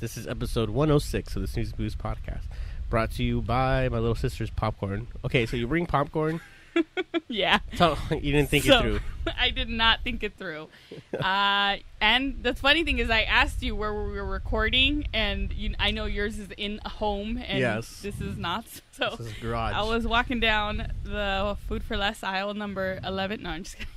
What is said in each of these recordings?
This is episode 106 of the Snooze Booze podcast, brought to you by my little sister's popcorn. Okay, so you bring popcorn. yeah. Tell, you didn't think So, it through. I did not think it through. uh, and the funny thing is, I asked you where we were recording, and you, I know yours is in a home, and Yes. this is not. So This is garage. I was walking down the Food for Less aisle number 11. No, I'm just kidding.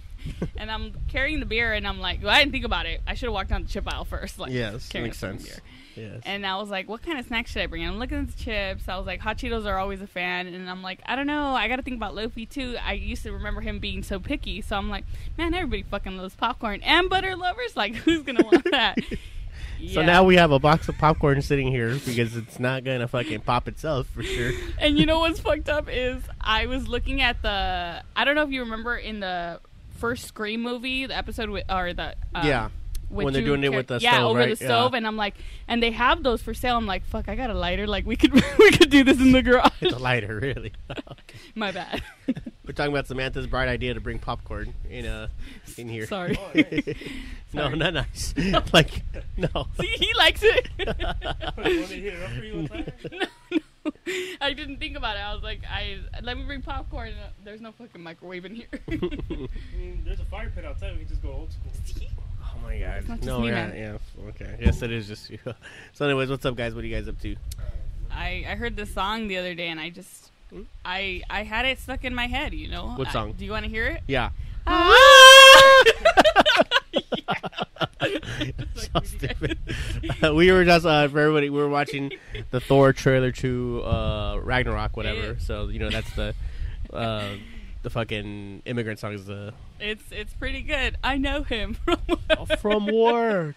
and I'm carrying the beer, and I'm like, well, I didn't think about it. I should have walked down the chip aisle first. Like, yes, carrying makes a fucking sense. beer. Yes. And I was like, what kind of snacks should I bring? And I'm looking at the chips. I was like, hot Cheetos are always a fan. And I'm like, I don't know. I got to think about Lofi too. I used to remember him being so picky. So I'm like, man, everybody fucking loves popcorn and butter lovers. Like, who's going to want that? So Yeah. now we have a box of popcorn sitting here because it's not gonna fucking pop itself for sure. and you know what's fucked up is I was looking at the. I don't know if you remember in the first Scream movie, the episode with. Or the. um, yeah. with When they're two doing it char- with the yeah, stove, over right? the Yeah. stove, and I'm like, and they have those for sale. I'm like, fuck, I got a lighter. Like we could we could do this in the garage. It's a lighter, really. My bad. We're talking about Samantha's bright idea to bring popcorn in uh in here. Sorry. no, Sorry. not nice. like no. See, he likes it. That's no, no. I didn't think about it. I was like, I let me bring popcorn. There's no fucking microwave in here. I mean, there's a fire pit outside. We can just go old school. Oh my god. It's not just no, me, yeah, man. yeah. Okay. Yes, it is just you. so anyways, what's up guys? What are you guys up to? I I heard this song the other day, and I just. I I had it stuck in my head, you know. Hmm? What I- song? do you want to hear it? Yeah. so stupid. we were just uh, for everybody. We were watching the Thor trailer to uh, Ragnarok, whatever. Yeah. So you know that's the uh, the fucking immigrant song is the It's it's pretty good. I know him from Oh, from work.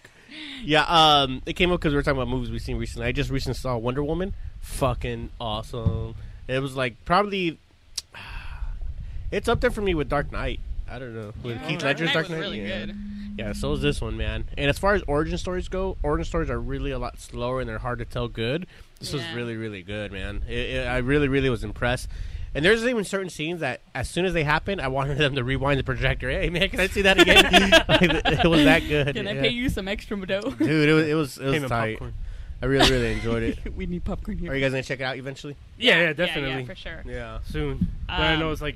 Yeah, um, it came up because we were talking about movies we've seen recently. I just recently saw Wonder Woman. Fucking awesome. It was like probably it's up there for me with Dark Knight. I don't know with Yeah, Keith Dark Ledger's Knight Dark was Knight. really yeah. good. Yeah, so is this one, man. And as far as origin stories go, origin stories are really a lot slower and they're hard to tell good. This was Yeah. really, really good, man. It, it, I really, really was impressed. And there's even certain scenes that, as soon as they happen, I wanted them to rewind the projector. Hey, man, can I see that again? Like, it was that good. Can I yeah. pay you some extra dough? Dude, it was it was, it was Payment tight. popcorn. I really, really enjoyed it. we need popcorn here. Are you guys gonna check it out eventually? Yeah, yeah, Yeah, definitely. for sure. Yeah. Soon. but I know Um, it's like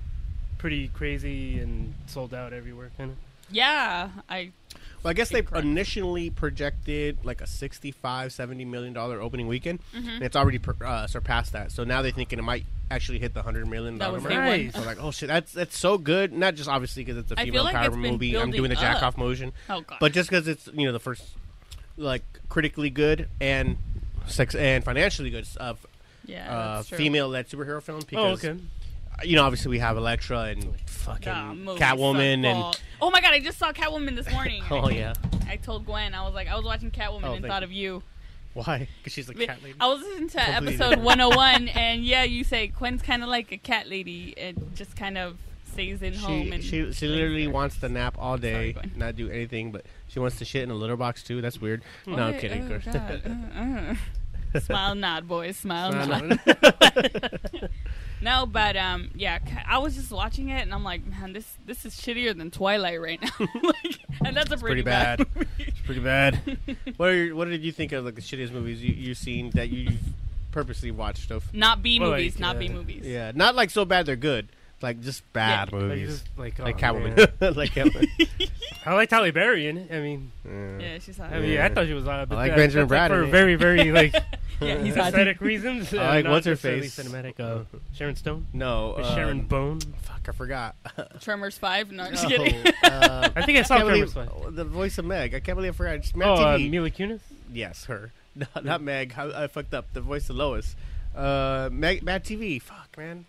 pretty crazy and sold out everywhere, kind of. Yeah, I Well, I guess they Incorrect. initially projected like a 65, 70 million dollar opening weekend, Mm-hmm. and it's already per, uh, surpassed that. So now they're thinking it might actually hit the hundred million That dollar was mark. day one. Nice. So like, oh shit, that's that's so good. Not just obviously because it's a I feel female like power it's been movie. I'm doing the building jack up. off motion, oh god. but just because it's you know the first like critically good and sex and financially good uh, yeah, uh, that's true. female led superhero film. Oh, Because uh, okay. you know obviously we have Elektra and fucking Ah, movies Catwoman suck and balls. oh my god, I just saw Catwoman this morning. oh yeah, I told Gwen I was like I was watching Catwoman Oh, and thank thought you. of you. why? Because she's a cat lady. I was listening to Completely. episode 101 and yeah, you say Gwen's kind of like a cat lady and just kind of stays in home She, and she she lays literally there. wants to nap all day, Gwen. not do anything, but she wants to shit in a litter box too. That's weird. No, I'm What? kidding. Oh, Chris. God. Uh, uh. smile nod, boys. Smile No, nod. no. No, but um, yeah, ca- I was just watching it and I'm like, man, this this is shittier than Twilight right now. like, and that's a pretty pretty, bad. movie. Pretty bad. what are your, what did you think of like the shittiest movies you, you've seen that you've purposely watched of? not B Well, like, movies, not B uh, movies. Yeah, not like so bad they're good. Like just bad movies. Like, just, Like, oh, man. Catwoman. like Catwoman. I like Halle Berry in it. I mean, Yeah, she's hot. I, mean Yeah. I thought she was uh, hot. But like that- Benjamin that's, like, Bratt in For it. very, very, like, yeah, he's hot. aesthetic reasons. I uh, like not what's her necessarily face. cinematic. Uh, Sharon Stone? No, Or Sharon um, Bone? Fuck, I forgot. Tremors Five. No, I'm just No, kidding. uh, I think I saw can't her. believe, the voice of Meg. I can't believe I forgot. It's Meg Oh, uh, TV. Mila Kunis? Yes, her. No, not Mm. Meg. I, I fucked up. The voice of Lois. Uh, Meg, Mad TV. Fuck, man.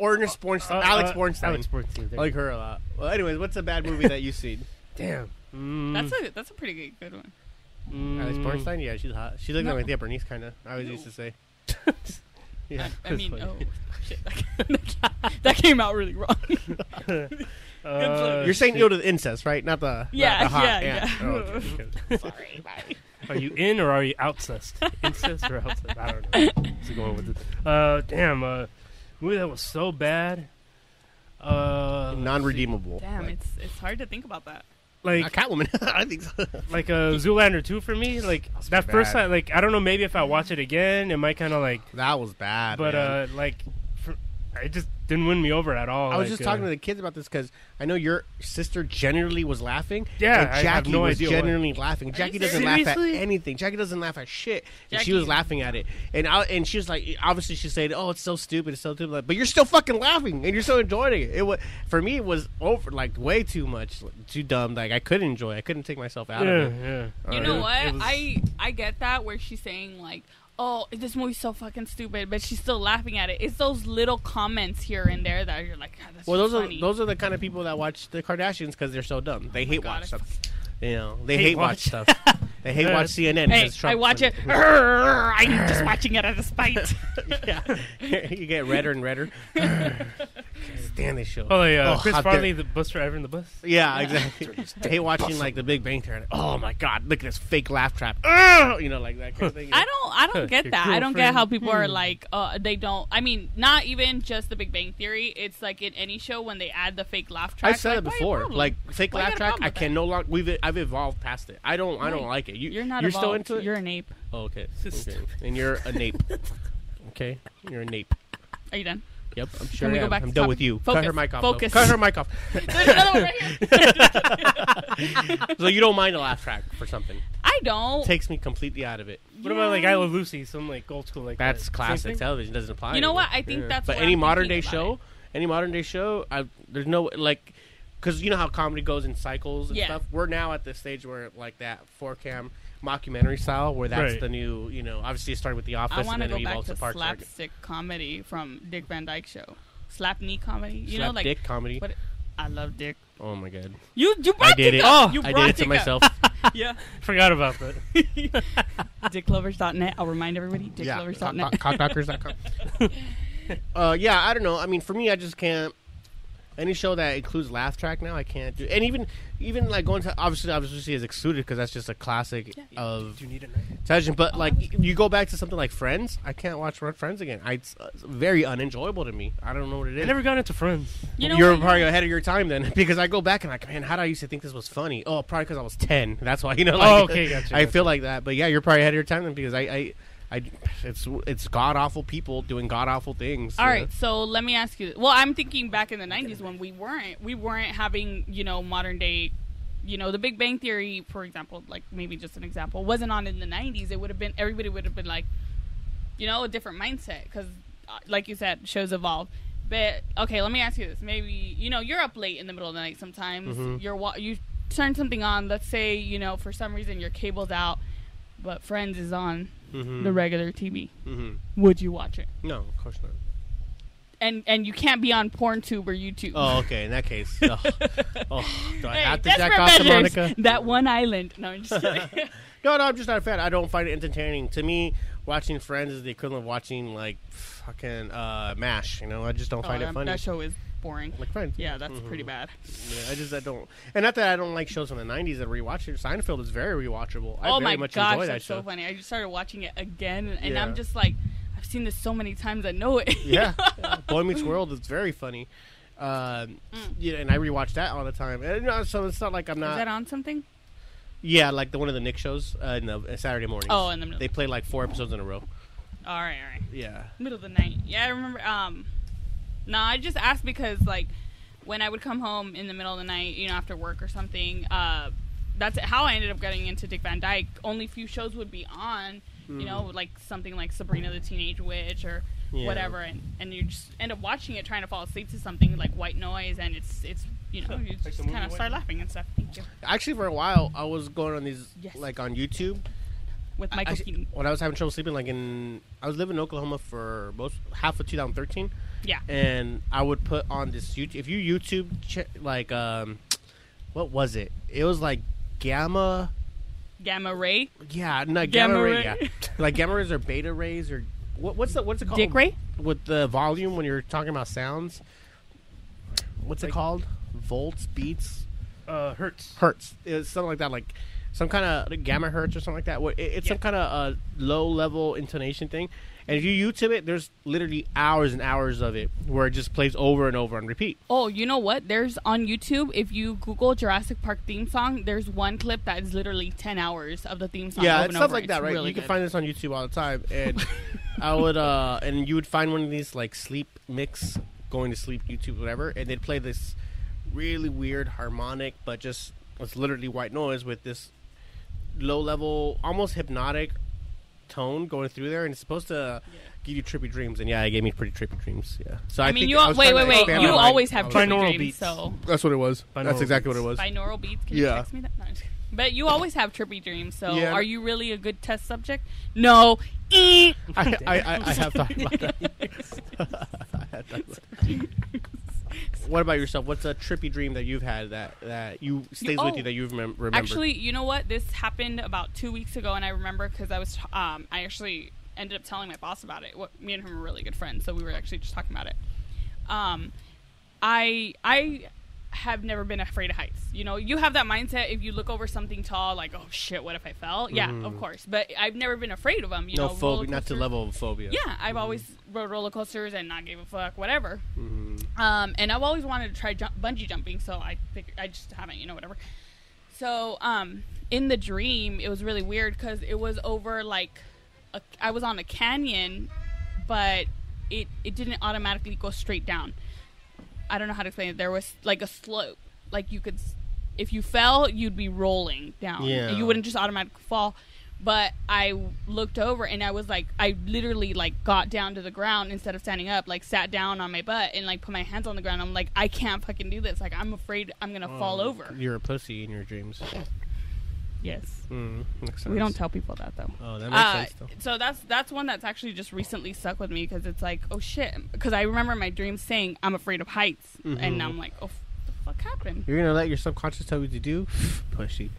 Orner Bornstein. Uh, Alex uh, Bornstein. Alex Bornstein. I there. like her a lot. Well, anyways, what's a bad movie that you've seen? Damn. Mm, that's a that's a pretty good, good one. mm, Alex Bornstein? Yeah, she's hot. She looks No. like Anthea Bernice, kind of. I always used to say. yeah. I, I mean, funny. oh shit, that came out really wrong. Uh, You're saying no to the incest, right? Not the not Yeah, the hot yeah, aunt. yeah. Oh, okay. Sorry, bye. Are you in or are you outsest? Incest or outsest? I don't know. Where's it going with it? Uh, damn. Uh, movie that was so bad. Uh, let's see. Oh, Non-redeemable. Damn, Like, it's it's hard to think about that. Not like Catwoman. I think so. like a Zoolander two for me. Like that bad. first time, like I don't know. Maybe if I watch it again, it might kind of like. that was bad. But man. uh, like, for, it just didn't win me over at all. I was Like, just uh, talking to the kids about this because I know your sister generally was laughing. Yeah, I and have Jackie no was idea why. generally laughing. Jackie doesn't laugh Seriously? at anything. Jackie doesn't laugh at shit. And she Jackie- was laughing at it, and I, and she was like, obviously she said, "Oh, it's so stupid, it's so stupid," like, but you're still fucking laughing and you're still enjoying it. It was for me, it was over like way too much, like, too dumb. Like I couldn't enjoy. it. I couldn't take myself out Yeah, of Uh, it. yeah. You Or- know what? It was- I I get that where she's saying like, "Oh, this movie's so fucking stupid," but she's still laughing at it. It's those little comments here and there that you're like, God, "That's Well, those just are funny. Oh those are the kind of people that watch the Kardashians because they're so dumb. They hate God, watch I stuff. You know, they Hate hate, watch watch. stuff. They hate watch CNN. Hey, 'cause I Trump's watch in- it. I'm just watching it out of spite. yeah, you get redder and redder. Stand this show. Oh, yeah. Oh, Chris how dare- Farley, the bus driver in the bus. Yeah, exactly. I hate watching like the Big Bang Theory. like, Oh my God, look at this fake laugh trap. Oh, you know, like that kind of thing. I don't I don't get Your that. I don't get how girlfriend. people Hmm. are like uh, they don't I mean, not even just the Big Bang Theory. It's like in any show when they add the fake laugh track. I said like, it why a before. problem? Like fake Why you laugh got a track. problem I with can that? no longer. We've I've evolved past it. I don't. I don't Right. like it. You, You're not You're still evolved. into it. You're an ape. oh, okay. okay. And you're a nape. okay. You're a nape. Are you done? Yep. I'm sure. we I go am. back I'm to done topic? with you. Cut Focus. her mic off. though. Focus. Cut her mic off. There's another one right here. so you don't mind a laugh track for something? I don't. Takes me completely out of it. What about like I Love Lucy? Some like old school like That's that. Same classic thing? television. Doesn't apply. You know anymore. what? I think that's But what any I'm modern day thinking about show, any modern day show, I, there's no like, because you know how comedy goes in cycles and Yeah. stuff. We're now at the stage where like that four cam mockumentary style, where that's Right. the new. You know, obviously it started with The I Office want and to then go it back evolved to to Parks and Rec. slapstick comedy from Dick Van Dyke Show. Slap knee comedy. You know, like Slapdick comedy. what? I love Dick. Oh my god, You you I brought did Dick it. Oh, up. You I brought did it to Dick myself. Up. yeah. Forgot about that. Dicklovers.net. I'll remind everybody. yeah, Dicklovers.net. cockdockers.com. uh, yeah, I don't know. I mean, for me, I just can't. Any show that includes laugh track now, I can't do. And even, even like going to obviously, obviously is excluded because that's just a classic of need a television. But Oh, like, you go back to something like Friends, I can't watch Friends again. I, it's uh, very unenjoyable to me. I don't know what it I is. never got into Friends. You know You're what? probably ahead of your time then, because I go back and like, man, how did I used to think this was funny? Oh, probably because I was ten. That's why you know. Like, Oh, okay, gotcha, I gotcha. feel like that, but yeah, you're probably ahead of your time then, because I, I, I it's it's god awful people doing god awful things. All you right, know? so let me ask you. Well, I'm thinking back in the '90s when we weren't we weren't having you know modern day, you know, The Big Bang Theory, for example, like maybe just an example, wasn't on in the '90s. It would have been everybody would have been like, you know, a different mindset because, like you said, shows evolve. But okay, let me ask you this. Maybe you know you're up late in the middle of the night sometimes. You're wa- you turn something on. Let's say you know for some reason your cable's out, but Friends is on the Mm. regular TV. Mhm. Would you watch it? Mm-hmm. No, of course not. and and you can't be on PornTube or YouTube. Oh, okay. In that case, ugh. oh, do I Hey, have to desperate jack off to measures. Monica? That one island. No, I'm just kidding. No, no, I'm just not a fan. I don't find it entertaining. To me, watching Friends is the equivalent of watching like fucking uh, Mash. You know, I just don't Oh, find it that, funny. Mm-hmm. that show is boring. like Friends. Yeah, that's pretty bad. Yeah, I just I don't, and not that I don't like shows from the '90s that rewatch it. Seinfeld is very rewatchable. I oh very my much gosh, enjoy that that's show. so funny. I just started watching it again, and, and Yeah. I'm just like, I've seen this so many times. I know it. Yeah, yeah. Boy Meets World is very funny. Um, you know, and I rewatch that all the time. And, you know, so it's not like I'm Mm. is not. that on something? yeah, like the one of the Nick shows uh, in the, uh, Saturday mornings. Oh, in the middle. they play like four episodes in a row. All right, all right. Yeah. middle of the night. Yeah, I remember. Um, no, I just asked because like when I would come home in the middle of the night, you know, after work or something. Uh, that's how I ended up getting into Dick Van Dyke. Only few shows would be on, you know, Hmm. like something like Sabrina the Teenage Witch or Yeah. whatever, and and you just end up watching it, trying to fall asleep to something like White Noise, and it's it's you know you the just movie kind of White start Noise? laughing and stuff. Thank you. Actually, for a while, I was going on these Yes. like on YouTube. With Michael Actually, Keaton. when I was having trouble sleeping, like in I was living in Oklahoma for most half of 2013. Yeah. Eh. and I would put on this YouTube. If you YouTube ch- like um, what was it? It was like gamma. Gamma Ray. Yeah, not Gamma gamma, ray. ray. Yeah, like gamma rays or beta rays or what, what's the what's it called? Oh. Dick Ray? with the volume when you're talking about sounds. What's it called? Volts, beats, Uh, Hertz. hertz, it's something like that. Like some kind of gamma hertz or something like that. Where it- It's some kind of uh, low level intonation thing. And if you YouTube it, there's literally hours and hours of it where it just plays over and over on repeat. Oh, you know what? There's on YouTube. If you Google Jurassic Park theme song, there's one clip that is literally ten hours of the theme song. yeah, over it's and stuff over. like It's that, right? really you can good. find this on YouTube all the time, and I would, uh and you would find one of these like sleep mix, going to sleep YouTube, whatever, and they'd play this really weird harmonic, but just it's literally white noise with this low level, almost hypnotic tone going through there, and it's supposed to give you trippy dreams. And yeah, it gave me pretty trippy dreams. Yeah. So I, I mean, think you I al- was wait, trying wait, to wait. expand You my mind. always have I was- trippy Binaural dreams, beats. so That's what it was. Binaural That's exactly beats. what it was. binaural beats. Can you Yeah. text me that? No, I'm just kidding. but you always have trippy dreams. So Yeah. are you really a good test subject? No. E. Eek. I, I, I, I have thought about that. I had thought about that. What about yourself? What's a trippy dream that you've had that, that you stays with oh. you that you've remem- remembered? Actually, you know what? This happened about two weeks ago, and I remember because I was um, I actually ended up telling my boss about it. What me and him are really good friends, so we were actually just talking about it. Um, I I have never been afraid of heights. You know, you have that mindset if you look over something tall, like oh shit, what if I fell? Yeah, of course. But I've never been afraid of them. You Mm-hmm. no know, phobia, not to roller coasters. level of phobia. Yeah, I've always rode roller coasters and not gave a fuck, whatever. Um, and I've always wanted to try jump, bungee jumping, so I figured I just haven't, you know, whatever. So um, in the dream, it was really weird because it was over like a, I was on a canyon, but it it didn't automatically go straight down. I don't know how to explain it. There was like a slope, like you could, s- if you fell, you'd be rolling down. Yeah. You wouldn't just automatically fall. But I w- looked over and I was like, I literally like got down to the ground instead of standing up. Like sat down on my butt and like put my hands on the ground. I'm like, I can't fucking do this. Like I'm afraid I'm gonna Oh, fall over. You're a pussy in your dreams. Yes. Mm, makes sense. We don't tell people that though. Oh, that makes Uh, sense. Though. so that's that's one that's actually just recently stuck with me because it's like oh shit because I remember my dreams saying I'm afraid of heights Mm-hmm. and I'm like oh f- the fuck happened You're gonna let your subconscious tell you what to do, pussy.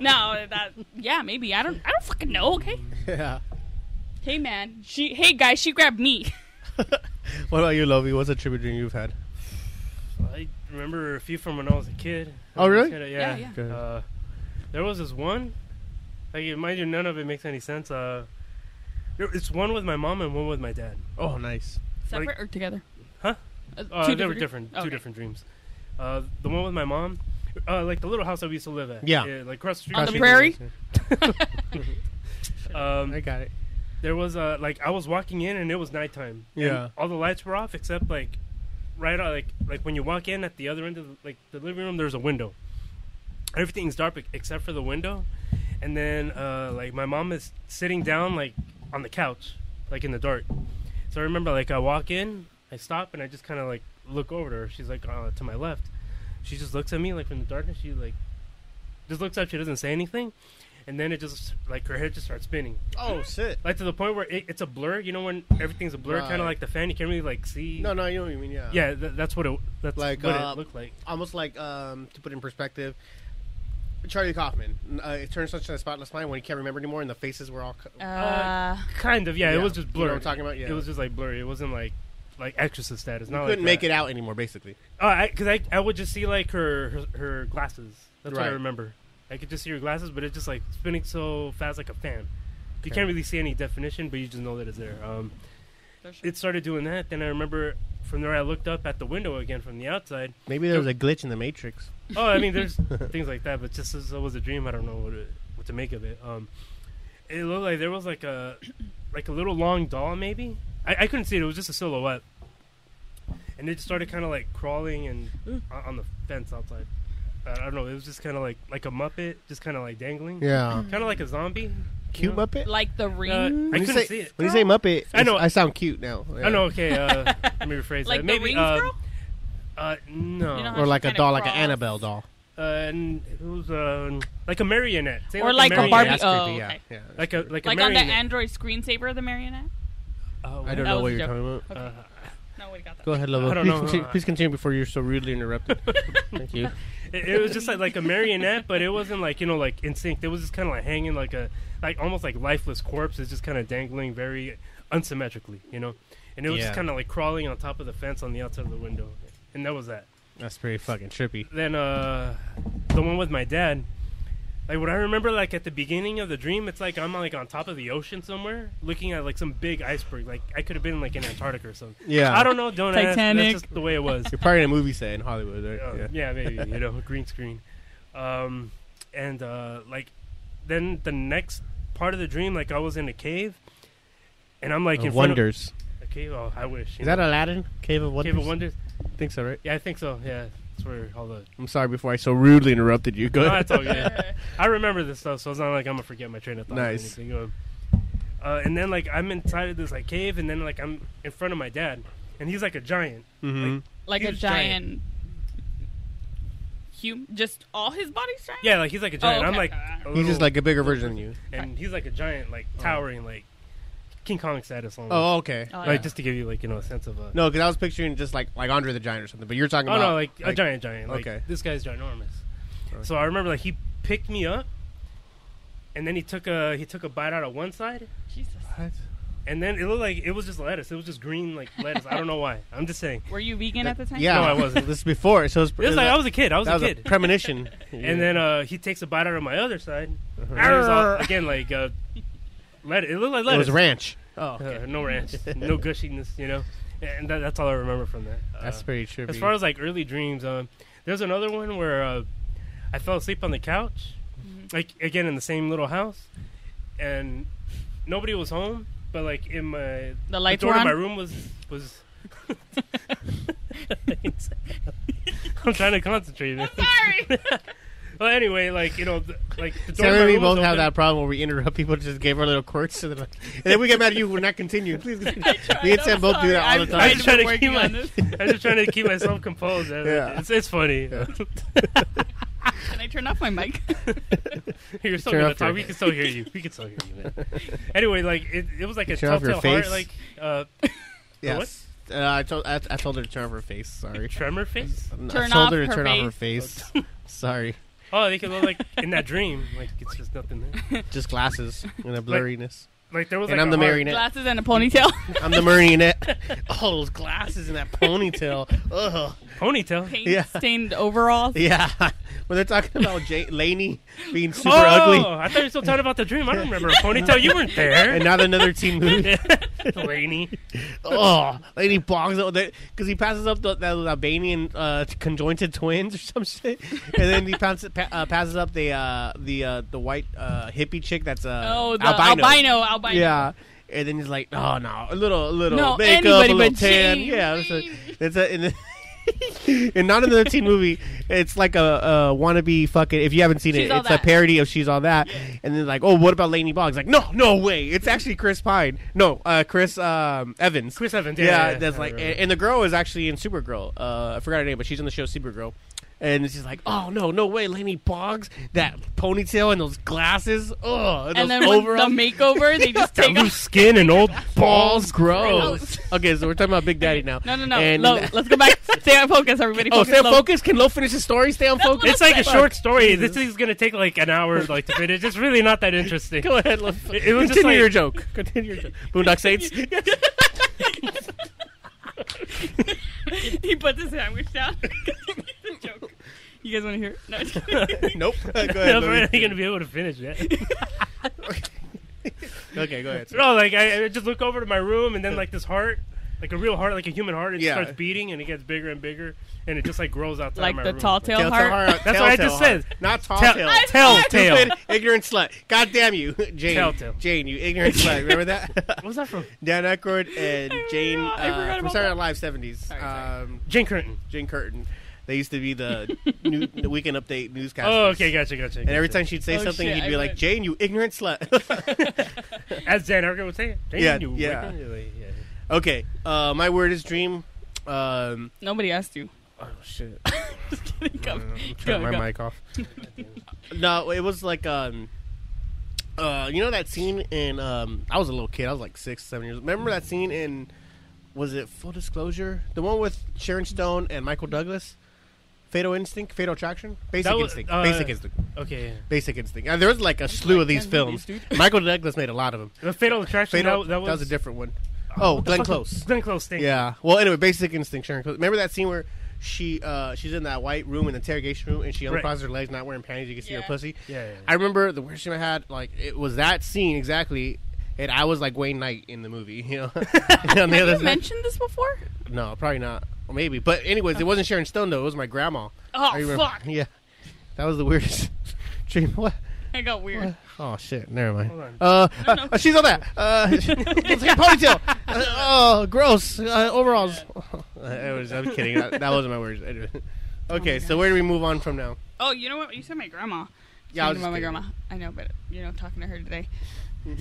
no that yeah maybe I don't I don't fucking know okay Yeah. hey man she hey guys she grabbed me What about you, Lovey? What's a trippy dream you've had? I remember a few from when I was a kid. Oh, really? Yeah. Yeah, yeah. Uh, there was this one. Like, mind you, none of it makes any sense. Uh, there- it's one with my mom and one with my dad. Oh, nice. separate or together Huh? Uh, Uh, two they were different- different. okay. Two different dreams. Uh, the one with my mom, uh, like the little house that we used to live at. Yeah. like across the street. On the from me. prairie? I Um, got it. there was uh, like I was walking in and it was nighttime. and Yeah. all the lights were off except like right out like like when you walk in at the other end of the, like the living room, there's a window. Everything's dark e- except for the window, and then uh, like my mom is sitting down like on the couch, like in the dark. So I remember like I walk in, I stop and I just kind of like look over to her. She's like uh, to my left. She just looks at me like from the darkness. She like just looks up. She doesn't say anything, and then it just like her head just starts spinning Oh shit. like to the point where it, it's a blur. You know when everything's a blur, kind Right. of like the fan. You can't really like see. No, no, you know what you mean. Yeah. Yeah, th- that's what it. That's Like, what uh, it looked like. almost like um, to put it in perspective. Charlie Kaufman, uh, it turns sunshine a spotless mind when he can't remember anymore, and the faces were all. Co- uh, Kind of. Yeah, yeah. it was just You know what blurry. I'm talking about? Yeah. It was just like blurry. It wasn't like like exorcist status. Not couldn't like make it out anymore, basically. out because I, I would just see like her her, her glasses. That's what Right. I remember. I could just see her glasses, but it's just like spinning so fast like a fan. You Okay. can't really see any definition, but you just know that it's there. Um, it started doing that. Then I remember from there I looked up at the window again from the outside, Maybe there was a glitch in the Matrix. Oh, I mean, there's things like that, but just as it was a dream, I don't know what, it, what to make of it. Um, it looked like there was like a like a little long doll, maybe. I, I couldn't see it; it was just a silhouette, and it just started kind of like crawling and Mm. on, on the fence outside. I, I don't know. It was just kind of like like a Muppet, just kind of like dangling, Yeah, kind of like a zombie. Mm-hmm. cute you know? Muppet. like the ring Uh, I you couldn't say, see it. When you say Muppet, I know. I sound cute now. I know. Okay, uh, let me rephrase like that. the Maybe rings uh, girl uh, no, You know how Or like a Kinda doll, like an cross. Annabelle doll, uh, n- it was uh, like a marionette, Say Or like a marionette. Barbie- Yeah, that's oh, creepy, yeah, okay. yeah. like a like a like on the marionette. android screensaver the marionette Oh, I don't That know was what a you're joke. talking about. okay Uh, no we got that Go ahead, Lobo. I don't please, know. Continue, please continue before you're so rudely interrupted. Thank you. it, it was just like, like a marionette, but it wasn't like you know like instinct. It was just kind of like hanging like a like almost like lifeless corpse. It's just kind of dangling very unsymmetrically, you know. And it was Yeah. just kind of like crawling on top of the fence on the outside of the window, and that was that. That's pretty fucking trippy. Then uh, the one with my dad, Like what I remember, like at the beginning of the dream, it's like I'm like on top of the ocean somewhere, looking at like some big iceberg. Like I could have been like in Antarctica or something. Yeah. I don't know. Don't ask. Titanic. That's just the way it was. You're probably in a movie set in Hollywood, right? Uh, yeah. maybe you know, green screen. Um, and uh, like then the next part of the dream, like I was in a cave, and I'm like Of in Wonders. Front of, a cave. Oh, I wish. you Is that know. Aladdin? Cave of Wonders? cave of wonders? think so, right? Yeah, I think so. Yeah, that's where all the. I'm sorry before I so rudely interrupted you. Go No, ahead. that's all good. I remember this stuff, so it's not like I'm gonna forget my train of thought. Nice. Or anything. Um, Uh, and then like I'm inside of this like cave, and then like I'm in front of my dad, and he's like a giant. Mhm. like a Huge giant. giant. Hum- just all his body's giant. Yeah, like he's like a giant. I'm okay. like a He's little- just like a bigger version than you. and he's like a giant, like towering, like King Kong status. Almost. Oh, okay. Oh, like yeah. just to give you like you know a sense of a. No, because I was picturing just like like Andre the Giant or something, but you're talking Oh about no, like, a giant, giant. Like, Okay. this guy's ginormous. Okay. So I remember like he picked me up, and then he took a he took a bite out of one side, Jesus. What? and then it looked like it was just lettuce. It was just green like lettuce. I don't know why. I'm just saying. Were you vegan at the time? Yeah, No, I wasn't. this is before, so it was, It was like I was a kid. I was that a kid. premonition. and then uh, he takes a bite out of my other side. And it was all, again like uh, lettuce. It looked like Uh-huh. it lettuce. was ranch. Oh, Uh, no ranch, no gushiness, you know. And that, that's all I remember from that. Uh, that's pretty trippy. as far as like early dreams. Um, there's another one where uh, I fell asleep on the couch, Mm-hmm. like again in the same little house, and nobody was home. But like in my The lights door were to on? my room was was. I'm trying to concentrate. man. Sorry. well, anyway, like you know, the, like the door. to Sarah, my we room both was have open. that problem where we interrupt people, just gave our little quirks, and then, like, and then we get mad at you. We're not continuing. Please, continue. me and Sam both do that all the I time. just try I've been to working keep my, on this. I'm just trying to keep myself composed. man. Yeah. It's, it's funny. Can I turn off my mic? You're still Turn gonna off your- talk. We can still hear you. We can still hear you, man. anyway, like it, it was like a Turn off your telltale heart, face. like uh, yes, uh, I told I, I told her to turn off her face. Sorry, tremor face. I Turn told off her to her turn off her face. Sorry, Oh, they could look like in that dream, like it's just nothing there. just glasses and a blurriness. Like there was, and like I'm a the heart- marionette. Glasses and a ponytail. I'm the marionette. All those glasses and that ponytail. Ugh. ponytail. Paint Yeah. stained overalls. Yeah, when they're talking about Jay- Laney being super oh, ugly, I thought you were still talking about the dream. I don't remember a ponytail. You weren't there, and not another teen movie. Laney. Oh, and he bogs out because he passes up the, the Albanian uh, conjointed twins or some shit, and then he passes, pa- uh, passes up the uh, the uh, the white uh, hippie chick that's uh, Oh, the albino. Albino. Yeah, and then he's like, oh no, a little a little No, makeup, anybody a little but tan, James. yeah. It's a, it's a and, and not another teen movie. It's like a, a wannabe fucking. If you haven't seen She's it, All it's a That. parody of She's All That. And then like, oh, what about Lainey Boggs? Like, no, no way. It's actually Chris Pine. No, uh, Chris um, Evans. Chris Evans. Yeah, Yeah, yeah, yeah. that's I like, and, remember. and the girl is actually in Supergirl. Uh, I forgot her name, but she's in the show Supergirl. And she's like, "Oh no, no way, Lainey Boggs! That ponytail and those glasses, oh, And those then with overalls." the makeover, they just Got take loose off. skin and old balls. balls gross. okay, so we're talking about Big Daddy now. No, no, no. And- Lo, let's go back. Stay on focus, everybody. oh, Focus, stay on Lo. focus. Can Lo finish his story? Stay on focus. It's like a Fuck. short story. This thing's gonna take like an hour, like to finish. It's really not that interesting. Go ahead, Lo. It- it was just Continue like- your joke. Continue your joke. Boondock Saints. he puts his sandwich down. it's a joke. You guys want to hear? it? No. I'm just kidding. nope. Go I'm ahead. Louis. barely gonna be able to finish that. okay, go ahead. No, like I, I just look over to my room, and then like this heart, like a real heart, like a human heart, it just Yeah. starts beating, and it gets bigger and bigger, and it just like grows outside like my the room. tall tale Telltale heart. Heart. That's what I Telltale just Heart. said. Not tall Tell- tale. I Tell thought- tale. Stupid, ignorant slut. God damn you, Jane. Telltale. Jane, you ignorant slut. Remember that? What was that from? Dan Aykroyd and I Jane forgot- I uh, forgot from about Saturday Night that. Live seventies. Sorry, sorry. Um, Jane Curtin. Jane Curtin. They used to be the, new, the weekend update newscasters. Oh, okay, gotcha, gotcha. And every time she'd say Oh, something, shit, he'd I be like, went- "Jane, you ignorant slut." as Dan Aykroyd would say, Jane, Yeah, you yeah. wicked- like, yeah. okay, uh, my word is dream. Um, Nobody asked you. oh shit! Just kidding. Go. Turn go, my go. mic off. no, it was like um, uh, you know that scene in um, I was a little kid. I was like six, seven years. Remember that scene in was it Full Disclosure? The one with Sharon Stone and Michael Douglas. Fatal Instinct, Fatal Attraction, Basic was- Instinct, uh, Basic Instinct, Okay. yeah. Basic Instinct. Uh, there was like a slew of these 10 movies, films. Michael Douglas made a lot of them. The Fatal Attraction. Fatal, that, that was, a different one. Oh, Glenn Close. Glenn Close. Thing. Yeah. Well, anyway, Basic Instinct, Sharon Close. Remember that scene where she uh she's in that white room in the interrogation room and she Right. uncrosses her legs, not wearing panties. You can see her Yeah. pussy. Yeah, yeah, yeah. I remember the worst shit I had. Like it was that scene exactly, and I was like Wayne Knight in the movie. You know, on the Have other you side. mentioned this before? No, probably not. Or maybe. But anyways, it wasn't Sharon Stone though. It was my grandma. Oh, I remember- fuck. Yeah, that was the weirdest dream. What? It got weird. Oh shit! Never mind. Hold on. Uh, uh, she's on that. Uh, it's like a ponytail. Uh, oh, gross. Uh, overalls. I was. I'm kidding. That, that wasn't my words. Anyway. Okay, so where do we move on from now? Oh, you know what? You said my grandma. Yeah, I was Talking about my just Mm-hmm. grandma. I know, but you know, talking to her today,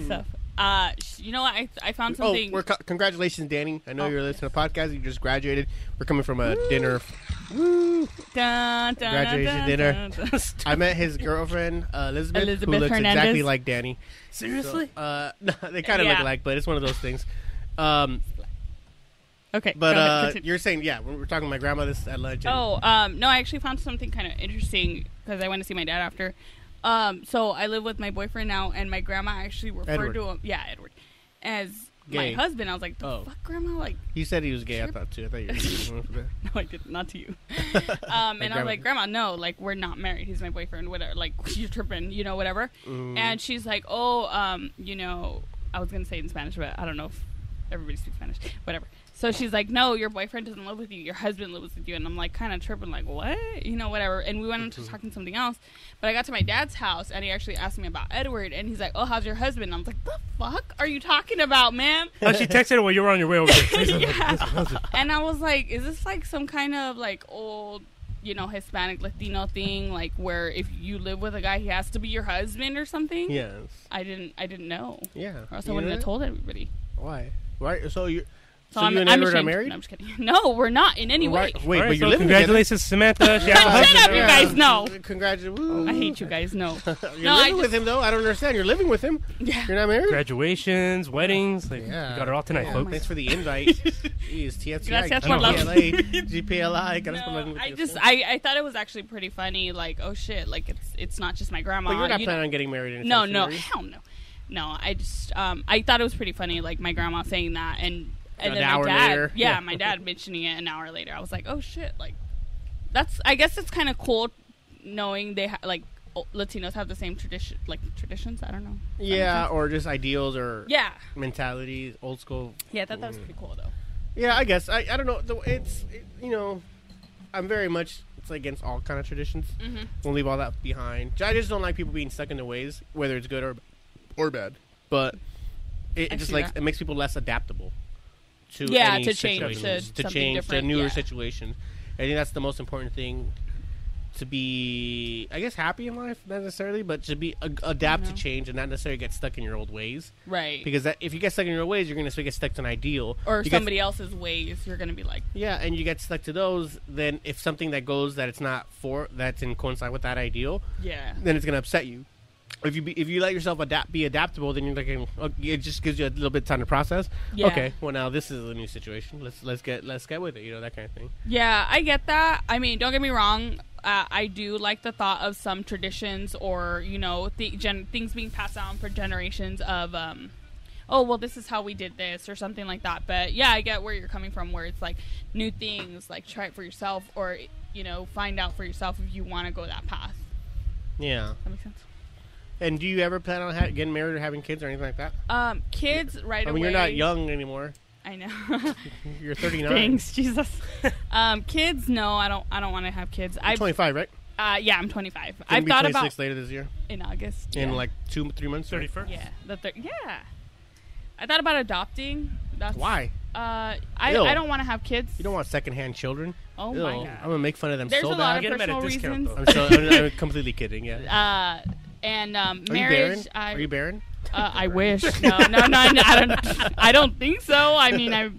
stuff. Uh, sh- you know what? I I found something. Oh, we're co- congratulations, Danny. I know Oh. you're listening to the podcast. You just graduated. We're coming from a dinner. Dun, dun, Graduation dun, dinner. dun, dun. I met his girlfriend uh, Elizabeth, who Elizabeth looks exactly Hernandez. like Danny. Seriously? So, uh, no, they kind of look Yeah. alike, but it's one of those things. Um, okay, but go ahead, uh, continue. you're saying, yeah, we we're talking to my grandma this at lunch. and- Oh, um, no, I actually found something kind of interesting because I went to see my dad after. Um, so I live with my boyfriend now, and my grandma actually referred Edward. to him, yeah, Edward, as Gay. my husband. I was like, the Oh. fuck, grandma? Like, you said he was gay. I thought too. I thought you were going for that. no, I did not to you. um, and I grandma. was like, grandma, no, like we're not married. He's my boyfriend, whatever. Like you're tripping, you know, whatever. And she's like, oh, um, you know, I was gonna say it in Spanish, but I don't know if everybody speaks Spanish, whatever. So she's like, no, your boyfriend doesn't live with you. Your husband lives with you. And I'm like, kind of tripping, like what, you know, whatever. And we went on to talking something else. But I got to my dad's house, and he actually asked me about Edward, and he's like, oh, how's your husband? And I was like, the fuck are you talking about, ma'am? Oh, she texted her while you were on your way over there. Please, yeah. and I was like, is this like some kind of like old, you know, Hispanic Latino thing, like where if you live with a guy, he has to be your husband or something? Yes. I didn't. I didn't know. Yeah. Or else I You wouldn't know have that? told everybody. Why? Why? So you. So, I'm, you and I'm Edward are ashamed. married? No, I'm just kidding. No, we're not in any Right. way. Wait, All right, but you're so living together? Congratulations, Samantha. She has a Shut up, husband. you Yeah. guys know. Congratulations. I hate you guys. No. You're No, I living just- with him though. I don't understand. You're living with him. Yeah. You're not married. Graduations, weddings. Like, Yeah. we got it all tonight, Yeah, folks. Thanks for the invite. Jeez, TFCI, Gracias por la- GPLA, GPLI. Gotta spell No, nothing with I you. just I, I thought it was actually pretty funny. Like, oh shit, like it's it's not just my grandma. But you're not uh, you know- planning on getting married anytime No, soon, no, are you? hell no, no. I just um, I thought it was pretty funny, like my grandma saying that, and An and then hour my dad, later. yeah, my dad mentioning it an hour later. I was like, oh shit, like that's. I guess it's kind of cool knowing they ha- like o- Latinos have the same tradition, like traditions. I don't know. Does that make Yeah, sense? or just ideals or yeah, mentalities, old school. yeah. I thought that was pretty cool though. Yeah, I guess I, I don't know. The, it's it, you know, I'm very much it's against all kind of traditions. Mhm. We'll leave all that behind. I just don't like people being stuck in their ways, whether it's good or or bad. But it, I it just see like that. it makes people less adaptable to Yeah, any to change to situations, to, something change to different, newer yeah. situations. I think that's the most important thing to be, I guess, happy in life, not necessarily, but to be a, adapt to know. change and not necessarily get stuck in your old ways. Right. Because that, if you get stuck in your ways, you're going to get stuck to an ideal. or You get- somebody else's ways, you're gonna be like, yeah, and you get stuck to those, then if something that goes that it's not for, that's in coincide with that ideal, yeah, then it's going to upset you. If you be, if you let yourself adapt, be adaptable, then you're like oh, it just gives you a little bit of time to process. Yeah. Okay, well now this is a new situation. Let's let's get let's get with it. You know that kind of thing. Yeah, I get that. I mean, don't get me wrong. Uh, I do like the thought of some traditions or, you know, th- gen- things being passed down for generations of, um, oh, well, this is how we did this or something like that. But yeah, I get where you're coming from, where it's like new things, like try it for yourself or, you know, find out for yourself if you want to go that path. Yeah. That makes sense. And do you ever plan on ha- getting married or having kids or anything like that? Um, kids, right I mean, away. you're not young anymore. I know. You're 39. Thanks, Jesus. um, kids, no, I don't. I don't want to have kids. I, You're 25, right? uh, yeah, I'm 25. Gonna I've be thought 26 about later this year in August. in yeah. like two, three months. right? 31st? Yeah, the thir- yeah. I thought about adopting. That's Why? Uh, I, Ew. I don't want to have kids. You don't want secondhand children. Oh Ew, my I'm god. gonna make fun of them There's so a lot bad. of Get 'em at a personal discount, reasons. though. I'm so I'm, I'm completely kidding. Yeah. Uh, and um, Are marriage. you barren? I Are you barren? uh, I wish. No, no, no. no, I don't. I don't think so. I mean, I,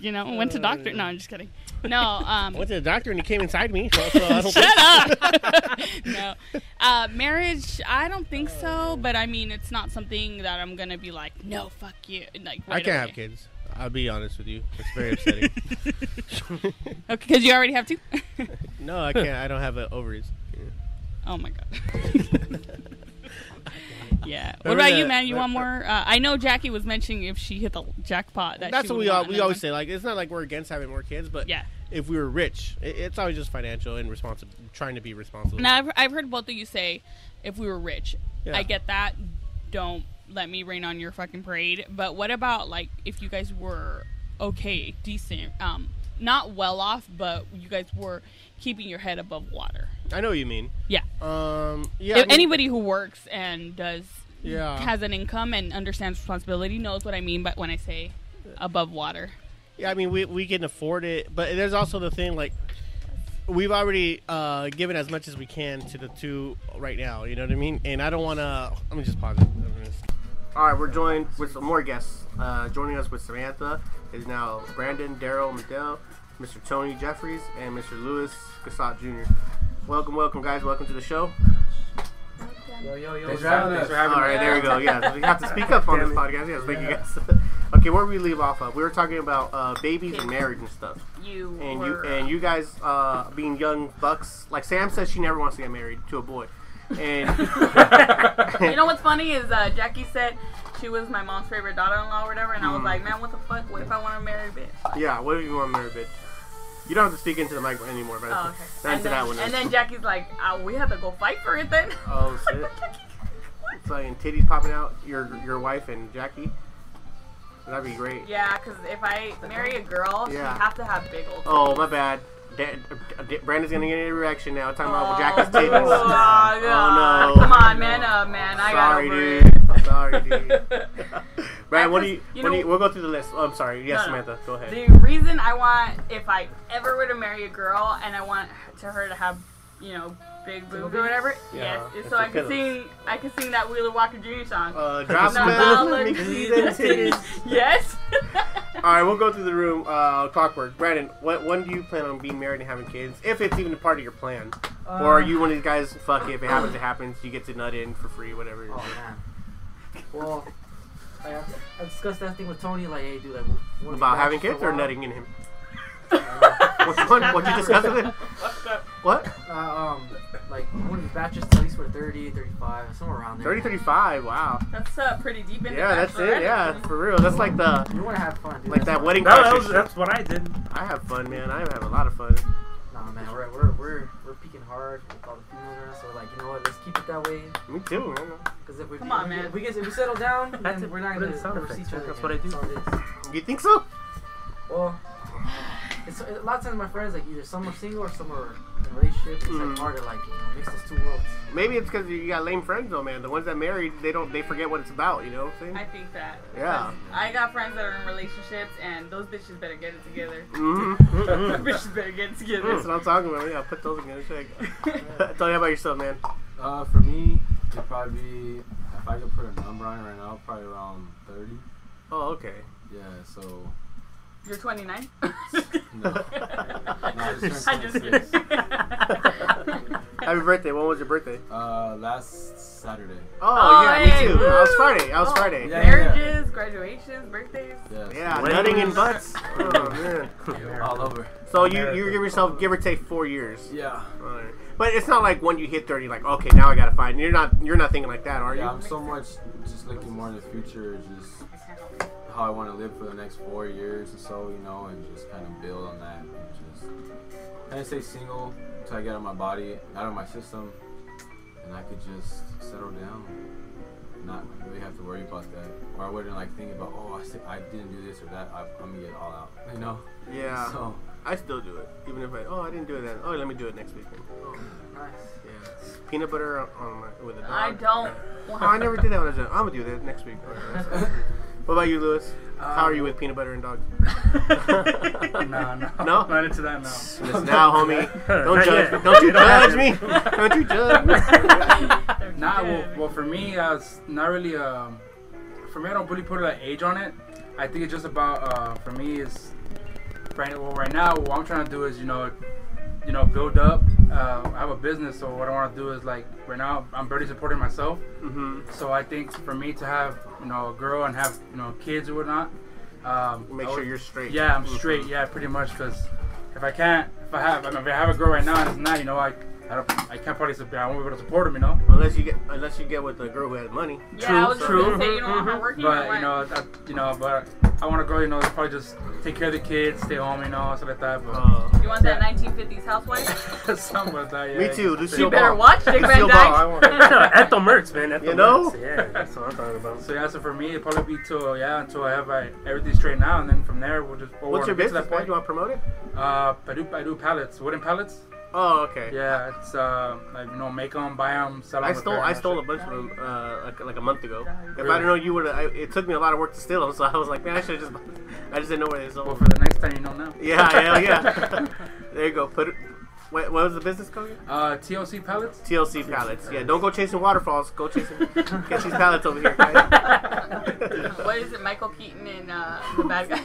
you know, went to doctor. No, I'm just kidding. No. Um, I went to the doctor and he came inside me. So, so I don't Shut up. no. Uh, marriage, I don't think so, but I mean, it's not something that I'm going to be like, no, fuck you. Like, I right can't away. have kids. I'll be honest with you. It's very upsetting. Okay, because you already have two? no, I can't. I don't have uh, ovaries. oh my God. Yeah. What Remember about you, that- man? You that- want more? Uh, I know Jackie was mentioning if she hit the jackpot. That That's she what would we all, want we another always one. say. Like, it's not like we're against having more kids, but Yeah. if we were rich, it, it's always just financial and responsible, trying to be responsible. Now I've, I've heard both of you say, if we were rich, Yeah. I get that. Don't let me rain on your fucking parade. But what about like if you guys were okay, decent, um, not well off, but you guys were keeping your head above water. I know what you mean. Yeah. Um, yeah. I if mean- Uh. anybody who works and does Yeah. has an income and understands responsibility knows what I mean. But when I say above water, Yeah, I mean, we, we can afford it, but there's also the thing like we've already uh, given as much as we can to the two right now. You know what I mean? And I don't want to. Let me just pause it. All right, we're joined with some more guests. Uh, joining us with Samantha is now Brandon, Daryl, Medell, Mr. Tony Jeffries, and Mr. Lewis Cassatt Jr. Welcome, welcome, guys. Welcome to the show. Thanks for having us. All right, there we go. Yeah, we have to speak up on this podcast. Yes, thank you guys. okay, where we leave off of? We were talking about uh, babies and marriage and stuff. you and you were and you guys uh, being young bucks. Like Sam says, she never wants to get married to a boy. And You know what's funny is uh, Jackie said she was my mom's favorite daughter-in-law or whatever, and Mm. I was like, man, what the fuck? What if I want to marry a bitch? yeah, what do you want to marry, bitch? You don't have to speak into the mic anymore, but Oh, okay. not And into then, that one. and then Jackie's like, oh, we have to go fight for it then. oh shit! Fucking titties popping out. Your your wife and Jackie. That'd be great. yeah, because if I marry a girl, Yeah. she have to have big old. Oh my bad. Da- Da- Brandon's gonna get a reaction now. Talking about Jackie's dude. titties. Oh, God. no. Come on, man up, man. I sorry, got over dude. it. Sorry, dude. Brad, what do you? Because, what do you know- you? We'll go through the list. Oh, I'm sorry. Yes, No, no. Samantha, go ahead. The reason I want, if I ever were to marry a girl and I want to her to have, you know, big boobs or whatever, Yeah, yes, it's is so a I can killer. sing, I can sing that Wheeler Walker Jr. song. Uh, drop Now, them, let look, me see them titties. yes. All right, we'll go through the room. Uh, clockwork. Brandon, what when do you plan on being married and having kids? If it's even a part of your plan, or are you one of these guys? Fuck it, if it happens, it happens. You get to nut in for free, whatever. Oh man. Well, I, I discussed that thing with Tony. Like, hey, dude, like, what About having kids or nutting in him? Which Uh, one? What you discuss with him? What? um, like, one of the batches at least for 30, 35, somewhere around there. 30, 35, Wow. That's uh, pretty deep in the Yeah, that's it. Bachelorette. Yeah, for real. That's like the You want to have fun, dude. like that's that all. wedding. No, that crashers was, shit. that's what I did. I have fun, man. I have a lot of fun. Nah, man, we're we're we're, we're peaking hard with all the females around. So like, you know what? Let's keep it that way. Me too, man. Because if we Come on, if we- man. If we, get, if we settle down, That's then it. we're not Put gonna in sound ever see effects. each other. That's again. what I do. That's all it is. You think so? Well, it's a lot of times my friends like either some are single or some are in a relationship. It's Mm. like harder, like you know, mix those two worlds. Maybe it's because you got lame friends, though, man. The ones that married, they don't, they forget what it's about. You know what I'm saying? I think that. Yeah. I got friends that are in relationships, and those bitches better get it together. Mm-hmm. Those bitches better get it That's together. what I'm talking about. Yeah, put those in check. Tell me about yourself, man. Uh, for me, it'd probably be if I could put a number on it right now, probably around thirty. Oh, okay. Yeah, so You're 29. no, I just I turned just 26. Happy birthday. When was your birthday? uh, last Saturday. Oh, Oh, yeah, hey. Oh. me too. I was Friday. I was Friday. Yeah. Marriages, graduations, birthdays. Yeah, so Yeah, nutting in butts. Oh man. all over. So you you give yourself give or take four years. Yeah, Alright. But it's not like when you hit thirty, like okay, now I gotta find. You're not you're not thinking like that, are you? yeah. I'm so much just looking more in the future, just how I want to live for the next four years or so, you know, and just kind of build on that. And just kind of stay single until I get out of my body, out of my system, and I could just settle down. Not really have to worry about that, or I wouldn't like think about, oh, I, said- I didn't do this or that. I, I'm gonna get it all out, you know. Yeah. So I still do it, even if I oh I didn't do it then. Oh, let me do it next weekend. Nice. Yeah. Peanut butter on, on my, with a dog. I don't Oh, I want. never did that when I was young. I'm gonna do that next week. Okay, that's fine. what about you, Lewis? How are you with peanut butter and dogs? No, no, No? Uh, not into that now. Listen now, homie. Don't Not judge. yet. Don't you It don't judge happen. me. Don't you judge me. Nah, well, well, for me, uh, it's not really. Um, for me, I don't really put an age on it. I think it's just about. Uh, for me, is right. Well, right now, what I'm trying to do is, you know, you know, build up. Uh, I have a business, so what I want to do is like right now, I'm barely supporting myself. hmm So I think for me to have, you know, a girl and have, you know, kids or whatnot. Um, Make I sure would- you're Mm-hmm. straight. Yeah, I'm straight. Yeah, pretty much. Cause if I can't, if I have, I mean, if I have a girl right now and it's not, you know, I I don't. I can't participate. I won't be able to support him, you know. Unless you get unless you get with a girl who has money. Yeah, True, I was just true. gonna say you don't Mm-hmm. want her working or But what? you know, I, you know, but I want a girl, you know, that's probably just take care of the kids, stay home, you know, stuff like that. But you want that 1950s housewife? something like that. Yeah. Me too. Does You she better ball? watch Dick Does Van she ball? I Dyke. want- at the Mertz, man. At the You know? Mertz. Yeah, that's what I'm talking about. So yeah, so for me, it'd probably be till yeah, until I have like, everything straight now, and then from there we'll just. we'll What's your get to that business? Why do you want to promote it? Uh, I do I do pallets, wooden pallets. Oh, okay. Yeah, it's uh, like you know, make them, buy them, sell them. I stole I stole a bunch of them uh, like, like a month ago. If I Really? didn't know you would, it took me a lot of work to steal them. So I was like, man, I should have just, I just didn't know where they Well, sold. for the next time, you know now. Yeah, hell yeah. there you go. Put. it- What, what was the business called? again? Uh, TLC pallets. TLC pallets. Yeah, don't go chasing waterfalls. Go chasing get these pallets over here, guys. What is it, Michael Keaton and uh, the bad guy?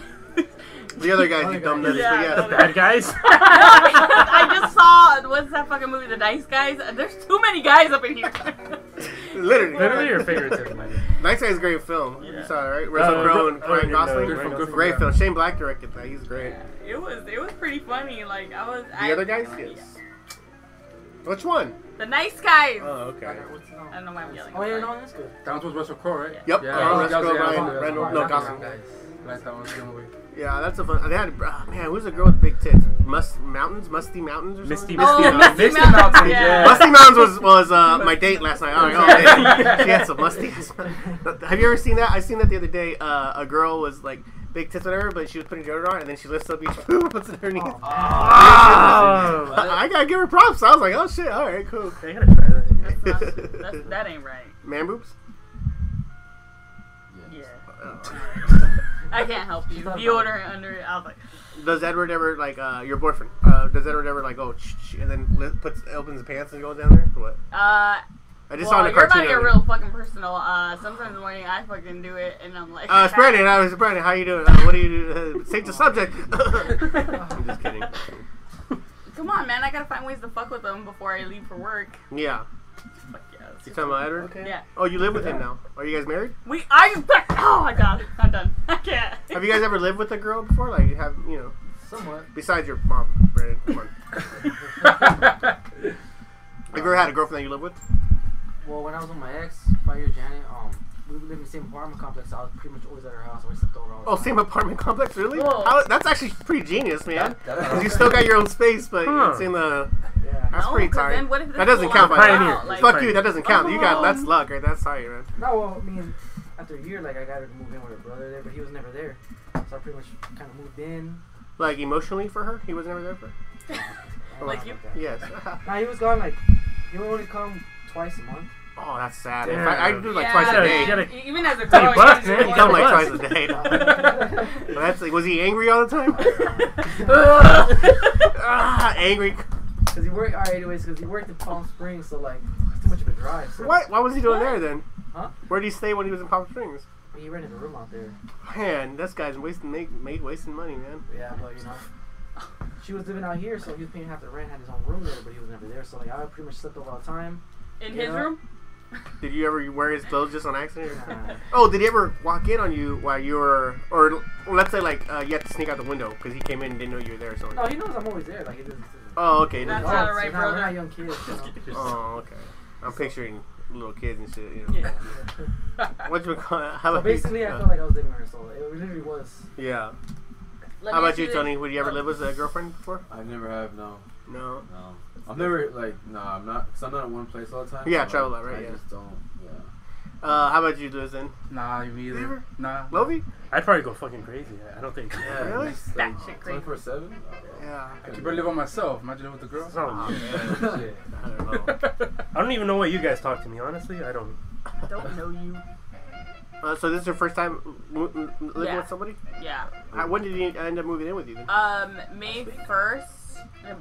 the other guys, you dumb nuts. Yeah, Yeah, the yeah. Bad guys. I just saw what's that fucking movie, The Dice Guys. There's too many guys up in here. literally. Literally or figuratively. man? Nice Guy's a great film. You saw it, right? Uh, Russell Crowe and oh, Ryan yeah, no, Gosling. good film, good film, great yeah. film. Shane Black directed that. He's great. it was it was pretty funny. Like I was The other guys, yes. Which one? The nice guys. Oh, okay. I don't know why I'm yelling. Oh yeah, no, that's good. Oh, That one was Russell Crowe, right? Yep. Yeah, Uh-huh, Russell Russell Crowe, Crowe, yeah, Ryan- yeah, no, yeah, Gosling. yeah, yeah. Like that one's a good movie. Yeah, that's a fun. They had ah, man. Who's the girl with big tits? Must mountains, musty mountains, or Misty something? Mountains. Oh, Misty Mountain. Misty Misty Mountain, Mountain. yeah. Yeah. Musty Mountains was was uh, my date last night. Oh, yeah. she had some musty. Have you ever seen that? I seen that the other day. Uh, a girl was like big tits, whatever, but she was putting deodorant on, and then she lifts up each boob, puts it in her knees. Uh, Oh, I, I gotta give her props. I was like, oh shit, all right, cool. I gotta try that. That's not, that's, that ain't right. Man boobs. Yeah. Oh. I can't help you. The order under it. I was like, Does Edward ever like uh, your boyfriend? Uh, does Edward ever like go ch- ch- and then li- puts opens the pants and goes down there? Or what? uh, I just well, saw in a you're cartoon. about to the get other day. real fucking personal. Uh, sometimes in the morning I fucking do it, and I'm like, Uh, it's Brandon. I was Brandon. How you doing? Uh, what do you do? Uh, change the subject. I'm just kidding. Come on, man. I gotta find ways to fuck with them before I leave for work. Yeah, Fuck yes. you talking about Edward? Yeah. Oh, you live with him now. Are you guys married? We. I. Oh my god. I'm done. I can't. Have you guys ever lived with a girl before? Like, you have you know? Somewhat. Besides your mom, Brandon. Come on. Have you ever had a girlfriend that you live with? Well, when I was with my ex, five year Janet, um, we lived in the same apartment complex. I was pretty much always at her house. I always slept over. all the Oh, time. same apartment complex, really? Whoa. How, that's actually pretty genius, man. That- that- 'Cause you still got your own space, but Huh. it's in the. Yeah. That's No, pretty 'cause tight. Then Oh, what if That this doesn't whole count lot by is Pioneer. out? Like, Fuck you, that doesn't count. You got that's Um, luck, right? That's sorry, man. No, well, I mean, after a year, like I got her to move in with her brother there, but he was never there, so I pretty much kind of moved in. Like emotionally for her, he was never there for. Her. or Like something you- that. Yes. Nah, he was gone. Like he would only come twice a month. oh, that's sad. Damn. If I, I do like yeah, twice a gotta- day. you gotta- e- Even as a girl, bucks, you man. He You gotta come like bus. twice a day. But that's like, was he angry all the time? ah, angry. Cause he worked. All right, anyways, cause he worked in Palm Springs, so like it's too much of a drive. So What? Why was he doing there then? Huh? Where did he stay when he was in Palm Springs? He rented a room out there. Man, this guy's wasting made, made wasting money, man. Yeah, but you know, she was living out here, so he was paying half the rent. Had his own room there, but he was never there. So like I pretty much slept over all the time. in Yeah. his room. Did you ever wear his clothes just on accident? Nah. Oh, did he ever walk in on you while you were, or let's say like uh, you had to sneak out the window because he came in and didn't know you were there or something? No, he knows I'm always there. Like it doesn't. Oh, okay. That's Oh, not so right, now We're brother. not young kids. You know? Oh, okay. I'm picturing little kids and shit. You know. Yeah. What you call How so about basically, you? I Uh, felt like I was living with her soul. It literally was. yeah. Let How me about ask you, this. Tony? Would you ever live with a girlfriend before? I never have no. No. No. Um, I've never like no. I'm not. Cause I'm not in one place all the time. Yeah, so travel a lot, right? I Yeah. just don't. Yeah. Uh, how about you, Listen? nah, me either. Never? Nah. Lovey? I'd probably go fucking crazy. I don't think. Yeah. Really? it's, That like, shit crazy. 24/7. Yeah. I can barely live on myself. Imagine living with a girl. It's not- Shit. I don't know. I don't even know why you guys talk to me. Honestly, I don't. I don't know you. Uh, so this is your first time mo- m- living Yeah. with somebody? Yeah. Uh, when did you end up moving in with you? Uh, Then? Um, May first.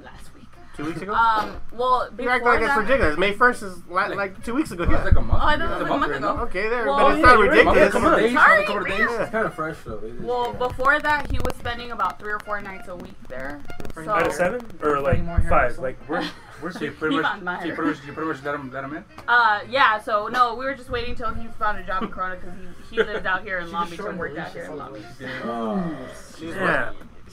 Last week. Two weeks ago? uh, Um. Well, you before act like it's that- ridiculous. May 1st is la- like, two weeks ago. Well, Yeah. It's like a month. Oh, I thought it was It's a month right ago. now. Okay, there. Well, but it's yeah, not you're right. ridiculous. Yeah, come on. Days, Sorry, couple of man. days. Yeah. It's kind of fresh though. It is, Well, yeah. before that, he was spending about three or four nights a week there. So Oh. Out of seven or like Any more hair five? also? Like we're we're So you cheap. pretty He much, found mine. so you pretty much, you pretty much let him, let him in. Uh, yeah. So no, we were just waiting till he found a job in Corona because he, he lived out here in She's Long a Beach short and worked little out here in Long Beach. she's Oh, She's Yeah,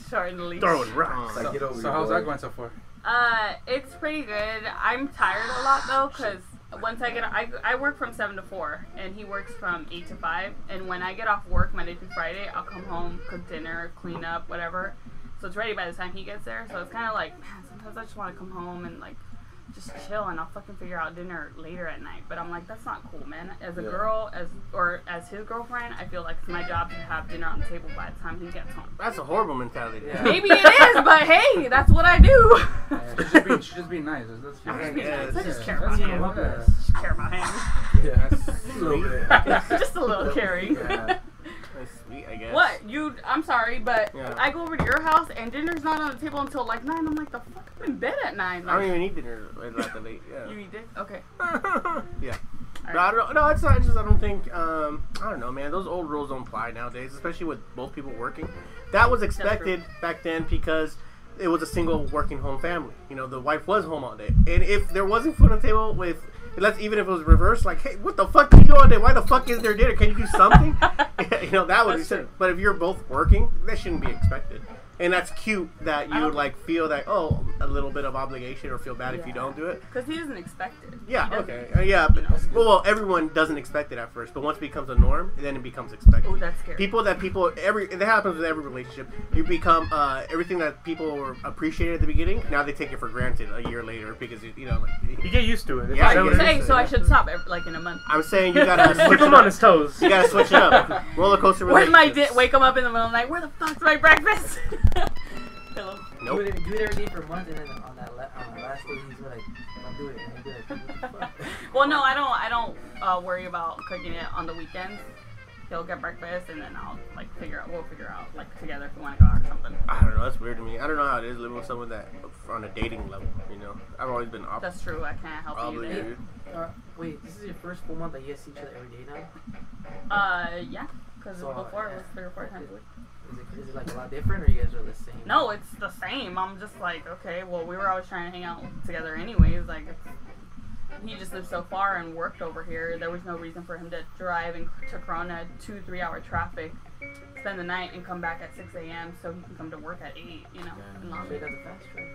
Short and lease. throwing rocks. Like, get over So, here, how's boy. that going so far? Uh, Uh, it's pretty good. I'm tired a lot though, cause once I get I, I work from seven to four, and he works from eight to five. And when I get off work Monday through Friday, I'll come home, cook dinner, clean up, whatever. So it's ready by the time he gets there. So it's kind of like man, sometimes I just want to come home and like just chill, and I'll fucking figure out dinner later at night. But I'm like, that's not cool, man. As a Yeah. girl, as or as his girlfriend, I feel like it's my job to have dinner on the table by the time he gets home. That's a horrible mentality. Yeah. Maybe it is, but hey, that's what I do. Yeah, she's just being, she's just being nice. That's, that's I fine. just Yeah, care that's about cool. him. Yeah. Just care about him. Yeah, that's a little bit. just a little caring. Yeah. That's sweet, I guess. What you? I'm sorry, but Yeah. I go over to your house and dinner's not on the table until like nine. I'm like, the fuck, I'm in bed at nine. I don't Like, even eat dinner like that late. Yeah. you eat it? Okay. yeah. All No, I don't, no, it's not. It's just I don't think. Um, I don't know, man. Those old rules don't apply nowadays, especially with both people working. That was expected back then because it was a single working home family. You know, the wife was home all day, and if there wasn't food on the table, with unless even if it was reversed, like, hey, what the fuck you do all day? Why the fuck is there dinner? Can you do something? you know, that would be That's silly. true. But if you're both working, that shouldn't be expected. And that's cute that you don't- like feel that oh a little bit of obligation or feel bad if you Yeah. don't do it. Because he doesn't expect it. Yeah, He doesn't. okay. Uh, yeah, but, well, well, everyone doesn't expect it at first, but once it becomes a norm, then it becomes expected. Oh, that's scary. People that people every it happens with every relationship. You become uh, everything that people were appreciated at the beginning. Now they take it for granted a year later because you, you know. You Like, get used to it. Yeah, Is that you what it get- is? Hey, so I should stop ev- like in a month. I'm saying you gotta Keep switch him it on up. his toes. You gotta switch it up. Roller coaster. Where's my di- relationships. wake him up in the middle of the night? Where the fuck's my breakfast? Hello. Do, Nope. it, do it every day for a month, and then on that la- on the last day, he's gonna like, I'll do it. And he'll be like, what the fuck? Well, no, I don't. I don't uh, worry about cooking it on the weekends. He'll get breakfast, and then I'll like figure out. We'll figure out like together if we want to go out or something. I don't know. That's weird to me. I don't know how it is living with someone that on a dating level. You know, I've always been ob- That's true. I can't help you there. obligated. Uh, wait, this is your first full month that you guys see each other every day now. Uh, yeah, because So, before it yeah. was three or four times a week. Is it, is it like a lot different, or you guys are the same? No, it's the same. I'm just like, okay, well, we were always trying to hang out together anyways. Like, it's- he just lived so far and worked over here. There was no reason for him to drive in, to Corona, two, three hour traffic, spend the night, and come back at 6 a.m. so he can come to work at 8, you know, in Long So you Beach. got the fast track.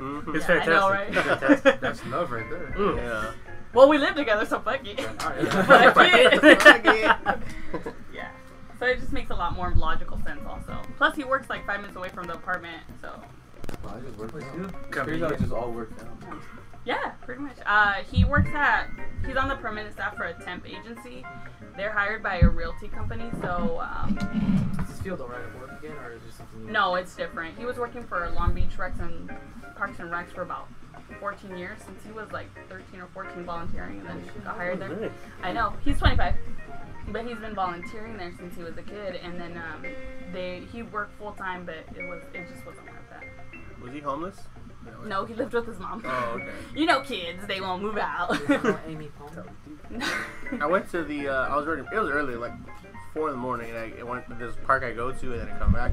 Mhm. It's Yeah, I know, fantastic. right? Fantastic. That's love right there. Mm. Yeah. Well, we live together, so fuck you. Alright. Fuck it. Fuck it. yeah. So it just makes a lot more logical sense, also. Plus, he works like five minutes away from the apartment, so. Wow, I just worked Let's out. do it. Come Here's here. how it just all worked out. Yeah, pretty much. Uh, he works at he's on the permanent staff for a temp agency. They're hired by a realty company, so um, Is this field alright at work again, or is it something? new? no, it's different. He was working for Long Beach Rex and Parks and Recs for about 14 years since he was like 13 or 14 volunteering and then got hired there. Nice. I know he's 25, but he's been volunteering there since he was a kid, and then um, they he worked full time, but it was it just wasn't worth that. Was he homeless? No, he lived with his mom. Oh, okay. you know, kids they won't move out. Is it Amy Palmer? I went to the. Uh, I was running. It was early, like four in the morning. And I, I went to this park I go to, and then I come back.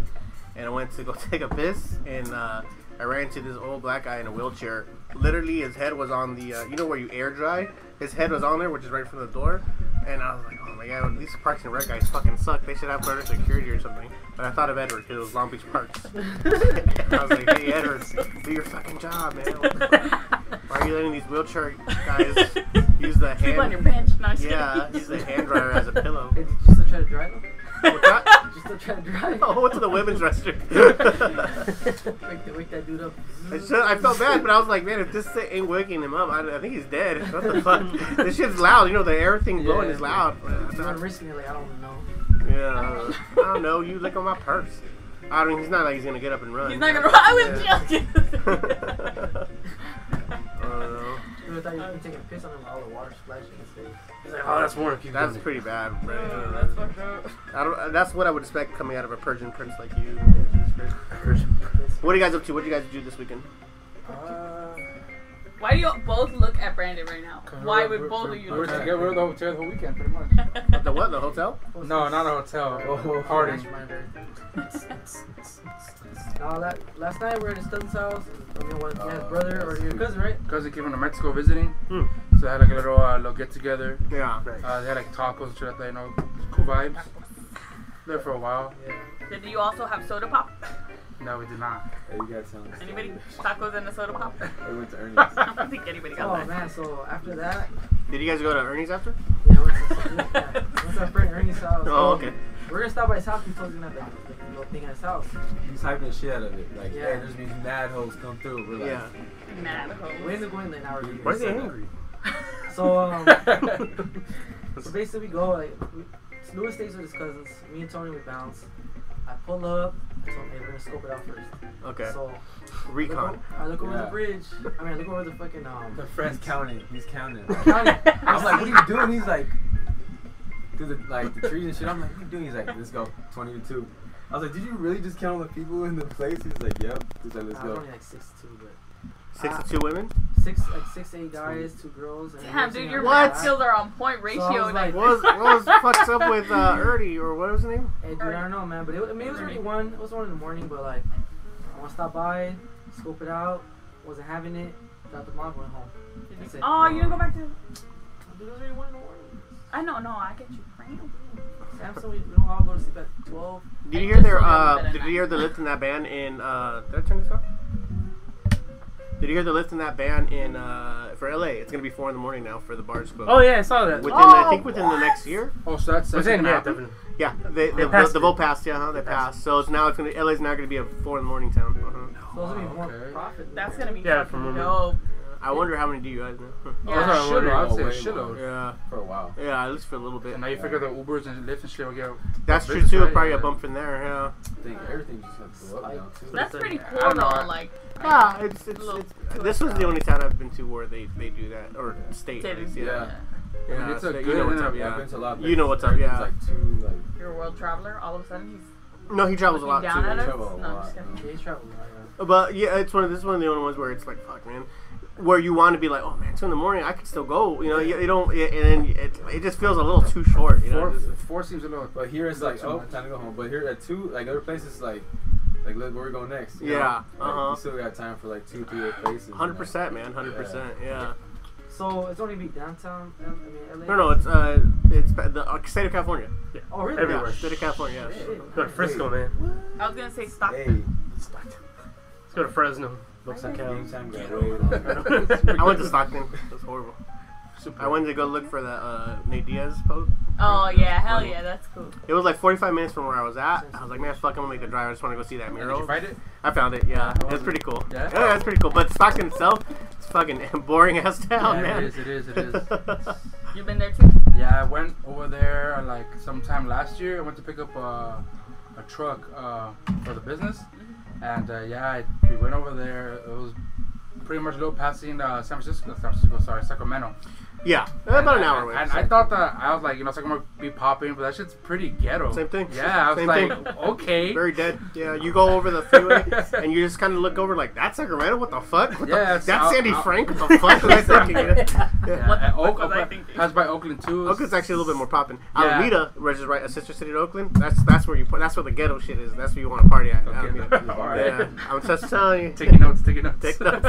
And I went to go take a piss, and uh, I ran into this old black guy in a wheelchair. Literally, his head was on the. Uh, you know where you air dry? His head was on there, which is right from the door. And I was like, oh my god, these Parks and Rec guys fucking suck. They should have better security or something. But I thought of Edward because it was Long Beach Parks. I was like, hey Edward, do your fucking job, man. Why are you letting these wheelchair guys use the Sleep hand? on your bench. No, I'm just Yeah, kidding. use the hand dryer as a pillow. Hey, Did you still try to drive them? oh, Did you still try to drive? I went to Oh, the women's restroom. Wake, that- wake that dude up. I, should, I felt bad, but I was like, man, if this shit ain't waking him up, I, I think he's dead. What the fuck? this shit's loud. You know, the everything blowing Yeah. is loud. I'm risking it. Like I don't know. Yeah, I don't know. You lick on my purse. I mean, he's not like he's gonna get up and run. He's not gonna run. I was joking. I don't know. You would've thought you were taking a piss on him with all the water splashing in his face. He's like, oh, that's warm. Keep That's doing pretty bad, bro. that's fucked up. I don't. That's what I would expect coming out of a Persian prince like you. That's- What are you guys up to? What do you guys do this weekend? Uh, Why do you both look at Brandon right now? Why would both of you We're look at together. We're at the hotel the whole weekend, pretty much. The what? The hotel? No, not a hotel. Oh, a party. Flash my bird. No, la- last night we were at his cousin's house. I mean, what, his Oh, brother or that's your sweet. cousin, right? Cousin came from Mexico visiting, Hmm. so they had like a little, uh, little get together. Yeah. Uh, they had like tacos and shit like that, you know, cool vibes. There for a while. Did you also have soda pop? No, we did not. Hey, you gotta tell us. Anybody tacos and a soda pop? We went to Ernie's. I don't think anybody got Oh that. man, so after that, Did you guys go to Ernie's after? yeah, what's, yeah, what's our friend Ernie's house? Oh, okay. We're gonna stop by his house. He's supposed to have that like, little thing at his house. He's hyping the shit out of it. Like, yeah, Yeah. hey, there's these mad hoes come through. We're like, Yeah. Mad We hoes. ended up going like an hour later. Why are they angry? So um, so basically we go like we, Louis stays with his cousins. Me and Tony we bounce. I pull up. I told him, hey, we're gonna scope it out first. Okay. So I look, Recon. o- I look over Yeah. the bridge. I mean, I look over the fucking um. The friend's counting. He's counting. county. I was like, what are you doing? He's like, through the like the trees and shit. I'm like, what are you doing? He's like, let's go. 20 to 2. I was like, did you really just count all the people in the place? He's like, yep. He's like, let's Oh, I was go. only like six two, but Six to two women? six like six eight guys, two girls. And Damn, dude, your What? what? skills are on point ratio. was and like, What was, what was fucked up with uh, Ernie, or what was his name? Hey, dude, I don't know, man. But it, wa- I mean, it was already one. It was one in the morning, but like, I want to stop by, scope it out. Wasn't having it. Dropped the mom, went home. That's it. oh, you didn't go back to. Dude, it was already one in the morning. I don't know. I get you. Samson, we, we don't all go to sleep at twelve. Did I you hear just their saw them uh at did you night. hear the lift in that band in uh did I turn this off? Did you hear the lift in that band in uh for LA? It's gonna be four in the morning now for the bars club. Oh yeah, I saw that. Within I Oh, think within the next year. Oh, so that's that's Within, gonna yeah, happen. definitely. Yeah. They, they, the, passed the it. vote passed, yeah, huh? They They passed passed. So it's now it's gonna LA's now gonna be a four in the morning town. Uh-huh. So it's gonna be more okay. profit. That's gonna be Yeah, fucking from- dope. I wonder how many do you guys know? Oh, that's Yeah. what I wondered. I would say Oh, a way more. shitload. yeah. For a while. Yeah, at least for a little bit. And now you figure the Ubers and Lyft and shit will get. That's true business, too, right? probably a Yeah. bump from there, yeah. I think everything just had to go up now, too. That's pretty I cool don't know. though. Like, Yeah, Ah, it's, it's, Little it's- tourist this was the only town I've been to where they, they do that or state. at did least, Yeah. Yeah, When it's a so you good know what's and up, a- yeah. I've been to a lot of You know what's up, places. yeah. Everything's, Like, too, like, you're a world traveler. All of a sudden, he's No, he travels a looking lot down too. at I us. travel a no, I'm lot, just kidding. yeah. They travel. a lot, yeah. But yeah, it's one of this is one of the only ones where it's like fuck, man, where you want to be like, oh man, two in the morning, I could still go. You know, you, you don't, it, and then it, it just feels a little too short. You know, Four, Just- four seems a little. But here it's Not like, too oh, much. time to go home. But here at two, like other places, like, like look where we go next. you know? Yeah, Like, uh-huh. We still got time for like two, three other places. you know? hundred percent, man, hundred percent. Yeah. So it's only be downtown. um, I mean, LA. No, no, it's uh, it's ba- the uh, state of California. Oh, really? Yeah, Everywhere. state of California. Shit. Yeah. Let's go to Frisco, man. Mm-hmm. I was gonna say Stockton. Hey, Let's go to Fresno. looks like game time got way long. I went to Stockton. It was horrible. Super. I went to go look for that uh, Nate Diaz post. Oh yeah, hell yeah, that's cool. It was like 45 minutes from where I was at. I was like, man, fuck, I'm gonna make the drive. I just want to go see that Did mural. you find it? I found it. Yeah, how it's was pretty cool. Yeah, Yeah? that's pretty cool. But Stockton itself, it's fucking boring ass town, yeah, man. it is. It is. It is. You've been there too. Yeah, I went over there uh, like sometime last year. I went to pick up a, a truck uh, for the business, and uh, yeah, I, we went over there. It was pretty much a little passing uh, San Francisco, San Francisco, sorry, Sacramento. yeah, about an And- hour and- away. And I thought that I was like, you know, Sacramento be popping, but that shit's pretty ghetto. Same thing. Yeah, I was Same like, thing. okay. Very dead. Yeah, you go over the freeway and you just kind of look over like that's Sacramento. What the fuck? What the- Yeah, it's that's out- Sandy out- Frank. What the fuck was I thinking? Yeah. yeah, and Oak, was I Oak- thinking? passed by Oakland too. Oakland's actually a little bit more popping. Yeah. Alameda, which is right a sister city to Oakland. That's that's where you put. That's where the ghetto shit is. That's where you want to party at. Alameda. All right. Yeah, I'm just telling you. Taking notes, taking notes. Take notes.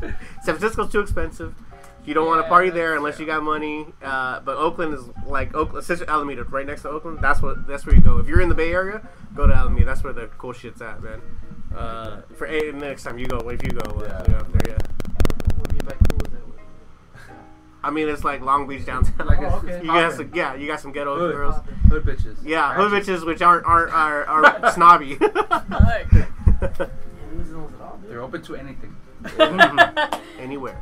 San Francisco's too expensive. You don't want to Yeah, party that's- there unless you got money. Uh, but Oakland is like Oakland, since Alameda, right next to Oakland. That's what. That's where you go. If you're in the Bay Area, go to Alameda. That's where the cool shit's at, man. Uh, for hey, next time you go, if you go, uh, you Yeah. know, there, yeah. What do you mean by cool is that? I mean, it's like Long Beach downtown. Like Oh, it's, okay. it's you got popping. some, yeah, you got some ghetto Hood. girls. hood bitches. Yeah, hood bitches, which aren't are are, are snobby. Fuck. Yeah, losing those at all, dude. They're open to anything. Anywhere.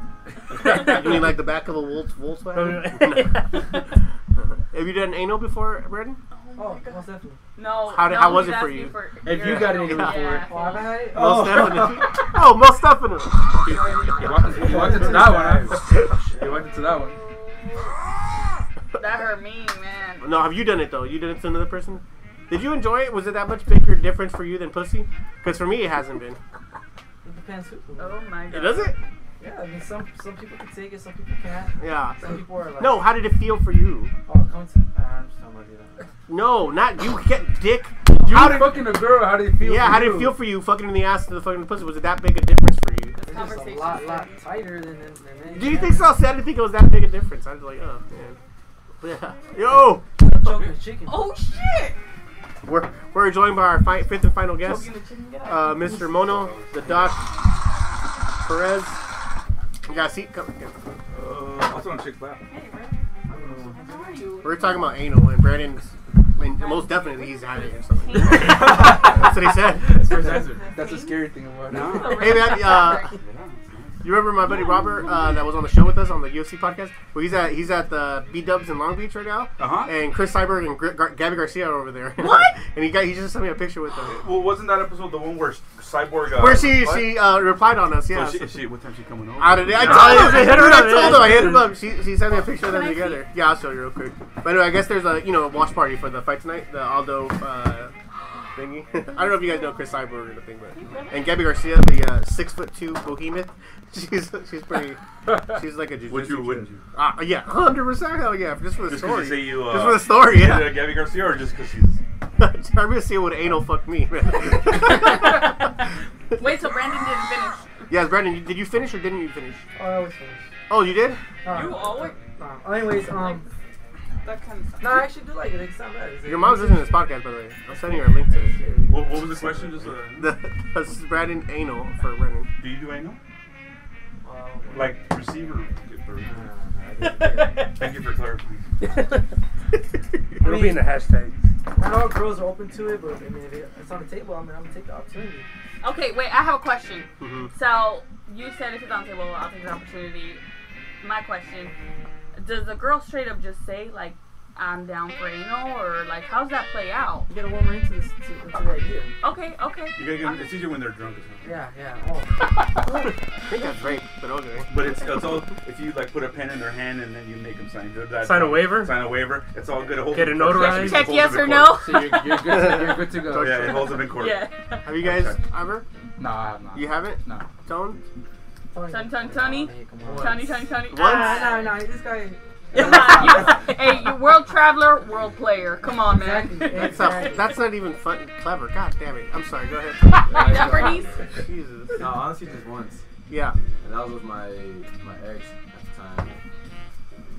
you mean like the back of a Wolf Volkswagen? no, Have you done anal before, Brandon? Oh, most definitely. How did- no, how was he's it for asking you? If your- you got any Yeah. yeah. Oh, I've had it. Most definitely. Oh, most definitely. You walked, you walked into that one, huh? You walked into that one. That hurt me, man. No, have you done it though? You did it to another person? Did you enjoy it? Was it that much bigger difference for you than pussy? Because for me, it hasn't been. It depends who. Oh my god. It does it? Yeah, I mean, some some people can take it, some people can't. Yeah. Some people are like, No, how did it feel for you? Oh, come to. Ah, I'm just talking about you. No, not you. Get dick. You How how did- fucking a girl, how did it feel? Yeah, for how did you? it feel for you? Fucking in the ass to the fucking pussy. Was it that big a difference for you? This It's just a conversation. lot, lot tighter than than. than Do you think so? See, I didn't think it was that big a difference. I was like, oh man. Yeah. Yo. Choking chicken. Oh, Oh shit! We're, we're joined by our fi- fifth and final guest, uh, Mr. Mono, the Doc, Perez. You got a seat? Come, here. Uh, I also want to check that. We're talking about anal, and Brandon, I mean, most definitely he's had it. That's what he said. First answer. That's the scary thing about it. Hey, man, uh, you remember my buddy Robert uh, that was on the show with us on the UFC podcast? Well, he's at he's at the B Dubs in Long Beach right now, Uh huh. and Chris Cyberg and Gr- Gar- Gabby Garcia are over there. What? and he got he just sent me a picture with them. Well, wasn't that episode the one where Cyborg? Uh, Where she what? she uh, replied on us, yeah. So she, she, what time she coming over? I did. I told him. I told him. I hit him up. She, she sent me a picture of them together. Yeah, I'll show you real quick. But anyway, I guess there's a you know watch party for the fight tonight. The Aldo uh, thingy. I don't know if you guys know Chris Cyborg or the thing, but and Gabby Garcia, the uh, six foot two behemoth. She's she's pretty. She's like a jiu-jitsu. Would you? chick. Wouldn't you? Ah, yeah, hundred percent. Hell yeah, just for the Just story. because you say you. Uh, just for the story. you Yeah, did Gabby Garcia, or just because she's. I'm gonna see what anal fuck me. man. Wait, so Brandon didn't finish. yes, Brandon, you- did you finish or didn't you finish? Oh, I always finish. Oh, you did. Alright. You always Um, anyways, um, that kind of stuff. no, I actually do like it. It's not bad. It's- Your mom's listening to this podcast, by the way. I'm sending her a link to it. What, what was the question? Just uh, The, this is Brandon anal for Brennan. do you do anal? Wow. Like receiver? Thank you for clarifying. It'll be in the hashtag. I know girls are open to it, but I mean, if it- it's on the table, I mean, I'm gonna take the opportunity. Okay, wait, I have a question. Mm-hmm. So you said if it's on the table, I'll take the opportunity. My question: Does the girl straight up just say like, "I'm down for anal," or like, how's that play out? You gotta warm her into this, to, into the idea. Okay, okay. You gotta get, it's easier when they're drunk. As well. Yeah, yeah. Oh, I think that's right, but okay. But it's, it's all if you like put a pen in their hand and then you make them sign good. That, Sign a waiver? Sign a waiver. It's all good. It holds Get them it in court. notarized? It Check holds yes them or in no. court. So you're, you're, good to, you're good to go. Oh, Yeah, it holds them in court. Yeah. Have you guys ever? No, I have not. You haven't? No. Tone? Tony. Tony, Tony, Tony, Oh, Hey, come on. Tony, Tony, Tony. Nah, nah, Ah, nah. This guy. come on, you- hey, you world traveler, world player. Come on, man. Exactly. That's exactly. not, that's not even fun, clever. God damn it. I'm sorry. Go ahead. That Bernice? Jesus. No, honestly, just once. Yeah. And that was with my my ex at the time.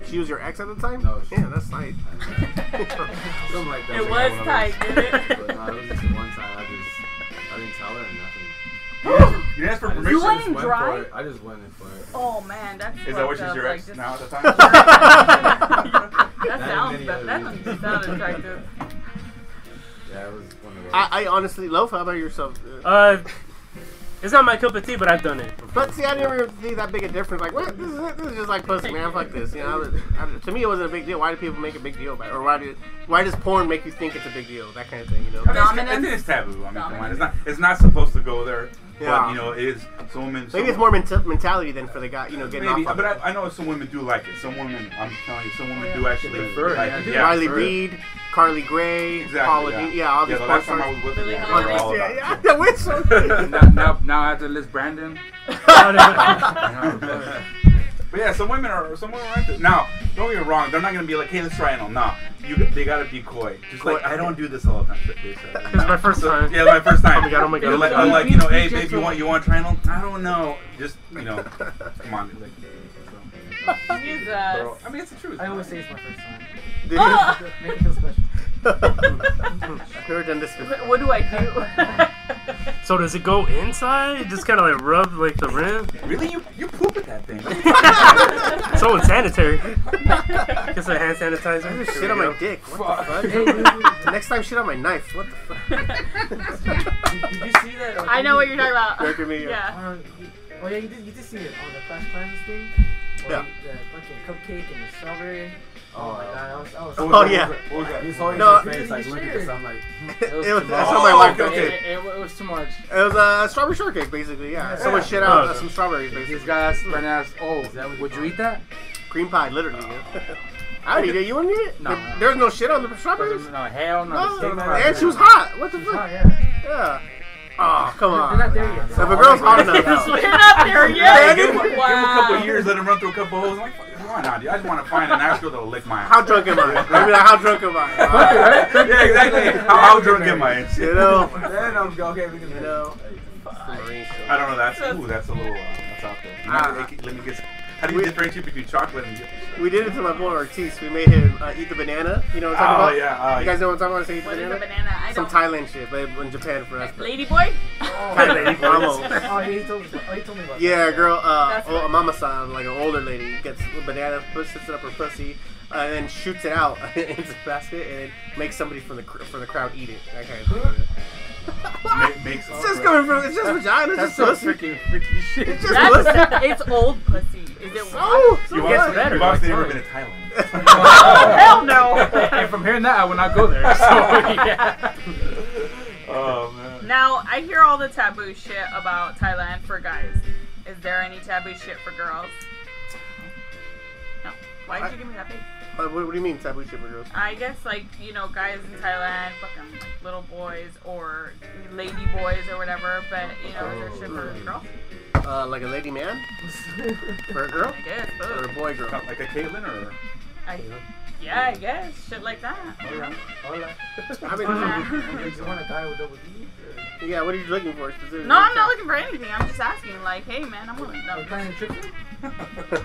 She was your ex at the time? No, she- Yeah, that's nice. Something like that. It was tight, didn't it? But no, it was just the one time. I just I didn't tell her nothing. You asked for I just- permission. You I went just in dry? For it. I just went in for it. Oh man, that's. Is that what fucked she's your up, ex like, now just- at the time? That That sounds. many That, other that reasons. doesn't sound attractive. Yeah, it was one of those. I, I honestly love. How about yourself? Uh, Uh, it's not my cup of tea, but I've done it. But see, I didn't really see that big a difference. Like, what? This is, this is just like pussy, man. Fuck this. You know, I was- I- to me, it wasn't a big deal. Why do people make a big deal about it? Or why do why does porn make you think it's a big deal? That kind of thing, you know. I mean, it's- Dominance? It is taboo. I mean, come on. Dominance. It's not. It's not supposed to go there. Yeah. But you know, it is. Some women. Maybe some- it's more menta- mentality than for the guy, you know, getting Maybe, off. but on it. I, I know some women do like it. Some women, I'm telling you, some Oh, women do Yeah. actually Prefer it, like yeah. it. They Yeah, Riley prefer it. Reed, Carly Gray, Exactly. Paula yeah. Dean- yeah, all these yeah, the porn last time I was with them, Billie yeah, Holiday. they were all Yeah, about yeah, the Witch. Now, now, now I have to list Brandon. But yeah, some women are some women are into it. Now, don't get me wrong, they're not gonna be like, hey, let's try anal. Nah, you they gotta be coy. Just like I don't do this all the time. It's my first time. Yeah, my first time. Oh my God, oh my God. They're Like, I'm like, you know, hey, babe, you want you want to try anal? I don't know. Just you know, come on. Like, Jesus. bro. I mean, it's the truth. I always say it's my first time. Ah! Dude. Make it feel special. Never done this before. What do I do? So does it go inside? Just kind of like rub like the rim? Really, you you poop at that thing? So unsanitary. Get some hand sanitizer. I just Here shit we on go. my dick. What the Hey, fuck? dude, did Next time, shit on my knife. What the you see that? uh, I know what you're talking about. Look at me, yeah. Yeah. Uh, oh yeah, you did. You did see it on the Flash Friends thing. Or Yeah. The fucking cupcake and the strawberry. Oh, my god, I was. I was Oh, yeah. What was that? He's holding No. his face, like looking at something, like fuck? was It was, too that's much. how my wife cooked It, it. it, it was too much. It was a uh, strawberry shortcake, basically. Yeah, someone shit out uh, some strawberries, This basically. guy asked Brandon, asked, "Oh, would you eat that?" Cream pie, literally. Yeah. I eat it. You wouldn't eat it? No. There- There's no shit on the strawberries. No, hell no. No, the steak fries. and she was hot. What the Oh fuck? yeah. Yeah. Oh, come They're not on. there yet. Oh, If a girl's hot enough. We're not there Yeah, yet. Give him, give him a couple Wow. years, let him run through a couple holes. I'm like, fuck, why not? Dude? I just want to find a nice girl that'll lick my ass. How drunk am I? I mean, like, how drunk am I? yeah, exactly. How, how drunk am I? and shit? You know, Then I'm go, okay, we can you know. I don't know. That's ooh, that's a little. Uh, that's out there. You know, Ah. it- it- let me get. How do you differentiate between chocolate and uh, We did it to my boy Ortiz. We made him uh, eat the banana. You know what I'm Oh, talking about? yeah, oh, you guys know what I'm talking about? Say eat the What is banana? a banana? I Some don't. Thailand shit, but in Japan for us. but- Lady boy. Thailand, Vamos. Oh, he told me. Oh, he told me about. Yeah, a girl, uh, That's oh, a mama san, like an older lady, gets a banana, puts it up her pussy, uh, and then shoots it out into the basket and then makes somebody from the cr- from the crowd eat it. That kind of thing. ma- makes It's just coming from it's just vagina, it's That's just so pussy. freaking freaky shit. It's just pussy. That's it's old pussy. Is it? Oh, so You've what? obviously, better, you've obviously like, never sorry. been to Thailand. Hell no. and from hearing that, I will not go there. So yeah. oh man. Now I hear all the taboo shit about Thailand for guys. Is there any taboo shit for girls? No. Why did you give me that face? Uh, what, what do you mean taboo shit for girls? I guess like you know guys in Thailand, fucking like, little boys or lady boys or whatever. But you know, is there shit for girls? Uh, like a lady man? for a girl? I guess. Or Ugh. a boy girl? Like a Caitlyn or I, yeah, I guess shit like that. you know? Hola. I mean, Did you want to die with double D? yeah, what are you looking for specifically? No, I'm not looking for anything. I'm just asking. Like, hey man, I'm willing. No, Are no, you playing trick? not to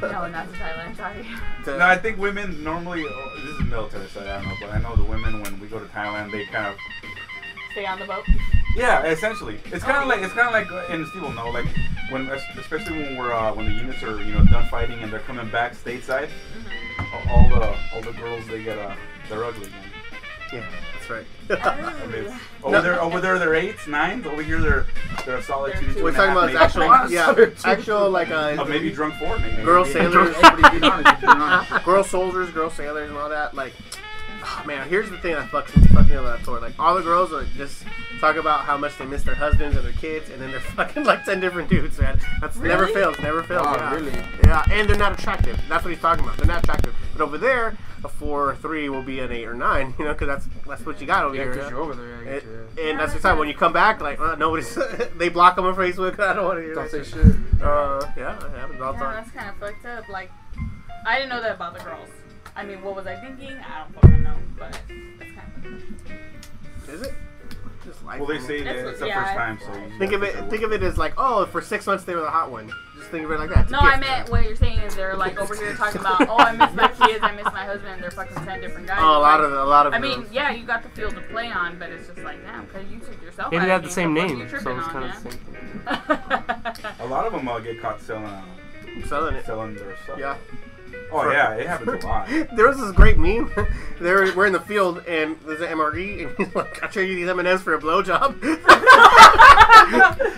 Thailand. Sorry. To- No, I think women normally. oh, This is military, so I don't know, but I know the women when we go to Thailand, they kind of. Stay on the boat. Yeah, essentially, it's kind Oh. of like it's kind of like, uh, and Steve will know, like when especially when we're uh, when the units are you know done fighting and they're coming back stateside, Mm-hmm. a- all the all the girls they get uh they're ugly. Man. yeah, that's right. I mean, over there, over there they're eights, nines. Over here they're they're a solid They're two, two two We're and a talking half, about maybe. actual, Actually, yeah, actual like uh, Uh, maybe drunk four, maybe. girl Maybe. sailors, Pretty good honest, pretty good honest. girl soldiers, girl sailors, and all that. Like, ah, man, here's the thing that fucks fucking up that tour. Like, all the girls are just talk about how much they miss their husbands or their kids, and then they're fucking like ten different dudes, man. That's never Really? fails, never fails. Wow, yeah. really? Yeah, and they're not attractive. That's what he's talking about. They're not attractive. But over there, a four or three will be an eight or nine, you know, because that's that's what you got over Yeah, here. 'cause you know? you're over there. Yeah, I And, get you, yeah. and that's the time when you come back, like uh, nobody's. they block them on Facebook. I don't want to hear Don't that. say shit. shit. Uh, yeah, it happens all the Yeah, time. that's kind of fucked up. Like, I didn't know that about the girls. I mean, what was I thinking? I don't fucking know. But that's kind of. Is it? Just life. Well, they man. say that That's- it's the yeah. first time, so you Think of it. Think of it as like, oh, for six months they were the hot one. Just think of it like that. It's a No, I gift. meant what you're saying is they're like over here talking about, oh, I miss my kids, I miss my husband, and they're fucking ten different guys. Oh, a lot of a lot of. I mean, girls. yeah, you got the field to play on, but it's just like, damn, because you took yourself. And out they have of the same game, name, fuck so you it's tripping kind of on, the same thing. yeah? A lot of them uh, get caught selling uh, I'm selling it. selling their stuff. Yeah. Oh yeah, it happens a lot. There was this great meme. they were, we're in the field and there's an MRE and he's like, "I'll trade you these M and M's for a blowjob."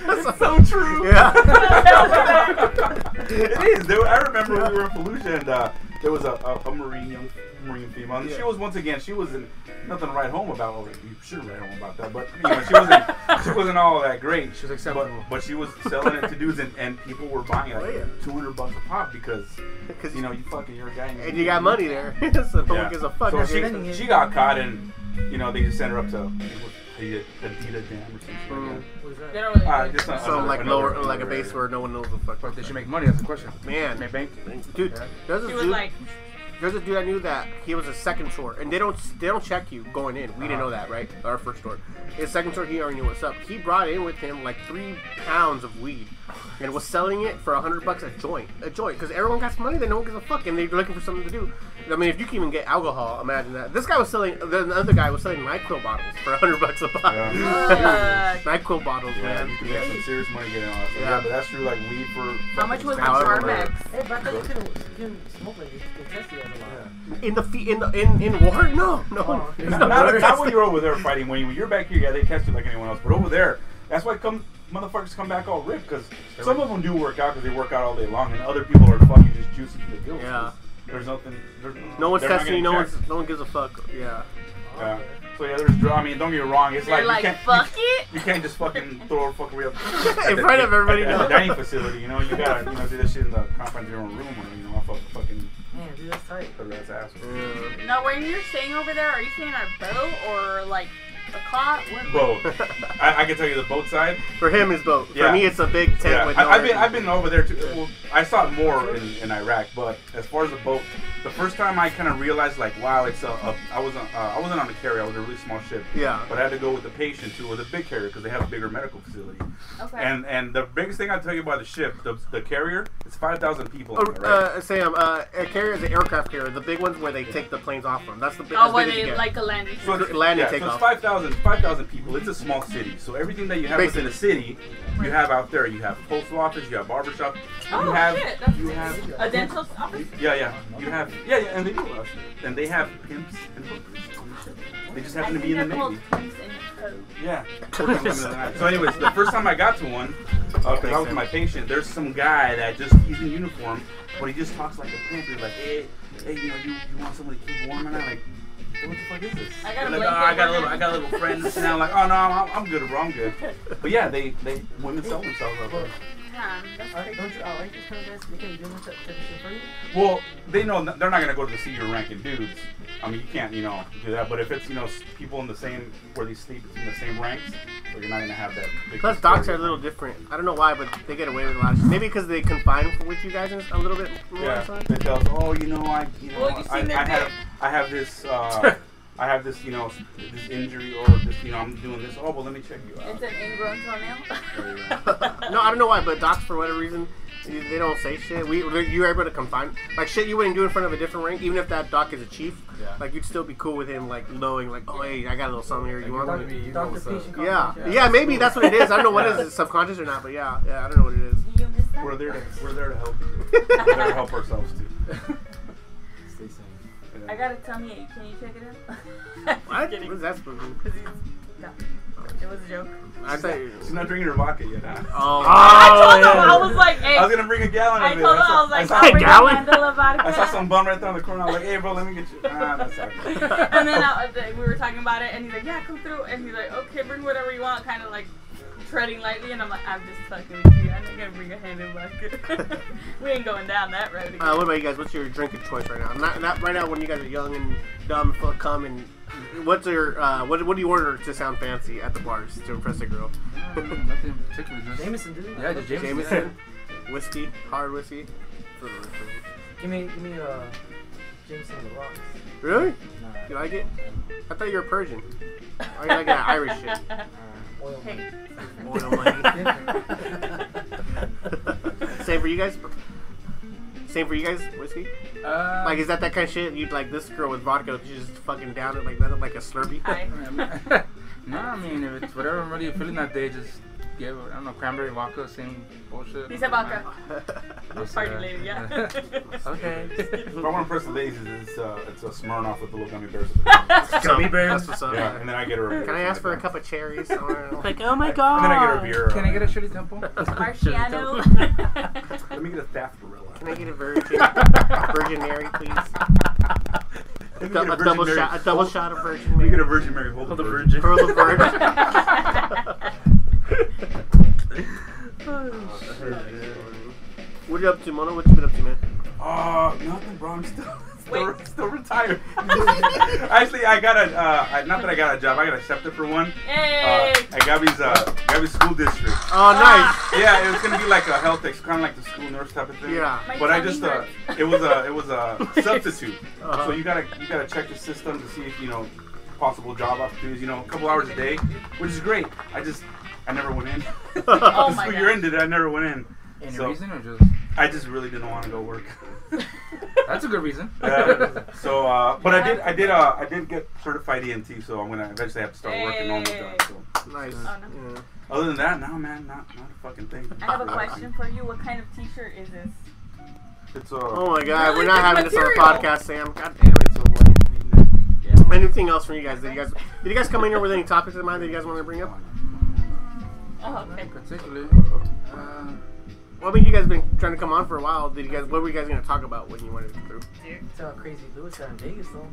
That's so true. Yeah. it is. There, I remember we were in Fallujah and uh, there was a, a, a marine young marine female. And She Yeah. was once again she wasn't nothing to write home about. Well, you should write home about that, but you know, she wasn't she wasn't all that great. She was But, acceptable. but she was selling it to dudes and, and people were buying like Oh, yeah. two hundred bucks a pop because 'Cause- you know you fucking you're a guy and you got money there, so no Yeah. one gives a fuck. So Okay. she, she got caught and you know they just sent her up to Adidas Dam or something. Mm. What is They that? don't really. Uh, just a- so like another- lower, like a another base area. where no one knows the fuck. But did she make money? That's the question. Man, Make bank. dude, there's this she was dude- like, There's a dude I knew that he was a second tour, and they don't they don't check you going in. We didn't know that, right? Our first tour, his second tour, he already knew what's up. He brought in with him like three pounds of weed, and was selling it for hundred bucks a joint, a joint, because everyone got some money, they don't give a fuck, and they're looking for something to do. I mean, if you can even get alcohol, imagine that. This guy was selling, the other guy was selling Nyquil bottles for hundred bucks a bottle. Yeah. Nyquil bottles, Yeah, man. you can make some serious money getting on. So, yeah. Mm, Yeah. but that's true. Like weed for how much was the However, Carmex? Hey, but I thought you couldn't you couldn't smoke like this. They test you on a lot. In the fe- in the in in water? No, no. There's Not, no Oh. not, water. not when you're over there fighting. When, you, when you're back here, yeah, they test you like anyone else. But over there, that's why come motherfuckers come back all ripped because some of them do work out because they work out all day long, and other people are fucking just juicing to the gills. Yeah. There's nothing. There's, No one's they're not testing you. No getting one's checked. no one gives a fuck. Yeah. Yeah. So yeah, there's. dr- I mean, don't get me wrong. It's They're like, like, you can't, fuck you, it. you can't just fucking throw a fuckery up In front of everybody, At, no. the dining facility, you know, you gotta you know do that shit in the confines of your own room, or you know, off a fucking Man, dude, that's tight. the rat's ass. Now, when you're staying over there, are you staying on a boat or like a cot? What- Both. I, I can tell you the boat side. For him, his boat. Yeah. For me, it's a big tent Yeah, with no. I, I've been I've been over there too. Well, I saw it more in, in Iraq, but as far as the boat, the first time I kind of realized like, wow, it's a, a I wasn't uh, I wasn't on a carrier. I was a really small ship. Yeah. But I had to go with the patient too, or the big carrier because they have a bigger medical facility. Okay. And and the biggest thing I tell you about the ship, the, the carrier, It's five thousand people. Oh, in there, right? uh, Sam, uh, a carrier is an aircraft carrier, the big ones where they take the planes off from. That's the big. Oh, that's where big as you they get. like a landing. So it's, Land yeah, and so takeoff. it's 5,000 5,000 people. It's a small city. So everything that you have within a city, you have out there. You have postal office, you have barbershop. Oh you have, shit! That's you have, a dental office. yeah, yeah. You have, yeah, yeah, and they do uh, And they have pimps and hookers. They just happen to be in the they're Navy. called pimps in the code. Yeah. so, anyways, the first time I got to one, uh, 'cause I was with my patient, there's some guy that just, he's in uniform, but he just talks like a pimp. He's like, hey, hey, you know, you, you want someone to keep warm? And I'm like, what the fuck is this? I got a They're blanket. like, oh, I got a little, I got a little friend. And I'm like, oh, no, I'm, I'm good, bro, I'm good. But yeah, they, they, women sell themselves out there. Yeah, that's Alright, don't you I like this kind of guys because you're much attention for you? Well, they know n- they're not gonna go to the senior ranking dudes. I mean, you can't, you know, do that. But if it's, you know, s- people in the same where they sleep in the same ranks, so you're not gonna have that. big Plus, docs are a disparity. little different. I don't know why, but they get away with a lot. Maybe because they confine with you guys a little bit more. Yeah, so. they tell us, oh, you know, I, you know, Well, you've I, seen their I have, dick. I have this, uh, I have this, you know, s- this injury or this, you know, I'm doing this. Oh, well, let me check you out. it's an ingrown There toenail. you go. No, I don't know why, but docs for whatever reason. They they don't say shit. We you're able to confine like shit you wouldn't do in front of a different rank, even if that doc is a chief. Yeah. Like you'd still be cool with him, like knowing, like, oh hey, I got a little something here. You want Like, one? you know Dr. what's up. Patient Yeah. Yeah. yeah, maybe that's what it is. I don't know what it is, subconscious or not, but yeah, yeah, I don't know what it is. You missed that? We're there, to, we're there to help. You. We're there to help ourselves too. Stay safe. I got a tummy ache. Can you check it out? What? Kidding. What is that supposed to be? 'Cause he's- no. It was a joke. I thought. She's not drinking her vodka yet. Huh? Oh, I told him I was like, hey. I was gonna bring a gallon of I it. told him I was like, saw- I'll bring a Gallon? mandala vodka. I saw some bum right there in the corner. I'm like, hey, bro, let me get you. Nah, that's okay. and then I, then we were talking about it, and he's like, "Yeah, come through." And he's like, "Okay, bring whatever you want," kind of like treading lightly. And I'm like, "I'm just fucking with you. I'm not gonna bring a hand in bucket. we ain't going down that road again." Uh, what about you guys? What's your drink of choice right now? Not, not right now when you guys are young and dumb, full of cum, and what's your uh, what? What do you order to sound fancy at the bars to impress a girl? Mm, Nothing in particular. Just, Jameson, dude. yeah, just Jameson. Jameson, whiskey, hard whiskey. Give me, give me, uh, Jameson on the rocks. Really? Nah, You like it? I thought you were Persian. Or you like that Irish shit? nah, oil Hey. money. Oil money. Same for you guys. Same for you guys. Whiskey. Uh, Like, is that that kind of shit? You'd like this girl with vodka? You just fucking down it like nothing, like a Slurpee. Hi. no, I mean, if it's whatever I'm really feeling that day, just give, I don't know, cranberry vodka, same bullshit. He said vodka. Just, Party uh, lady, yeah. okay. If I want to press the ladies, it's uh, it's a Smirnoff with the little gummy bears. Gummy bears. That's what's up. Yeah, and then I get her. A beer Can I ask for a sometimes. cup of cherries? like, oh my And then I get her a beer. Can I get a uh, Shirley Temple? Marciano. Let me get a sarsaparilla. can I get a virgin, Virgin Mary, please? Let me Du- get a double Virgin shot, Mary. a double shot of Virgin Let me get Mary. a Virgin Mary. Hold the Virgin. Pearl of Virgin. What you up to, Mono? What you been up to, man? Uh, nothing, bro. I'm still, still, Wait. still retired. Actually, I got a, uh, I- not that I got a job, I got accepted for one uh, hey. at Gabby's, uh, Gabby's school district. Oh, Ah! nice. Yeah, it was gonna be like a health ex, kind of like the school nurse type of thing. Yeah. My But I tummy just, uh, hurts. it was a, it was a substitute. Uh-huh. So you gotta, you gotta check the system to see if you know possible job opportunities. You know, a couple hours a day, which is great. I just, I never went in. Oh the my school year God. ended, I never went in. Any So- reason or just? I just really didn't want to go work. That's a good reason. Yeah. so, uh, but I did, I did, uh, I did get certified EMT, so I'm gonna eventually have to start working normal jobs. So. Nice. Oh, Yeah. Other than that, no man, not not a fucking thing. I have a question for you. What kind of T-shirt is this? It's uh, a, Oh my God, Really we're not good having this on material. the podcast, Sam. God damn. Damn, it's a white V-neck. Anything else from you guys? Did you guys did you guys come in here with any topics in mind that you guys want to bring up? Oh, okay. Particularly. Uh, Well, I mean, you guys been trying to come on for a while. Did you guys? What were you guys going to talk about when you wanted to through? That's how crazy Louis got in Vegas, though.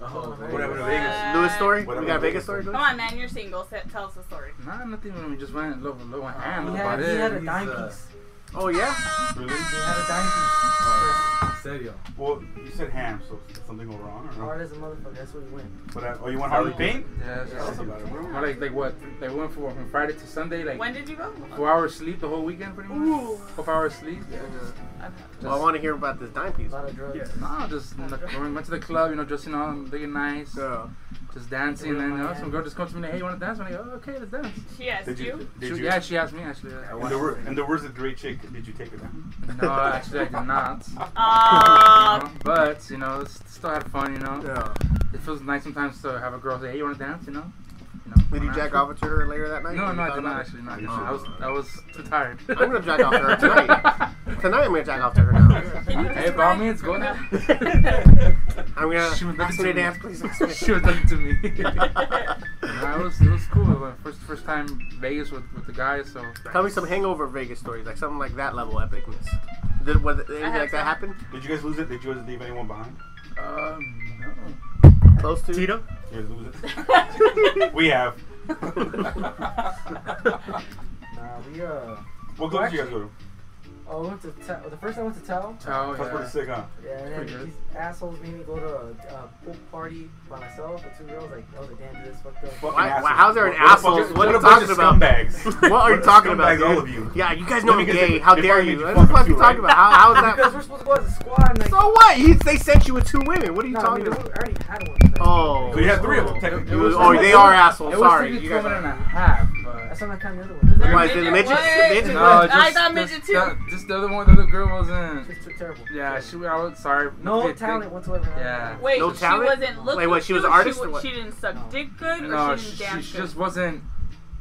Oh, whatever whatever. to Vegas. Uh, Lewis story? we Whatever got a Vegas story? Vegas Uh, Come on, man. You're single. Sa- Tell us a story. nah, nothing. When we just went low, low on hand. He That's had, about he had a it. He's, dime uh, piece. Oh yeah. Really? He had a dime Serio. Well, you said ham, so did something go wrong? piece. Or Hard as a motherfucker. That's what he went. But I, oh, you want Harley Paint? Yeah, Tell us that's about it, bro. More like like what? Like we went for from Friday to Sunday, like When did you go? four hours sleep the whole weekend, pretty much. Ooh. Four hours sleep. Yeah, just, just Well, I want to hear about this dime A piece. lot of drugs. no, just in the- we went to the club, you know, dressing on, looking nice. So, just dancing, and then uh, some girl just comes to me and hey, you want to dance? I'm like, oh, okay, let's dance. She asked Did you? you. Did She- you? yeah, she asked me actually. And there, were, and there was a great chick. Did you take her down? no, actually, I did not. You Uh, know, but you know, s- still had fun. You know, Yeah. it feels nice sometimes to have a girl say, hey, you want to dance? You know. You Um, know, Did you why not? jack off it to her later that night? No, Have no, you I thought did about not it? actually. No, no, I was, I was too tired. I'm gonna jack off her tonight. Tonight I'm gonna jack off to her now. can you Hey, by describe- all means, go ahead. I'm gonna She would ask me to listen to me. dance, please. she was looking to me. No, it was it was cool. It was first first time Vegas with, with the guys, so Tell me some hangover Vegas stories, like something like that level epicness. Did was it- anything have like that some. happen? Did you guys lose it? Did you guys leave anyone behind? um, Close to Tito? Did you guys lose it? we have. Oh, Nah, we uh. What club did you guys go to? Oh, we went to Tao. the first time I went to Tao. no. Oh That's pretty yeah. sick, huh? Yeah, and Pretty then good. these assholes made me go to a, a pool party by myself with two girls. Like, I was like, damn, dude, this fucked up. Fucking Why- assholes. why- how's there an What a asshole? fucking- What are a you bunch of talking about? Scumbags. What are you talking about? Scumbags, dude? all of you. Yeah, you guys No, know I'm because gay. they- How they dare probably you? made you What the fuck fuck you too, talking right? about? How, how's Because that? we're supposed to go as a squad. And, like, So what? He, they sent you with two women. What are you no, I talking mean, we about? already had one. Like, Oh. So you had three of them, technically. It was- oh, they are assholes. It Sorry, was you you guys guys and are- a half, I but saw that kind of the other one. there Why, did the midgets? midget what? The midgets? no, just, I thought midget just, too. that- just the other one, the other girl wasn't. It's terrible. Yeah, Terrible. she. I was sorry. no Okay, talent think- whatsoever. Yeah. Wait, No she talent? wasn't looking. Wait, what, she was an cute, artist She, or what? she didn't suck dick good, or No, she she, didn't dance she good. just wasn't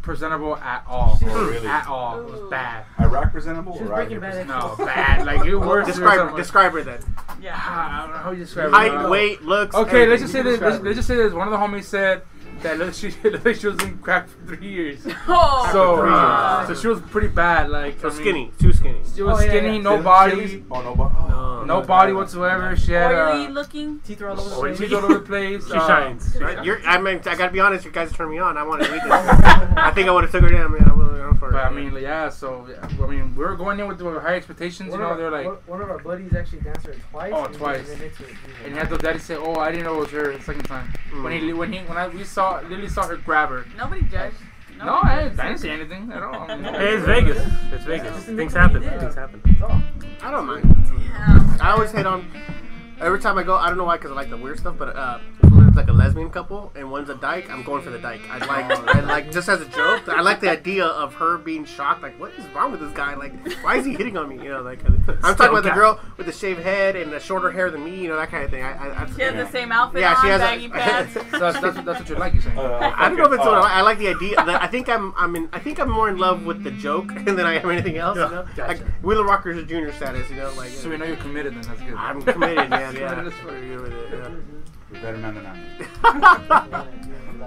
presentable at all. Oh, really? At all, it was bad. Iraq presentable She or was Iraq breaking bad. No, bad. Like you were. Describe her. Describe her then. yeah. I don't know how you describe. it. Height, Uh, weight, looks. Okay, everything. let's just say this. Let's, let's just say this. One of the homies said that look, she looked like she was in crack for three years. Oh. So, uh, Wow. so she was pretty bad. Like So I mean, skinny, too skinny. She was Oh, yeah, skinny, yeah. no Did- body, did- Oh, no body. No. no body whatsoever. She had oily uh, looking. Teeth are all over the oily place. teeth all over the place. Oh, uh, She shines. Right? You're, I mean, I gotta be honest. You guys turned me on. I wanted to read this. I think I would have took her down, man. I would have gone for her. But I mean, like, yeah. So yeah, I mean, we were going in with the high expectations. You One know, of they were our- like, one- one of our buddies actually danced her twice. Oh, and then twice. they mixed it, you know. and had the daddy say, "Oh, I didn't know it was her the second time." When he, when he, when I, we saw, Lily saw her grab her. Nobody judged. No, I, didn't- I didn't say anything at all. I mean, Hey, it's Vegas. It's Vegas. Things happen. Things happen. That's all. I don't mind. Yeah. I always hate on. Every time I go, I don't know why, because I like the weird stuff. But uh, if there's like a lesbian couple and one's a dyke, I'm going for the dyke. I like, Oh, I like, just as a joke. I like the idea of her being shocked. Like, what is wrong with this guy? Like, why is he hitting on me? You know, like I'm talking about the girl with the shaved head and the shorter hair than me. You know, that kind of thing. I, I, I She has the same outfit Yeah, on, she has a- baggy pants. So that's, that's, what- that's what you like, you saying? Uh, I don't know if it's. fucking- what uh, I, I like the idea. That I think I'm. I'm in. I think I'm more in love with the joke than I am anything else. you know, like Wheeler Rockers Junior status. You know, like So we know you're committed, then that's good. I'm committed, man. Yeah, That's what it is. You're better man than I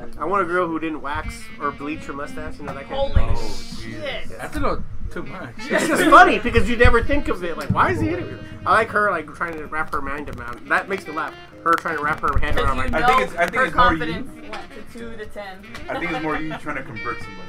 am. I want a girl who didn't wax or bleach her mustache. You know, that kind of Holy thing. Oh, shit. That's a little too much. It's just funny because you never think of it. Like, why is he hitting me? I like her like trying to wrap her mind around. That makes me laugh. Her trying to wrap her head Because around you my. know I think it's- I think her it's more you- confidence went to two to ten. I think it's more you trying to convert somebody.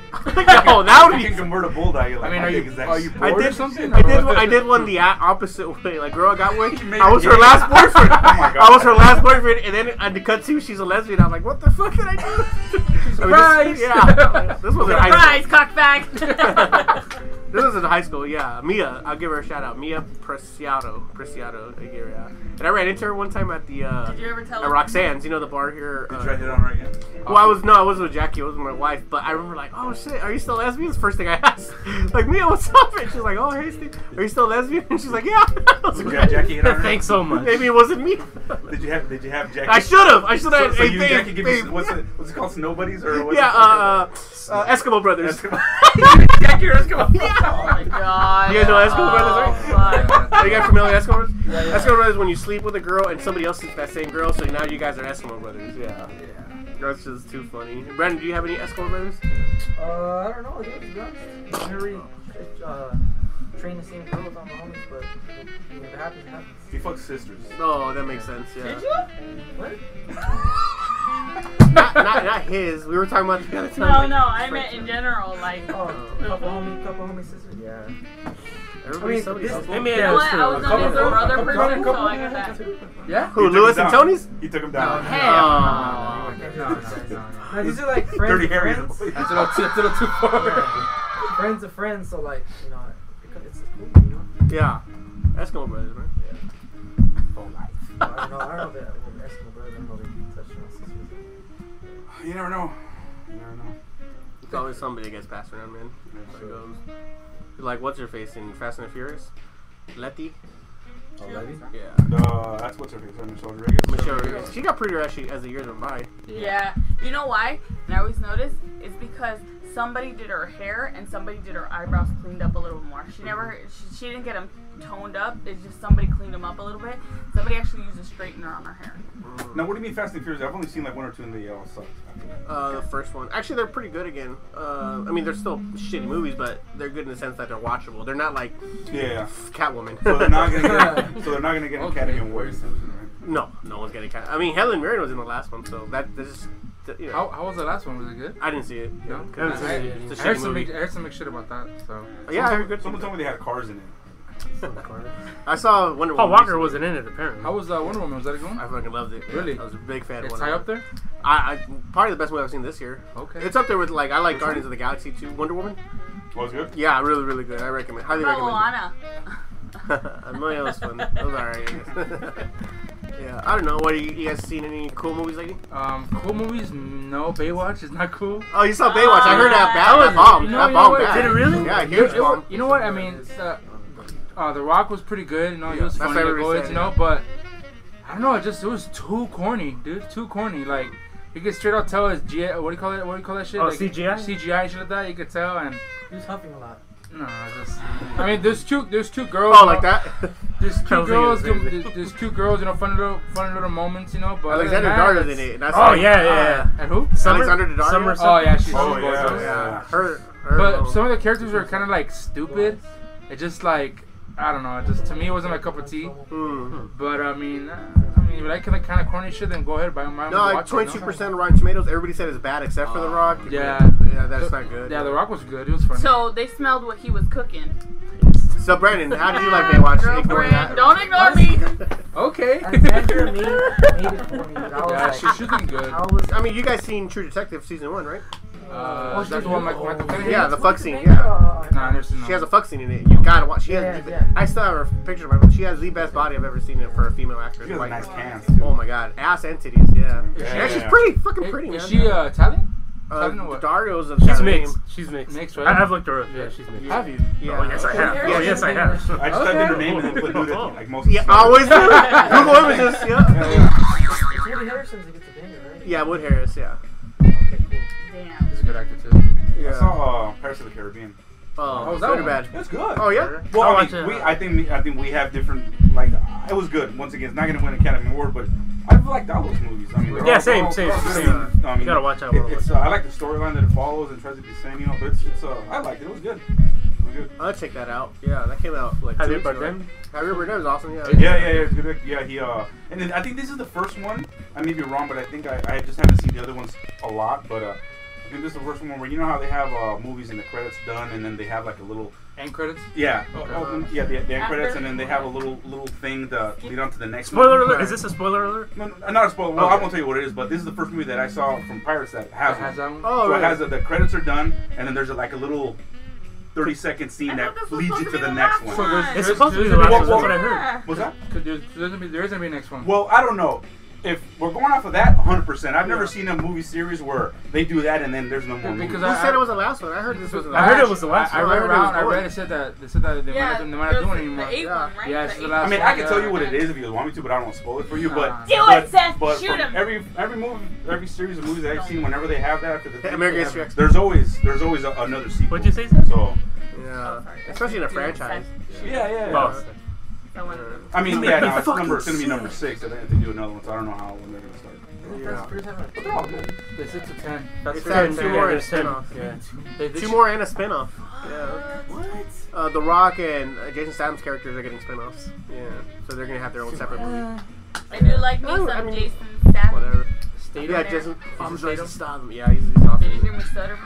no, that would You be can convert a bull die. You're I like, mean, "How are big you is that are you shit?" I bored did, or something? I or did. what? I did one the a- opposite way. Like, girl, I got with. made I it was her gay. last boyfriend. Oh my I God. was her last boyfriend, and then at the cutscene, she's a lesbian. I'm like, what the fuck did I do? I mean, Surprise! this, yeah, this was in high Surprise, school. cockbag. This was in high school. Yeah, Mia. I'll give her a shout out. Mia Preciado. Preciado. I give her a- And I ran into her one time at the uh, Did you ever tell at her? Roxanne's. You know the bar here. You uh, tried it on right again? well, I was no, I wasn't with Jackie. I was with my wife. But I remember like, oh shit, are you still lesbian? It's the first thing I asked. Like, Mia, what's up? And she's like, oh hey, Steve, are you still lesbian? And she's like, yeah. I was Did you like, have Jackie hit on her? Thanks so much. Maybe it wasn't me. Did you have? Did you have Jackie? um, I should have. I should So, have. so you hey, babe, Jackie give me babe. what's it? What's it called? Snowbuddies or what's yeah, It uh, uh, uh, Eskimo Brothers. Eskimo- Jackie or Eskimo. Oh my god. You guys know that's cool, Oh, brothers, fuck. Are you guys familiar with Eskimo Brothers? Eskimo Brothers when you sleep with a girl and somebody else sleeps with that same girl, so now you guys are Eskimo Brothers. Yeah. That's just too funny. Brandon, do you have any Eskimo Brothers? Uh, I don't know. Dude, to be honest, I already uh, train the same girl with all my homies, but if it happens, it happens. He fucks sisters. Oh, that makes sense. Yeah. Did you? What? Not, not, not his. We were talking about the other time. No, like, no, I meant in general, like. You Oh, couple homie, couple homie sisters. Yeah. Everybody, I mean, somebody this- else. Let me know what? ask I was you. known as a Couple- brother couple- person, so couple- I get that. Yeah. Who, He took Lewis him and down. Tony's? He took him No, down. Oh. no, no, no, no. No, these are like friends. Dirty of Harry's a friends. boy. That's a little too, that's a little too far. Yeah. friends of friends, so like you know, it- it's cool. You know, Yeah. Eskimo Brothers, man. Oh, I don't know. I don't know if that well, Eskimo brothers. I don't know if they touch on sisters. Yeah. You never know. You never know. Oh It's always somebody that gets passed around, man. Yeah, There sure. goes. Like, what's her face in Fast and the Furious? Letty? Already? Yeah. The, that's what's her face. Michelle Rodriguez. Michelle Rodriguez. She got prettier actually as the years went by. Yeah. You know why? And I always notice is because somebody did her hair and somebody did her eyebrows cleaned up a little more. She never, she, she didn't get them toned up. It's just somebody cleaned them up a little bit. Somebody actually used a straightener on her hair. Now, what do you mean Fast and Furious? I've only seen like one or two, and they all sucked. Uh, the first one. Actually, they're pretty good again. Uh, I mean, they're still shitty movies, but they're good in the sense that they're watchable. They're not like Yeah. Catwoman. So they're not gonna get. so they're not gonna get an Academy Award. no, no one's getting cat. I mean, Helen Mirren was in the last one, so that that's just. You know, How, how was the last one? Was it good? I didn't see it. No? I haven't seen I, it yet. It's a I heard shitty some movie. big, I heard some big shit about that. So yeah, I heard good. Someone told me they had cars in it. I saw Wonder Paul Woman. Walker recently. wasn't in it apparently. how was uh, Wonder Woman? Was that a good one? I fucking loved it. Really? I was a big fan. of It's Wonder high Woman. up there. I, I probably the best movie I've seen this year. Okay. It's up there with like I like Guardians of the Galaxy too. Wonder Woman. Was good. Yeah, really, really good. I recommend. Highly But recommend. it. Moana. Amelia was fun. That was alright. yeah, I don't know. What you, you guys seen any cool movies lately? Um, cool movies? No, Baywatch is not cool. Oh, you saw Baywatch. I heard that bad. That bomb. Uh, you know- that you know bomb what? bad. Did it really? Yeah, huge It- it- bomb. you know what? I mean, it's, uh, uh, The Rock was pretty good. You know, he Yeah, was that's funny what to everybody go said, you know, but I don't know. It just it was too corny, dude. Too corny. Like you could straight out tell it's G. What do you call it? What do you call that shit? Oh, like, CGI? CGI shit like that. You could tell, and He was huffing a lot. no, it's just. I mean, there's two. There's two girls. Oh, you like know, that. There's two I was thinking girls. the same There's, there's two girls. You know, fun little, fun little moments. You know, but other than Alexander that, Darda's in it's- it. and I saw Oh yeah, yeah, yeah. And who? Summer, Alexander Daddario? Summer, Oh yeah, she's. Oh, she's yeah, gorgeous. Yeah, her. her But alone. some of the characters were kind of like stupid. It just like I don't know. It just to me it wasn't my cup of tea. Hmm. But I mean, uh, I mean, if you like the kind of corny shit, then go ahead buy my. No, like twenty-two percent Rotten Tomatoes. Everybody said it's bad except for The Rock. Uh, Yeah. yeah, that's not good. Yeah, The Rock was good. It was funny. So they smelled what he was cooking. So Brandon, how did you like Baywatch? Ignore Girlfriend, that. don't ignore me. okay. Alexandra made, made it for me. That was yeah, like, she she's doing good. I was. I mean, you guys seen True Detective season one, right? Uh, that's the one Michael Michael Caine? Yeah, the fuck scene. Yeah. uh, Nah, I never seen She has a fuck scene in it. You gotta watch. She has. Yeah, the, yeah. I still have her picture of her. She has the best body I've ever seen it for a female actress. She has Like, nice cans too. Oh my god, ass and titties. Yeah. Yeah. Yeah, she's pretty fucking Is- pretty, man. Is she uh, Italian? uh, Italian or what? Dario's of She's Saturday mixed. Name. She's mixed. Mixed, right? I, I've looked her up. Yeah, she's mixed. Have you? Yeah. Oh yes, I have. Yeah. Oh yes, I have. I just Okay. typed in her name and then put nude. Like most. Yeah, I always do. Google images. Yeah. It's Woody Harrison's that gets the banger, right? Yeah, Wood Harris. Yeah. Okay, cool. Damn. She's a good actor too. I saw uh, Pirates of the Caribbean. Oh, Oh, that good or one. bad? It's good. Oh yeah. Well, I'll I, watch it. mean, we, I think I think we have different. Like, it was good. Once again, it's not gonna win Academy Award, but I like all those movies. I mean, they're Yeah, all- same, they're all- same, they're all good. I mean, I mean, You gotta watch out, it- gotta it's, uh, I like the storyline that it follows and tries to be same, you know. But it's, it's uh, I liked it. It was good. It was good. I'll check that out. Yeah, that came out like. Have two you weeks ago. Bardem? Javier Bardem is awesome. Yeah. Yeah, yeah, yeah. It's good. Yeah, he. Uh, and then I think this is the first one. I may be wrong, but I think I, I just haven't seen the other ones a lot. But uh, I think this is the first one where you know how they have uh, movies and the credits done, and then they have like a little End credits. yeah, Okay. oh, oh, yeah, the, the end After- credits, and then they have a little little thing to lead on to the next. Spoiler movie. alert! Is this a spoiler alert? No, no, not a spoiler. Well, I Okay. won't tell you what it is, but this is the first movie that I saw from Pirates that has Has one. that one? Oh, so it really? has a, the credits are done, and then there's a, like a little thirty second I scene thought that this was leads you supposed to to be the the next last one. one. there's- It's supposed to be the there's last gonna one. That's what I heard. Yeah. What's that? Could- There's, there's gonna be there's gonna be a next one. Well, I don't know. If we're going off of that, 100%. I've never Yeah. seen a movie series where they do that and then there's no more. Because Because Who I- said it was the last one? I heard this was the I last. heard it one. was the last I, I one. read I heard it around. was I read good. it said that they said that they might Yeah, not do- they might not do the- it anymore. The eight one, right? Yeah, The it's the eight last I mean, one, I can tell yeah. you what it is if you want me to, but I don't want to spoil it for you. Nah. Uh-huh. But Do but, it, Seth. But Shoot from 'em. Every every movie, every series of movies that I've seen, whenever they have that after the American History X. there's always there's always a, another sequel. What'd you say, Seth? So Yeah. Especially in a franchise. yeah, yeah. yeah. Oh. I wanted to- I mean, yeah, no, it's number it's gonna be number six. I think if they do another one, so I don't know how when they're gonna start. Yeah. But they're all good. They said to ten. It's what had I'm two saying. more Yeah, and a it's ten. spin-off. Yeah. They, they Two should- more and a spinoff. Yeah. What? Uh, the Rock and uh, Jason Statham characters are getting spinoffs. Yeah. So they're gonna have their own separate movie. I do like me Oh, some I mean, Jason Statham. Whatever. Statham. Yeah, there. Jason. I'm Statham? Jason Statham. Yeah, he's, he's Did you awesome. hear me stutter?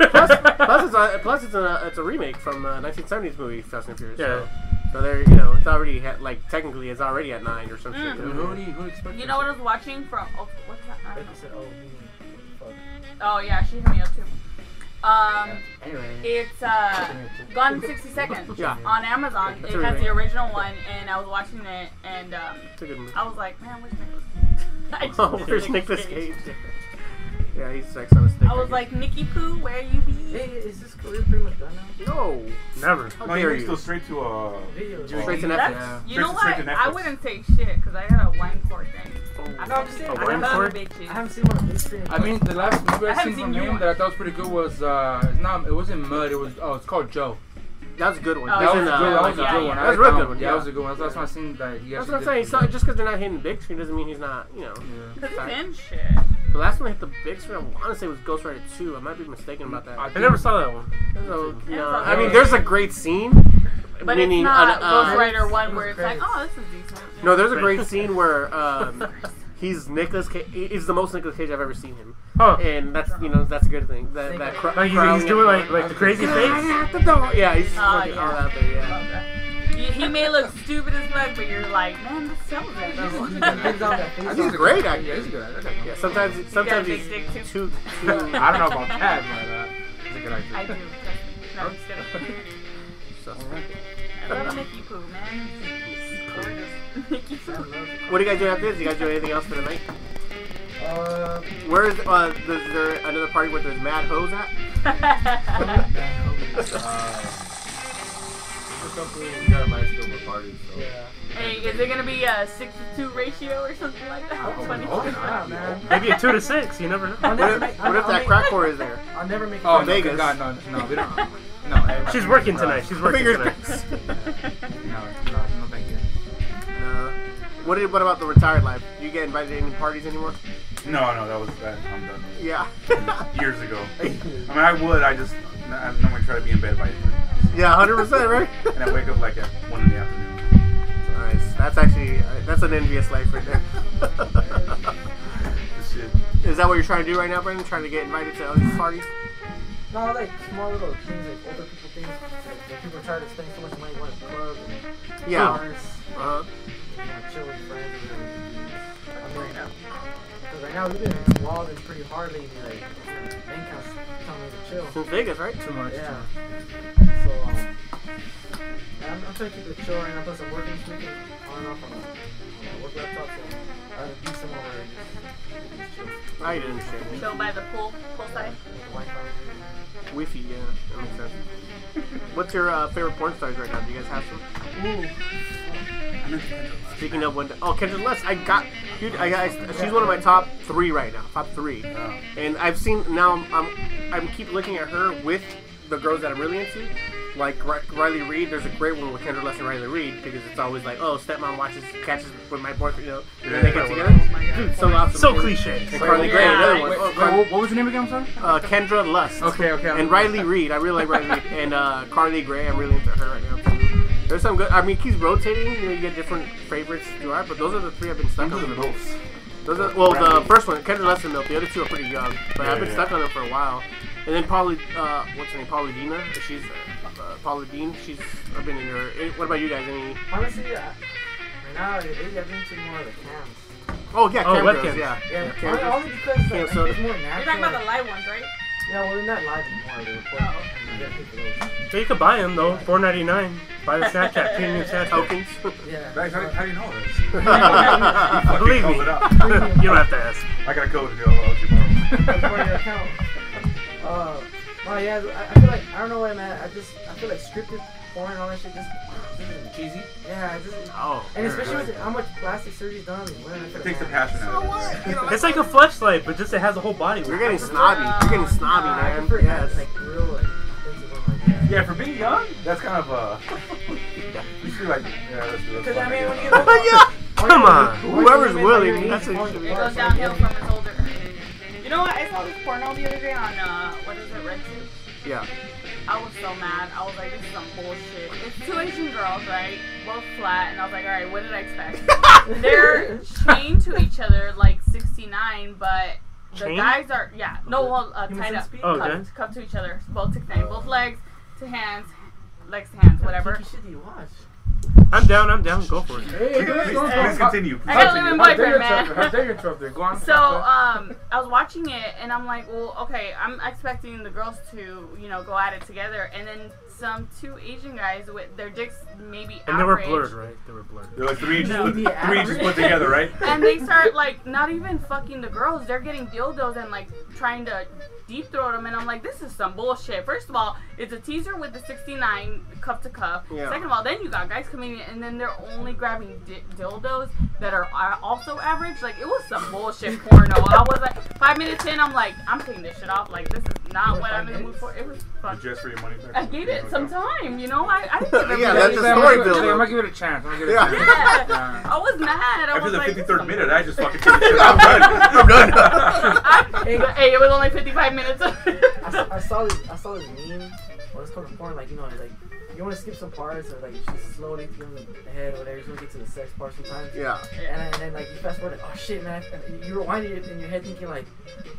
plus, plus, it's a plus it's a it's a remake from uh, 1970s movie Fast and Furious. Yeah. So, so there, you know, it's already ha- like technically it's already at nine or something. Mm. Who, who, do you- who expects You know what I this? was watching from? Oh, what's that? I Like don't you know. said, oh, he- what the fuck. Oh yeah, she hit me up too. Um, Anyway. it's uh, Gone in 60 Seconds Yeah. on Amazon. It's It a has the remake. original one, and I was watching it, and um, It's a good movie. I was like, man, where's Nicholas? I just Oh, miss there's Nicolas Cage. Yeah, he sucks on a stick. I was guess. like, Nikki Poo, where you be? Hey, Eh, is this career pretty much done now? no, Never. how No, dare you you? go straight to uh. Videos. Straight Straight to Netflix. That's, Yeah. You know Straight to- what? straight to I Netflix. wouldn't say shit because I got a wine court thing. I No, I'm just saying. A fucking- wine I love court? bitches. I haven't seen one of these things. I mean, the last movie I I, haven't seen from seen you him that I thought was pretty good was uh, it's not, it wasn't Mud. It was oh, it's called Joe. That was a good one. Oh, That He's was in, a uh, good. That was a yeah, good yeah. one. I That was a like real that good one. one. Yeah, that was a good one. That's why I seen That's that. He actually what I'm saying. did pretty So, good. just because they're not hitting big screen doesn't mean he's not, you know. Yeah. Because Sorry. it's in shit. The last one hit the big screen. I want to say was Ghost Rider 2. I might be mistaken about that. I I, think- I never saw that one. no, Yeah, no. it's I mean, okay. there's a great scene. But meaning it's on, not uh, Ghost Rider 1 where it's like, Credits. oh, this is decent. No, there's a great scene where um, he's Nicholas. Cage. He's the most Nicholas Cage I've ever seen him, Huh. and that's you know that's a good thing. That that cr- Like he's, crowd- he's doing like like the crazy face. Yeah, the dog- yeah, he's just Oh, fucking yeah. all out there. Yeah. Love that. You- He may look stupid as fuck, but you're like, man, this sells it though. Depends on that face. He's a great Yeah, actor. he's a good actor. Yeah, sometimes sometimes big he's dick, too. too too. I don't know about that, but uh, he's a good actor. I do. trust me. No, I'm just kidding. I love Mickey Poo, man. He's gorgeous. Mickey Poo. What do you guys do after this? You guys do anything else for the night? Uh, Where is uh? Is there another party where there's mad hoes at? Uh, We got a bicycle with parties, so. yeah. hey, is it gonna be a six to two ratio or something like that? Oh, Funny. no, Ah, not. man. Maybe a two to six. You never know. I'll What never if, make. what if I'll that make- crack whore is there? I'll never make. Oh From no, Vegas. good God, no, no, we don't. No, everybody- She's working uh, tonight. She's working tonight. No, no, no, thank you. No. uh, What, did, what about the retired life? Do you get invited to any parties anymore? No, no, that was that. I'm done. Yeah. Years ago. I mean, I would. I just n- I normally try to be in bed by, yeah, 100%, right? and I wake up like at one in the afternoon. nice. That's actually, uh, that's an envious life right there. This shit. is that what you're trying to do right now, Brendan? Trying to get invited to all these parties? No, like small little things, like older people things. Like, when people try to spend so much money on a club and Yeah. bars, Uh, you know, chill with friends. And right now, because right now we've been in walled in pretty hard lately. Like, bank house telling me to chill. since Vegas, right? Too much. Yeah. So, um, I'm, I'm trying to keep it chill right now. Plus, I'm working this weekend on and off on my- on my work laptop, so I would be somewhere where I just, just chill. I understand. Show by the pool, poolside. With the Wi-Fi. Wifi, yeah. That makes sense. What's your uh, favorite porn stars right now? Do you guys have some? Speaking of one, oh Kendra Lust, I got, dude, I, I she's one of my top three right now, top three, Oh. and I've seen now I'm, I'm I'm keep looking at her with the girls that I'm really into, like Ri- Riley Reed. There's a great one with Kendra Lust and Riley Reed because it's always like, oh, stepmom watches catches with my boyfriend, you know, and then they get together. Dude, so awesome. Oh, So cliche. And Carly Gray, Yeah. another one. Wait, Oh, wait, Car- what, what was your name again? I'm sorry. uh, Kendra Lust. Okay, okay. And Riley Reed, I really like Riley Reed. And uh, Carly Gray, I'm really into her right now too. There's some good. I mean, it keeps rotating. You know, you get different favorites throughout, but those are the three I've been stuck I'm on. doing those. Those are, well, the first one, Kendra Less and Milk. The other two are pretty young, but I've Yeah, been yeah. stuck on them for a while. And then Polly, uh, what's her name? Polly Dina. She's uh, uh, Polly Dean. She's I've been in her. eh, What about you guys? Any? Honestly, I, right now, it is, I've been to more of the cams. Oh yeah, Oh, Cam Girls, webcams. Yeah, Yeah, Cam only, Girls. only because like, Cam it's soda. You're more talking natural. about the live ones, right? yeah, well, they're not live anymore. They record. Oh. You gotta pay for those. So you could buy them though, four ninety nine. Buy the Snapchat premium Snapchat. Tokens. Yeah. Guys, how, how do you know this? yeah, Believe me, Hold you it don't up. have to ask. I got a code to go out tomorrow. That's part of your account. Uh, well, yeah, I, I feel like I don't know where I'm at. I just I feel like scripted porn and all that shit just ah, doesn't- Cheesy. yeah, it doesn't. Oh, And especially with how much plastic surgery's done on these women. I feel It like, takes the man, passion out of it. It's like a flashlight, but just it has a whole body. you're getting snobby. You're getting snobby, no, I man. prefer that, Yes. like real like, expensive one like that. Yeah, for being young, that's kind of uh. you should be like, yeah, let's do this. Because I one, mean, when you guess. get older, yeah. Come on. Whoever's women, willing, like, your that's age, what porn- you It goes downhill from its older. You know what? I saw this porno the other day on uh, what is it, Red Soup? Yeah. I was so mad. I was like, this is some bullshit. It's two Asian girls, right? Both flat, and I was like, all right, what did I expect? They're chained to each other like 69, but the Chained? Oh, guys are yeah, no, well, uh, You tied must up, speak. Okay. Oh. cuffed, cuffed to each other, both 69, both legs to hands, legs to hands, whatever. Kinky shit do you watch? I'm down. I'm down. Go for it. Hey, Please, please continue. I gotta leave my boyfriend, man. How dare you interrupt there? Go on. So um, I was watching it and I'm like, well, okay, I'm expecting the girls to, you know, go at it together, and then some two Asian guys with their dicks maybe And they were average, blurred, right? They were blurred. They're like three inches, No. three inches put together, right? and they start like not even fucking the girls. They're getting dildos and like trying to deep throat them. And I'm like, this is some bullshit. First of all, it's a teaser with the 69 cuff to cuff. Yeah. Second of all, then you got guys coming in and then they're only grabbing di- dildos that are uh, also average. Like it was some bullshit porno. I was like, five minutes in, I'm like, I'm taking this shit off. Like this is not what I'm in the mood for. It was You fun. Just for your money back. I gave it some time, you know. I, I didn't give it Yeah, a that's break. a I'm story gonna- builder. I'm gonna give it a chance. I'm gonna give it a Yeah. chance. Yeah, I was mad. I After was the like, fifty third some minute, I just fucking took the shit. I'm done. I'm done. I'm, but, hey, it was only 55 minutes. I, s- I saw this. I saw this meme. Or it's called a porn. Like you know, it's like you want to skip some parts, or like you just slowly through the head, or whatever. You want to get to the sex part sometimes. yeah. And, and then like you fast forward, like, oh shit, man! I- You rewind it in your head, thinking like,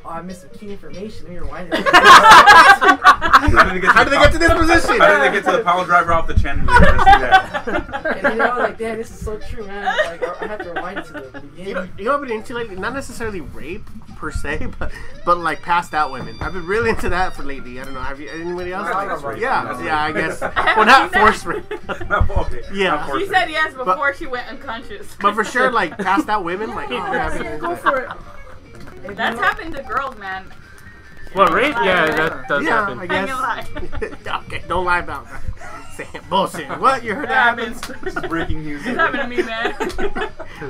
oh, I missed some key information. Let me rewind it. How did How did they get to this position? How did they get to the power driver off the chandelier? I see that. and then I was like, damn, this is so true, man. Like I, I have to rewind it to the You know, beginning. you know, I've been into like not necessarily rape per se, but but like passed out women. I've been really into that for lately. I don't know. Have you anybody else? I think that's rape. yeah, That's yeah. I rape. guess. Well, not forced rape, No, okay. Yeah. Of course she it said is. yes before she went unconscious. but for sure, like passed out women. Like, oh, yeah, I've been into Go that. for it. If you That's know- happened to girls, man. What rape? Yeah, Yeah. that does yeah, happen. I I ain't gonna guess. okay, don't lie about that. Saying bullshit. What you heard That that? happens. This is breaking news. It's happened to me, man.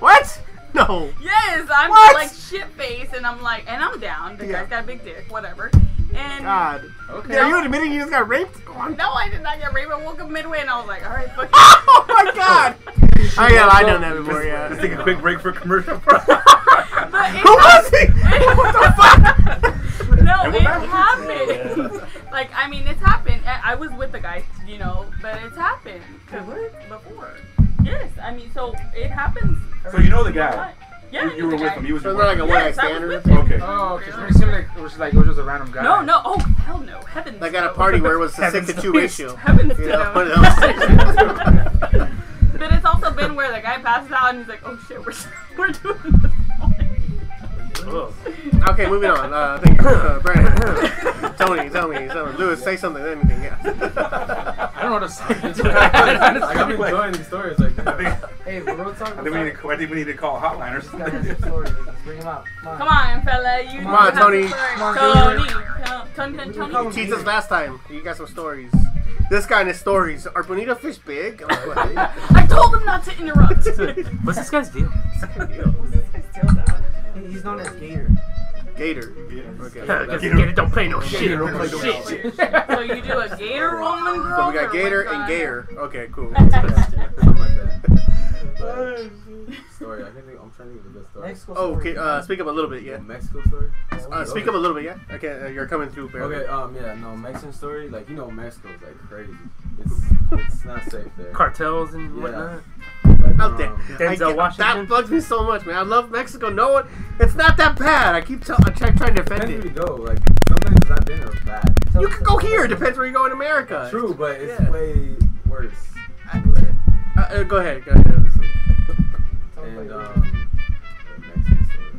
What? No. yes, I'm What? like shit faced, and I'm like, and I'm down. The Yeah. guy's got a big dick, whatever. And God. Okay. Are you admitting you just got raped? Oh, I'm- no, I did not get raped. I woke up midway, and I was like, all right, fuck. it. Oh my God. Oh yeah, I done that before. Let's Yeah. take a quick break for commercial. But it Who was he? what the fuck? No, And it we're back. happened. like, I mean, it's happened. I I was with the guy, you know, but it's happened. 'Cause Before. Yes, I mean, so it happens. So you know the guy. Yeah, I You, you knew were the with guy. him. He was So your they're like a boyfriend. one night Yes, I was stand or with nothing? him. Okay. Oh, okay. So it seemed like it was like it was just a random guy. No, no. Oh, hell no. Heavens. Like at a no. party where it was a six to two ratio. Heavens You to know, one of no. those. But it's also been where the guy passes out and he's like, oh shit, we're, we're doing this. all night." Ugh. okay, moving on. Uh, thank you. Uh, Brandon. Tony, Tony, Tony. Lewis, say something. Anything, yeah. I don't know what to say. I I got got me me enjoying enjoying these stories like I think, Hey, we're real talking. I think we need to. I think we need to call hotline or Guys, have some something. stories. Let's bring 'em out. Come on, fella. You Come on, have Tony. to learn. Come on, Tony. Tony, Tony, Come Tony. on. Cheats us last time. You got some stories. This guy and his stories. Are bonito fish big? I'm like, what? I told him not to interrupt. What's this guy's deal? He- He's known as Gator. Gator. Okay. that's- Gator don't play no shit. don't play no Shit. so you do a gator rolling girl? So we got Gator and gator. Gayer. Okay, cool. Something like that. But, story. I can think. I'm trying to think of the best story. Mexico Oh, story. okay, uh, speak up a little bit, yeah. Mexico story. Oh, Uh, speak up a little bit, yeah. Okay, uh, you're coming through, barely. Okay, um, yeah, no, Mexican story, like, you know, Mexico's, like, crazy. It's, it's not safe there. Cartels and But, whatnot. uh, Out there. um, I Denzel Washington. That bugs me so much, man. I love Mexico. No one, it's not that bad. I keep tell, I try, trying to defend Depends where it. you go, like, sometimes it's not dinner bad. You can go here. Depends where you go in America. True, but it's Yeah. way worse. Uh, uh, go ahead. Go ahead. And, um, Mexican story.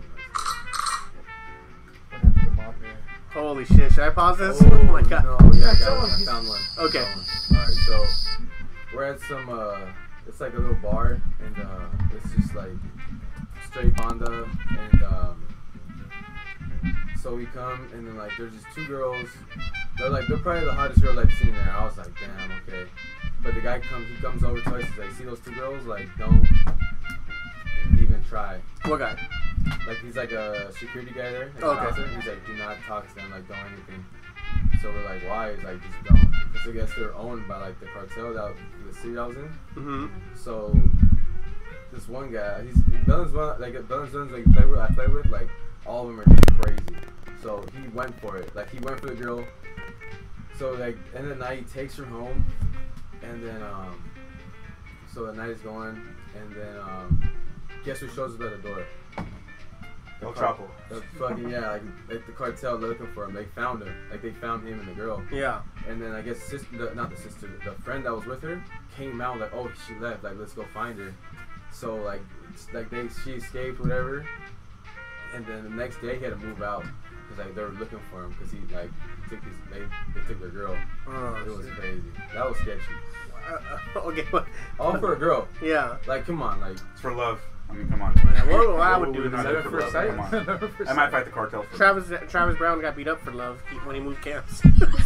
Holy shit! Should I pause this? Oh, Oh my god. No, yeah, I got one. I found one. Um, Okay. Alright, so we're at some, uh, it's like a little bar, and uh, it's just like straight Honda, and um, so we come, and then like there's just two girls. They're like they're probably the hottest girls I've seen there. I was like, damn, okay. But the guy comes, he comes over to us. He's like, see those two girls? Like, don't even try. What guy? Like he's like a security guy there. Like, Okay. officer. He's like, do not talk to them. Like, don't anything. So we're like, why? He's like, just don't. Because I guess they're owned by like the cartel that the city I was in. Mm-hmm. So this one guy, he's Belen's one like Belen's ones like play with I play with like all of them are just crazy. So he went for it. Like he went for the girl. So like and the night he takes her home, and then um, so the night is going, and then um, guess who shows up at the door? El Chapo. The fucking yeah, like, like the cartel looking for him. They found him. Like they found him and the girl. Yeah. And then I guess sister, the, not the sister, the friend that was with her came out like, oh, she left. Like, let's go find her. So like, it's- like they she escaped, whatever. And then the next day he had to move out. because like they were looking for him because he like took his they, they took their girl. Oh, it was shit. crazy. That was sketchy. Uh, okay. What? All for a girl. Yeah. Like come on, like It's for love. I mean, come on. Well, I would What do we this. not Is that at for first love? sight? Come on. Never first I might sight. fight the cartel for Travis Travis Brown got beat up for love he- when he moved camps.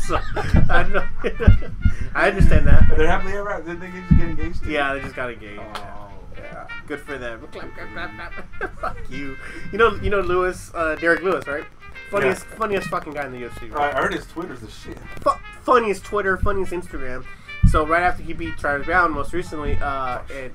so I don't know. I understand it. They're that. happily ever after. Did they just get engaged? to you? Yeah, they just got engaged. Oh, yeah. Good for them. Clap, clap, clap, clap. Fuck you. You know, you know Lewis, uh, Derek Lewis, right? Funniest, funniest fucking guy in the UFC. I Right? heard his Twitter's the shit. Fu- funniest Twitter, funniest Instagram. So right after he beat Travis Brown, most recently, uh, and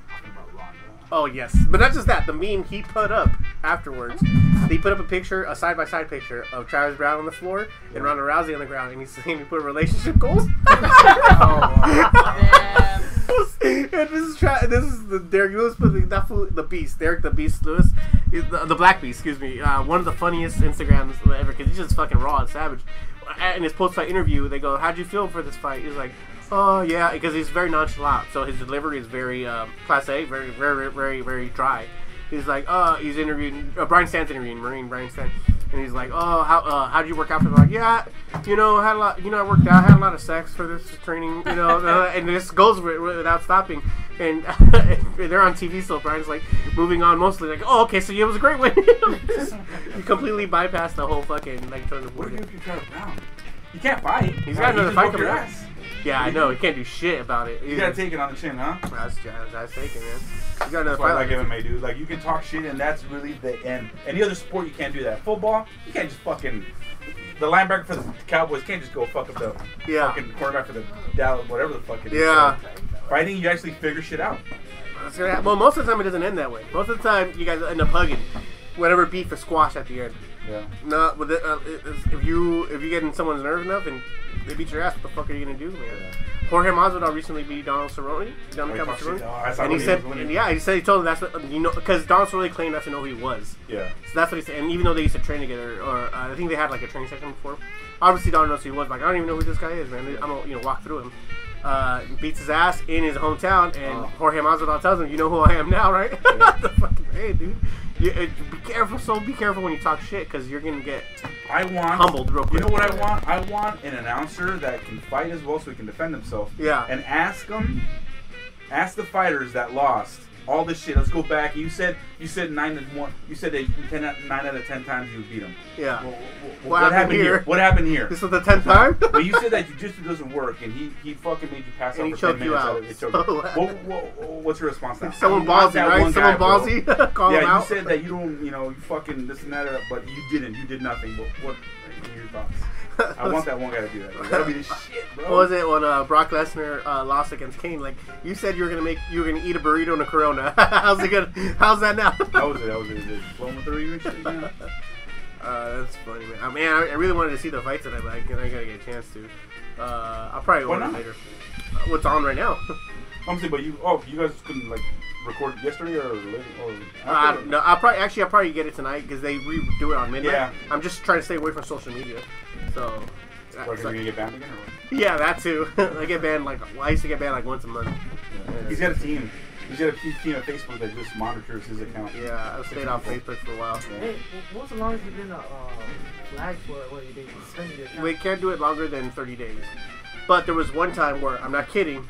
oh yes, but not just that, the meme he put up afterwards. He put up a picture, a side by side picture of Travis Brown on the floor and Ronda Rousey on the ground, and he's saying he put relationship goals. Oh. Damn. and this is tra- this is the Derek Lewis, but the, that fool, the Beast, Derek the Beast Lewis, is the, the Black Beast, excuse me, uh, one of the funniest Instagrams ever because he's just fucking raw and savage. Uh, In his post-fight interview, they go, "How'd you feel for this fight?" He's like, "Oh yeah," because he's very nonchalant, so his delivery is very um, classe, very very very very dry. He's like, "Oh," he's interviewing uh, Brian Stan's interviewing Marine Brian Stan, and he's like, "Oh, how uh, how'd you work out for?" the Like, yeah, you know, I had a lot, you know, I worked out, I had a lot of sex for this training, you know, uh, and this goes wi- wi- without stopping. And, they're on TV, so Brian's like moving on mostly, like, oh, okay, so it was a great win. you completely bypass the whole fucking like trying to What do avoid you do it. if you try to brown? You can't fight. He's Like, got another you just fight whoop your coming up. ass. Yeah, I know, you can't do shit about it. You gotta take it on the chin, huh? That's, that's, that's taken, man. You got another That's why I fight. like Like it. MMA, dude. Like you can talk shit, and that's really the end. Any other sport, you can't do that. Football, you can't just fucking. The linebacker for the Cowboys can't just go fuck up the Yeah, fucking quarterback for the Dallas, whatever the fuck it is. yeah. So, fighting, you actually figure shit out. That's gonna happen. Well, most of the time it doesn't end that way. Most of the time you guys end up hugging, whatever beef or squash at the end. Yeah. No, but the, uh, it- it's- if you if you get in someone's nerve enough and they beat your ass, what the fuck are you gonna do, man? Jorge Masvidal recently beat Donald Cerrone, Donald Like, Cabo talk shit. Cerrone, Oh, I saw and he when said, was winning. and yeah, he said he told him that's what you know because Donald Cerrone claimed that's to know who he was. Yeah. So that's what he said. And even though they used to train together, or uh, I think they had like a training session before. Obviously, Don knows who he was. Like, I don't even know who this guy is, man. I'm gonna you know walk through him. Uh, beats his ass in his hometown, and Oh. Jorge Masvidal tells him, "You know who I am now, right?" the fucking hey, dude. You, uh, be careful. So be careful when you talk shit, because you're gonna get I want. humbled real You quick. know what I want? I want an announcer that can fight as well, so he can defend himself. Yeah. And ask them, ask the fighters that lost all this shit. Let's go back. You said you said nine to one. You said that ten out- nine out of ten times you beat them. yeah. What, What happened, happened here? here? What happened here? this was the tenth time. well, you said that jujitsu doesn't work, and he, he fucking made you pass And out he for choked 10 you minutes. out. It choked you. So what? What- what- what- what's your response now? Someone I want ballsy, that right? one Someone guy, bro. ballsy. Call him Yeah, you out. said that you don't, you know, you fucking this and that, uh, but you didn't. You did nothing. What, what what are your thoughts? I want that one guy to do that. That'll be the shit, bro. What was it when uh, Brock Lesnar uh, lost against Kane? Like you said, you were gonna make you were gonna eat a burrito and a Corona. how's it gonna? How's that now? That was it. That was it. The diploma three and shit. Yeah. Uh, that's funny, man. Uh, man, I, I really wanted to see the fight tonight, but I, I gotta get a chance to. Uh, I'll probably Why order it not? later. Uh, what's on right now? I'm saying, but you, oh, you guys couldn't like record yesterday or, later, or uh, no, I'll probably actually I'll probably get it tonight because they redo it on midnight. Yeah. I'm just trying to stay away from social media, so. that Are you sucks. gonna get banned again or what? Yeah, that too. I get banned like I used to get banned like once a month. He's got a team. He's got a team at Facebook that just monitors his account. Yeah, I stayed off Facebook for a while. Hey, wh- what's the longest you've been uh, uh, flagged for where you did suspend your account? We can't do it longer than 30 days. But there was one time where I'm not kidding.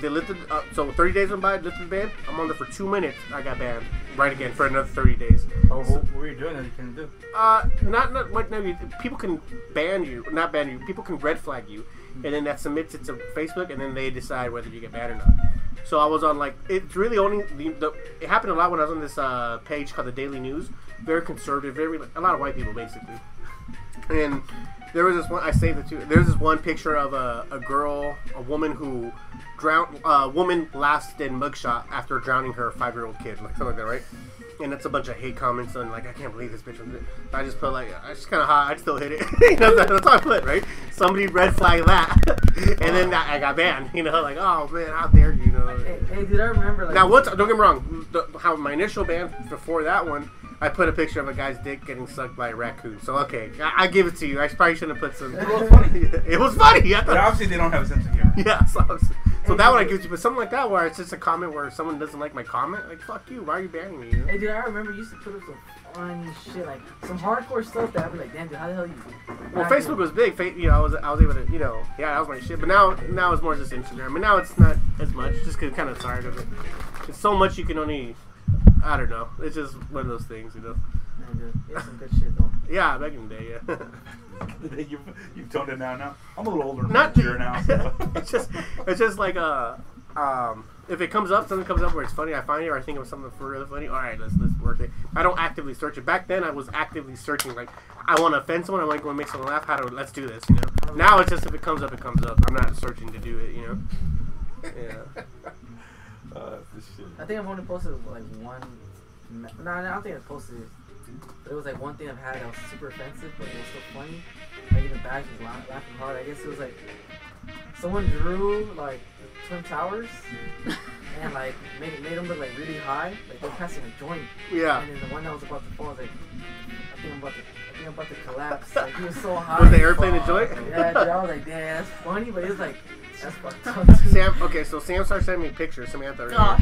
They lifted uh, so 30 days went by, lifted the ban. I'm on there for two minutes. I got banned right again for another 30 days. Oh, what what were you doing that you couldn't do? Uh, not not what no, you, people can ban you, not ban you. People can red flag you, and then that submits it to Facebook, and then they decide whether you get banned or not. So I was on like it's really only the, the it happened a lot when I was on this uh, page called the Daily News. Very conservative, very like, a lot of white people basically. And there was this one I saved the two. There's this one picture of a, a girl, a woman who drowned. A woman last in mugshot after drowning her five year old kid, like something like that, right? And that's a bunch of hate comments and like I can't believe this bitch. was it. I just put like I just kind of hot. I still hit it. you know that's that's all I put, right? Somebody red flag that, and then that, I got banned. You know, like oh man, how dare you? You know. Hey, hey, dude, I remember like Now, once don't get me wrong, the, how my initial band before that one, I put a picture of a guy's dick getting sucked by a raccoon. So okay, I, I give it to you. I probably shouldn't have put some. It was funny. it was funny. Yeah, But obviously, they don't have a sense of humor. yeah. So, so So that one I gives you, but something like that where it's just a comment where someone doesn't like my comment, like fuck you, why are you banning me? you know? Hey, dude, I remember you used to put up some funny shit, like some hardcore stuff that I'd be like, damn, dude, how the hell you? Well, Facebook was big. Fa- you know, I was I was able to, you know, yeah, that was my shit. But now now it's more just Instagram. And now it's not as much, just 'cause kind of tired of it. It's so much you can only, I don't know. It's just one of those things, you know. Nah, dude, it's some good shit though. Yeah, back in the day, yeah. you've, you've toned it down now. I'm a little older than not Not year now. So. it's just it's just like uh um if it comes up something comes up where it's funny i find it or i think it was something for really funny all right let's let's work it i don't actively search it back then i was actively searching like i want to offend someone i want to make someone laugh how do let's do this you know now it's just if it comes up it comes up i'm not searching to do it you know yeah uh, this shit. I think I've only posted like one. No, nah, nah, I don't think I posted it. But it was like one thing I've had that was super offensive, but it was so funny. Like even Bash was laugh- laughing hard. I guess it was like someone drew like twin towers and like made made them look like really high, like they're passing a joint. yeah And then the one that was about to fall was like, I think I'm about to, I think I'm about to collapse. Like he was so high. was the airplane a joint Yeah, dude, I was like, damn, that's funny, but it was like, that's fucked up. dude. Sam, okay, so Sam started sending me pictures, Samantha, right Oh.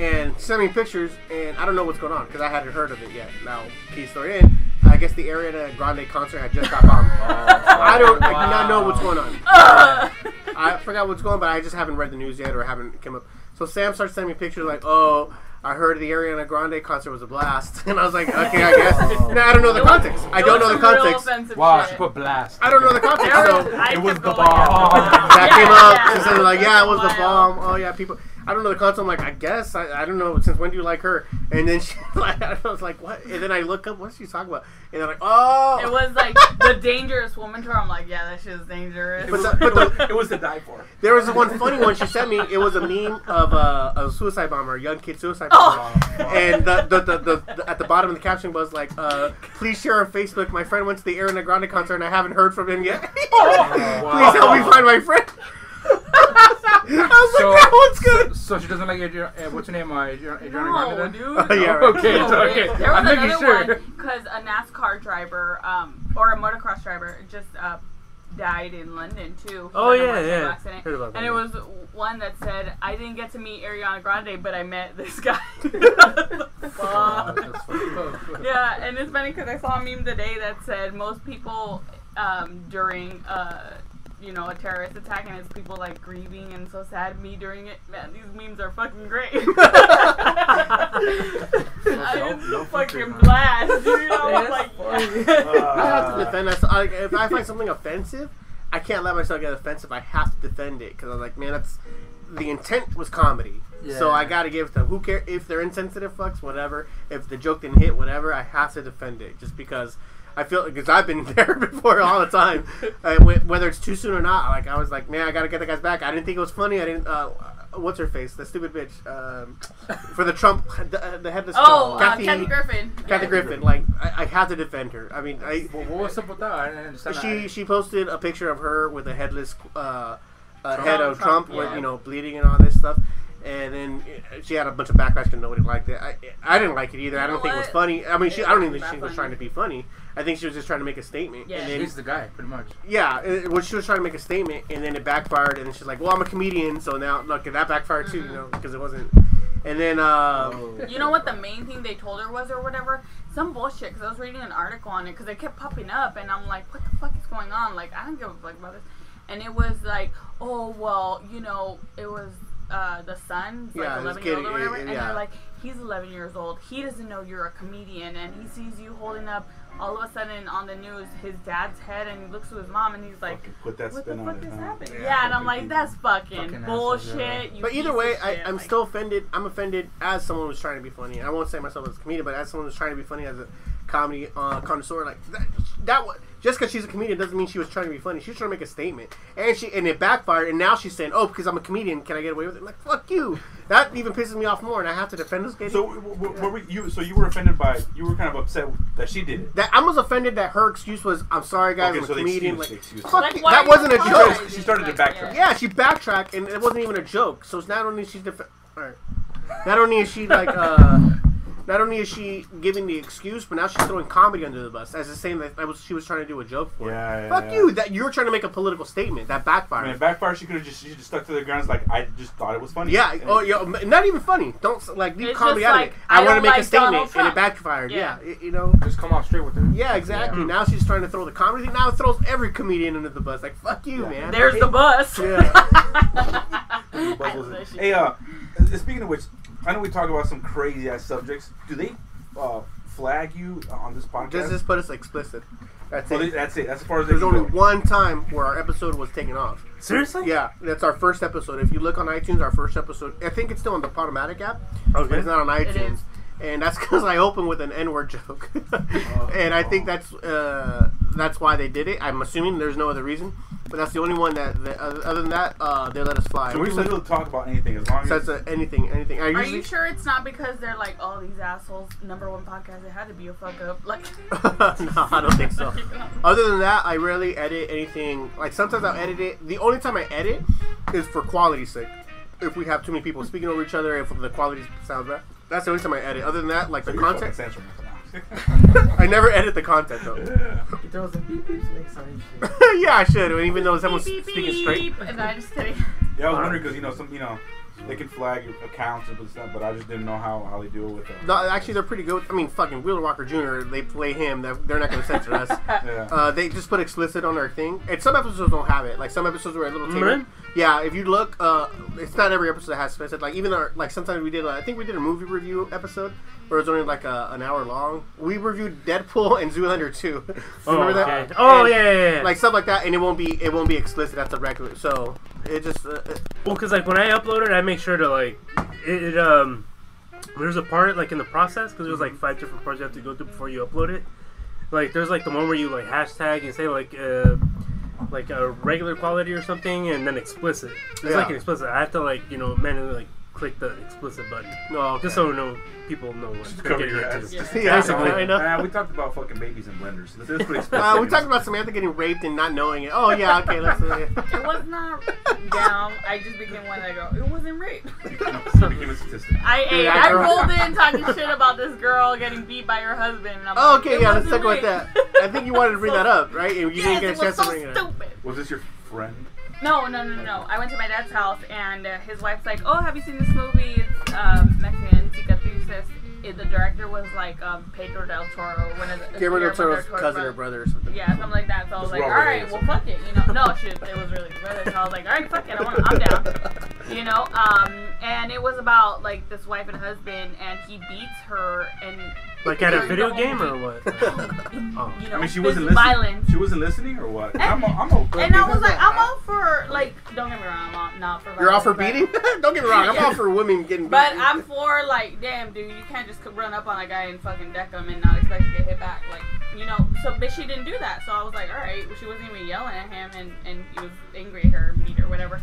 here, and she sent me pictures, and I don't know what's going on because I hadn't heard of it yet. Now, key story in, I guess the Ariana Grande concert had just got bombed. I don't, I do not know what's going on. I forgot what's going on, but I just haven't read the news yet or haven't come up. So Sam starts sending me pictures like, oh, I heard the Ariana Grande concert was a blast, and I was like, okay, I guess. No, I don't know the context. I don't know the context. Wow, she put blast. I don't know the context. So It was the that Yeah, came up. yeah. She said like, yeah, it was the Wild. bomb. Oh yeah, people. I don't know the concept. I'm like, I guess I, I don't know. Since when do you like her? And then she, like, I was like, what? And then I look up, what's she talking about? And I'm like, oh. It was like the dangerous woman tour. I'm like, yeah, that shit is dangerous. But the- but the- it was to die for. there was one funny one she sent me. It was a meme of a, a suicide bomber, a young kid suicide bomber. And the, the, the, the, the- at the bottom of the caption was like, uh, please share on Facebook. My friend went to the Ariana Grande concert and I haven't heard from him yet. please help me find my friend. I was So- like, that one's good. So she doesn't like Adriana. Uh, what's her name? Uh, Adriana, Adriana no, Grande then? dude. Oh, yeah, right. Okay, No, so, okay. there- There was I'm making another sure. because a NASCAR driver, um, or a motocross driver, just uh, died in London too. Oh, in a yeah, motorcycle yeah. accident. Heard about that, And it yeah. was one that said, "I didn't get to meet Ariana Grande, but I met this guy." Fuck. That's funny. Uh, yeah, and it's funny because I saw a meme today that said most people um, during uh, you know a terrorist attack and it's people like grieving and so sad. Me during it, man, these memes are fucking great. I No- was no fucking filter, blast, dude. I was like, I have Uh, to defend myself. I, if I find something offensive, I can't let myself get offensive. I have to defend it because I'm like, man, that's the intent was comedy. So Yeah. I gotta give it to who care if they're insensitive fucks, whatever. If the joke didn't hit, whatever. I have to defend it just because I feel because I've been there before all the time. Uh, wh- whether it's too soon or not, like I was like, man, I gotta get the guys back. I didn't think it was funny. I didn't. Uh, what's her face? The stupid bitch um, for the Trump, the, the headless. oh, Trump, uh, Kathy Griffin. Kathy Yeah. Griffin. Like I, I had to defend her. I mean, I Well, what was up with that? I didn't understand. she that. she posted a picture of her with a headless uh, uh, Trump. head of Trump, Trump, with yeah. you know bleeding and all this stuff. And then uh, she had a bunch of backlash because nobody liked it. I, I didn't like it either. I You don't know think it was what? funny. I mean, she, I don't even think Not she was funny. trying to be funny. I think she was just trying to make a statement. Yeah. And then, She's the guy, pretty much. yeah, it, well, she was trying to make a statement, and then it backfired. And then she's like, "Well, I'm a comedian, so now look, and that backfired too, Mm-hmm. you know, because it wasn't." And then, uh, Oh. You know what the main thing they told her was, or whatever? Some bullshit. Because I was reading an article on it, because it kept popping up, and I'm like, what the fuck is going on? Like, I don't give a fuck about this. And it was like, oh well, you know, it was uh, the son, like Yeah, this 11 year old kid, or whatever, yeah, and yeah. they're like, he's 11 years old. He doesn't know you're a comedian, and he sees you holding up. All of a sudden, on the news, his dad's head, and he looks to his mom, and he's like, Fucking put that "What the spin on fuck it. just huh? happened?" Yeah, Yeah, and I'm like, fucking "That's fucking, Fucking assholes, bullshit." yeah. you But either piece of way, I, shit. I'm Like, still offended. I'm offended as someone who's trying to be funny. I won't say myself as a comedian, but as someone who's trying to be funny as a comedy uh, connoisseur, like that, that wa- just because she's a comedian doesn't mean she was trying to be funny. She was trying to make a statement, and she and it backfired. And now she's saying, "Oh, because I'm a comedian, can I get away with it?" like, fuck you. That even pisses me off more, and I have to defend this lady. So, w- w- were we, you, so you were offended by, you were kind of upset that she did it. that I was offended that her excuse was, "I'm sorry, guys, Okay, I'm a so the comedian." excuse- the like, excuse. fuck Like, you. why that are you wasn't a apologizing? joke. She started to backtrack. Yeah, she backtracked, and it wasn't even a joke. So it's not only she's def- or, not only is she like uh, Not only is she giving the excuse, but now she's throwing comedy under the bus as the same that I was she was trying to do a joke for. Yeah, yeah, Fuck yeah. you! That you're trying to make a political statement that backfired. I mean, backfire. She could have just she just stuck to the ground. It's like I just thought it was funny. Yeah. And Oh, yeah. m- Not even funny. Don't s- like leave It's comedy just out like, of it. I, I want to don't make like a statement, Donald and Trump. it backfired. Yeah. Yeah. y- you know. Just come out straight with it. Yeah, exactly. Now she's trying to throw the comedy thing. Now it throws every comedian under the bus. Like, fuck you, Yeah. man. There's the bus. Yeah. the I bubbles love in- shit. Hey, uh, speaking of which, I know we talk about some crazy ass subjects. Do they uh, flag you on this podcast? Just just put us explicit. That's Well, they- it. that's it. That's as far as they There's can only go. one time where our episode was taken off. Seriously? Yeah, that's our first episode. If you look on iTunes, our first episode. I think it's still on the Podomatic app, but Okay. it's not on is. iTunes. And that's because I opened with an N-word joke, and I think that's uh, that's why they did it. I'm assuming there's no other reason, but that's the only one that, that other other than that uh, they let us fly. So we can literally talk about anything as long as. That's uh, anything, anything. I Are usually, you sure it's not because they're like, oh, these assholes, number one podcast, it had to be a fuck up? Like, no, I don't think so. Other than that, I rarely edit anything. Like sometimes I'll edit it. The only time I edit is for quality's sake. If we have too many people speaking over each other, if the quality sounds bad, that's the only time I edit. Other than that, like so the you're fucking content, censoring us I never edit the content though. now. He throws a beep beep snake sign and shit. yeah, I should. Even though someone's beep, beep, speaking straight. beep. And I'm just kidding. yeah, I was wondering because you know some you know they can flag your accounts and stuff, but I just didn't know how how they do it with. Uh, No, actually, they're pretty good. I mean, fucking Wheeler Walker Jr. They play him. They're they're not going to censor us. yeah. Uh, they just put explicit on our thing, and some episodes don't have it. Like some episodes were a little tame. Really? Yeah, if you look, uh, it's not every episode that has explicit. Like even our like sometimes we did. uh, I think we did a movie review episode where it was only like a, an hour long. We reviewed Deadpool and Zoolander two. Oh, Remember that? okay. oh And, yeah, yeah, yeah. Like stuff like that, and it won't be it won't be explicit. That's a regular. So it just uh, it- Well, because like when I upload it, I make sure to like it. it um, there's a part like in the process because there's like five different parts you have to go through before you upload it. Like there's like the one where you like hashtag and say like uh, like a regular quality or something, and then explicit. It's like Yeah. an explicit. I have to like you know manually like click the explicit button no. okay. just so no people know what Just they're cover getting your into. ass. yeah, basically. I know. Uh, we talked about fucking babies and blenders. Let's, let's put explicit Uh, we in talked there. about Samantha getting raped and not knowing it. Oh yeah, okay, let's. Uh, It was not down. I just became one that go, it wasn't rape. You became a statistic. I Dude, I I, grew up- rolled in talking shit about this girl getting beat by her husband. And I'm Oh, like, okay, it yeah, let's wasn't talk about rape. that. I think you wanted to bring that up, right? And you yes, didn't it get a was chance so to bring it up. stupid. Was this your friend? No, no, no, no. I went to my dad's house, and uh, his wife's like, "Oh, have you seen this movie? It's um, Mexican Cicatrices." It, the director was like um, Pedro del Toro, one of the Guillermo del Toro's Toro's cousin or brother. brother or something. Yeah, something like that. So I was It's like, all Robert right, well, Pattinson. fuck it. You know, no, shit, it was really his brother. So I was like, all right, fuck it. I wanna, I'm down. You know, um, and it was about like this wife and husband, and he beats her, and Like at a during video the whole game or movie, what? Oh. you know, I mean, this she wasn't listening. violence. She wasn't listening or what? I'm, a, I'm a, And I was like, I'm all for like, don't get me wrong, I'm all, not for. You're all violence, for but- beating? Don't get me wrong, I'm Yeah. all for women getting beat. Uh, But I'm for like, damn, dude, you can't just run up on a guy and fucking deck him and not expect to get hit back. Like, you know, so but she didn't do that. So I was like, all right, she wasn't even yelling at him, and and he was angry at her, beat her, whatever.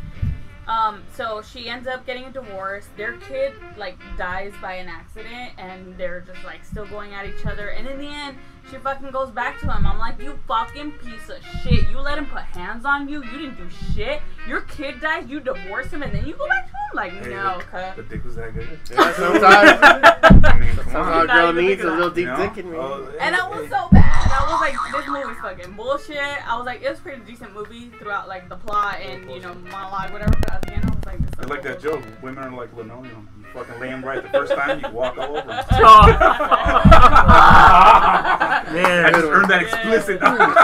Um, so she ends up getting a divorce. Their kid like dies by an accident, and they're just like still going at each other. And in the end, she fucking goes back to him. I'm like, you fucking piece of shit. You let him put hands on you. You didn't do shit. Your kid dies. You divorce him, and then you go back to him. Like, Hey, no, look, cuz. The dick was that good. Sometimes, I mean, come sometimes a on. Not girl even needs a thinking little about deep you know? dick in me. Oh, hey, And I was hey. so bad. I was like, this movie's fucking bullshit. I was like, it was a pretty decent movie throughout like the plot and you know monologue whatever. But at the end, I was like, this. I is like that joke. bullshit. Women are like linoleum. You fucking lay them right the first time, you walk all over 'em. I Man, just earned that explicit. It's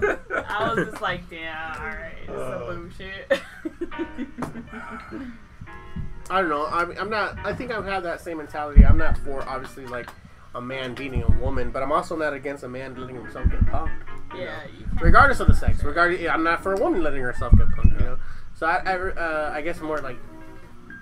a good one. I was just like, damn, all right, this is Uh. some bullshit. I don't know. I'm, I'm not, I think I've had that same mentality. I'm not for, obviously, like a man beating a woman, but I'm also not against a man letting himself get punked. yeah, you can't- Regardless of the sex, regardless, I'm not for a woman letting herself get punked, you know? So I, I, uh, I guess more like,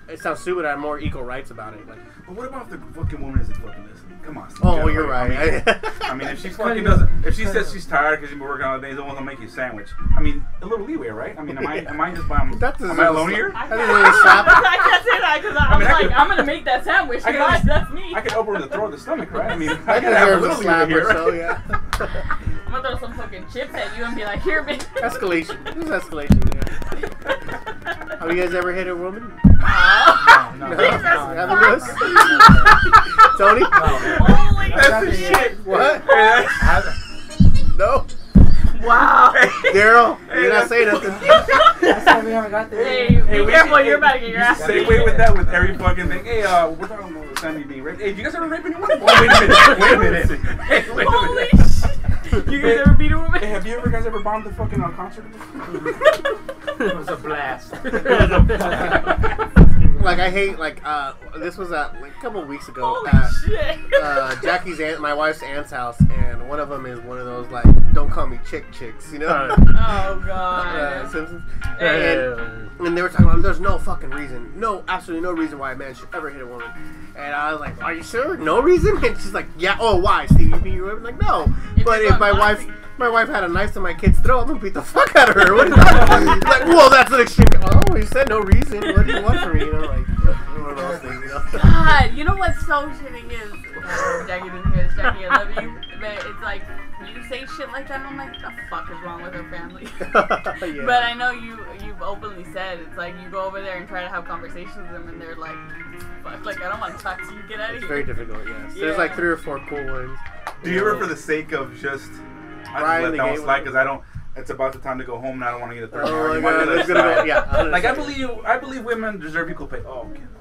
it sounds stupid, I'm more equal rights about it. Like, But what about if the fucking woman isn't fucking listening? Come on. oh, Steve, you're I mean- right. I mean, if she fucking doesn't, if she says she's tired because you've been working all day, someone's gonna make you a sandwich. I mean, a little leeway, right? I mean, am I, am I just by, am, That's a- I alone here? I That doesn't really stop. I can't say that because I'm mean, I like, could- I'm gonna make that sandwich. I could guys, just- that's me. I could open the throat of the stomach, right? I mean, That I could have a deserves a little slap leeway or here. Right? so, yeah. I'm gonna throw some fucking chips at you and be like, here, bitch. Escalation. This is escalation, yeah. Have you guys ever hit a woman? Ah. No. Jesus Christ. Tony? Holy That's the shit. What? Hey, No. wow. Daryl, you're not saying nothing. That's why we haven't got there. Hey, be we- careful, you're about to get your ass. Say beat. wait with that with every fucking thing. Hey, uh, we're talking about Sammy being raped. Hey, you guys ever rape anyone? Oh, wait a minute. Wait a minute. Hey, wait a Holy minute. shit. You guys ever beat a Hey, woman? have you ever guys ever bombed a fucking uh, concert? before? It was a blast. like, I hate, like, uh, this was uh, like, a couple of weeks ago. Holy at, shit. uh, Jackie's aunt, my wife's aunt's house, and one of them is one of those like, don't call me chick chicks, you know? Oh, Uh, God. Simpsons. Hey. And, and they were talking about there's no fucking reason, no absolutely no reason why a man should ever hit a woman. And I was like, are you sure? No reason? And she's like, yeah. Oh, why, Steve? You beat your woman? Like, no. If but it's if my not wife, nasty. my wife had a knife to my kid's throat, I'm gonna beat the fuck out of her. What is that? like, well, that's an extreme. Oh, you said no reason. What do you want from me? You know, like one of those things. You know? God, you know what's so shitting is uh, Jackie doesn't hear this, Jackie, I love you. But it's like you say shit like that and I'm like, the fuck is wrong with her family? Yeah. But I know you you've openly said it's like you go over there and try to have conversations with them and they're like, fuck, like I don't want to talk to you, get out of It's here. very difficult, yes. Yeah. There's like three or four cool ones. Do you ever, for the sake of just, Ryan, I just let the that one gay slide one. because I don't. It's about the time to go home, and I don't want to get a third Oh my party. god, it's gonna go, yeah. I'm gonna Like I say. believe, I believe women deserve equal pay. Oh, get the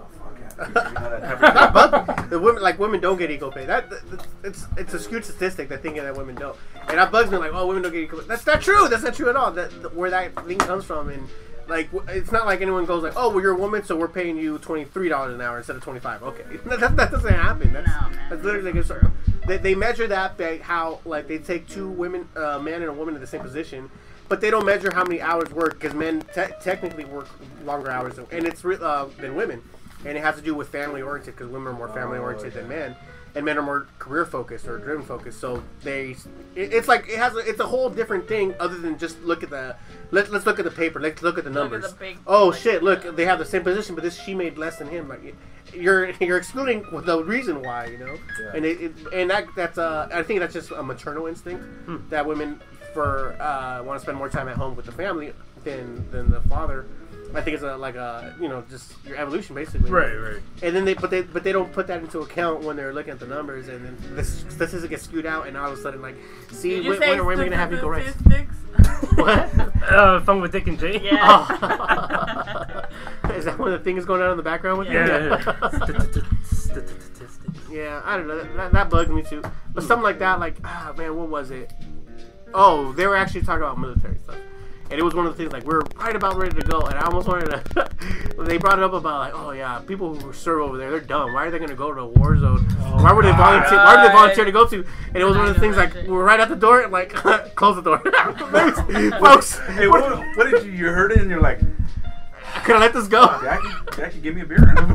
fuck out! of here. You know that type of- but the women like women don't get equal pay. That, that it's it's a skewed statistic that thinking that women don't. And that bugs me like, oh, women don't get equal. Pay. That's not true. That's not true at all. That where that thing comes from and. Like w- it's not like anyone goes like, oh, well, you're a woman, so we're paying you twenty three dollars an hour instead of twenty five. Okay, that, that, that doesn't happen. That's, No, man. that's literally like a circle. They, they measure that by how like they take two women, a man and a woman in the same position, but they don't measure how many hours worked because men te- technically work longer hours, than- and it's re- uh, than women, and it has to do with family oriented because women are more family oriented than men, and men are more career focused or driven focused. So they, it, it's like it has a, it's a whole different thing other than just look at the let let's look at the paper, let's look at the Look at numbers. the big- oh shit, look they have the same position, but this she made less than him. Like you're you're excluding the reason why you know, and it, it and that that's uh I think that's just a maternal instinct Hmm. that women for uh, want to spend more time at home with the family than than the father. I think it's a, like a you know just your evolution basically. right, right. And then they but they but they don't put that into account when they're looking at the numbers, and then this statistic gets skewed out, and all of a sudden like, see Did when, you when, say are we gonna have equal rights? statistics? What? Uh, fun with Dick and Jane. Yeah. Oh. Is that when the thing is going on in the background with you? Yeah. Yeah, I don't know. That, that bugged me too. But something like that, like, ah, man, what was it? Oh, they were actually talking about military stuff. And it was one of the things, like, we're right about ready to go. And I almost wanted to. they brought it up about, like, oh, yeah, people who serve over there, they're dumb. Why are they going to go to a war zone? why would they volunteer? Why would they volunteer to go to? And it was one of the things, like, we're right at the door, like, close the door. Folks, hey, what, what did you? You heard it, and you're like, could I let this go? Jackie, Jackie, give me a beer. Let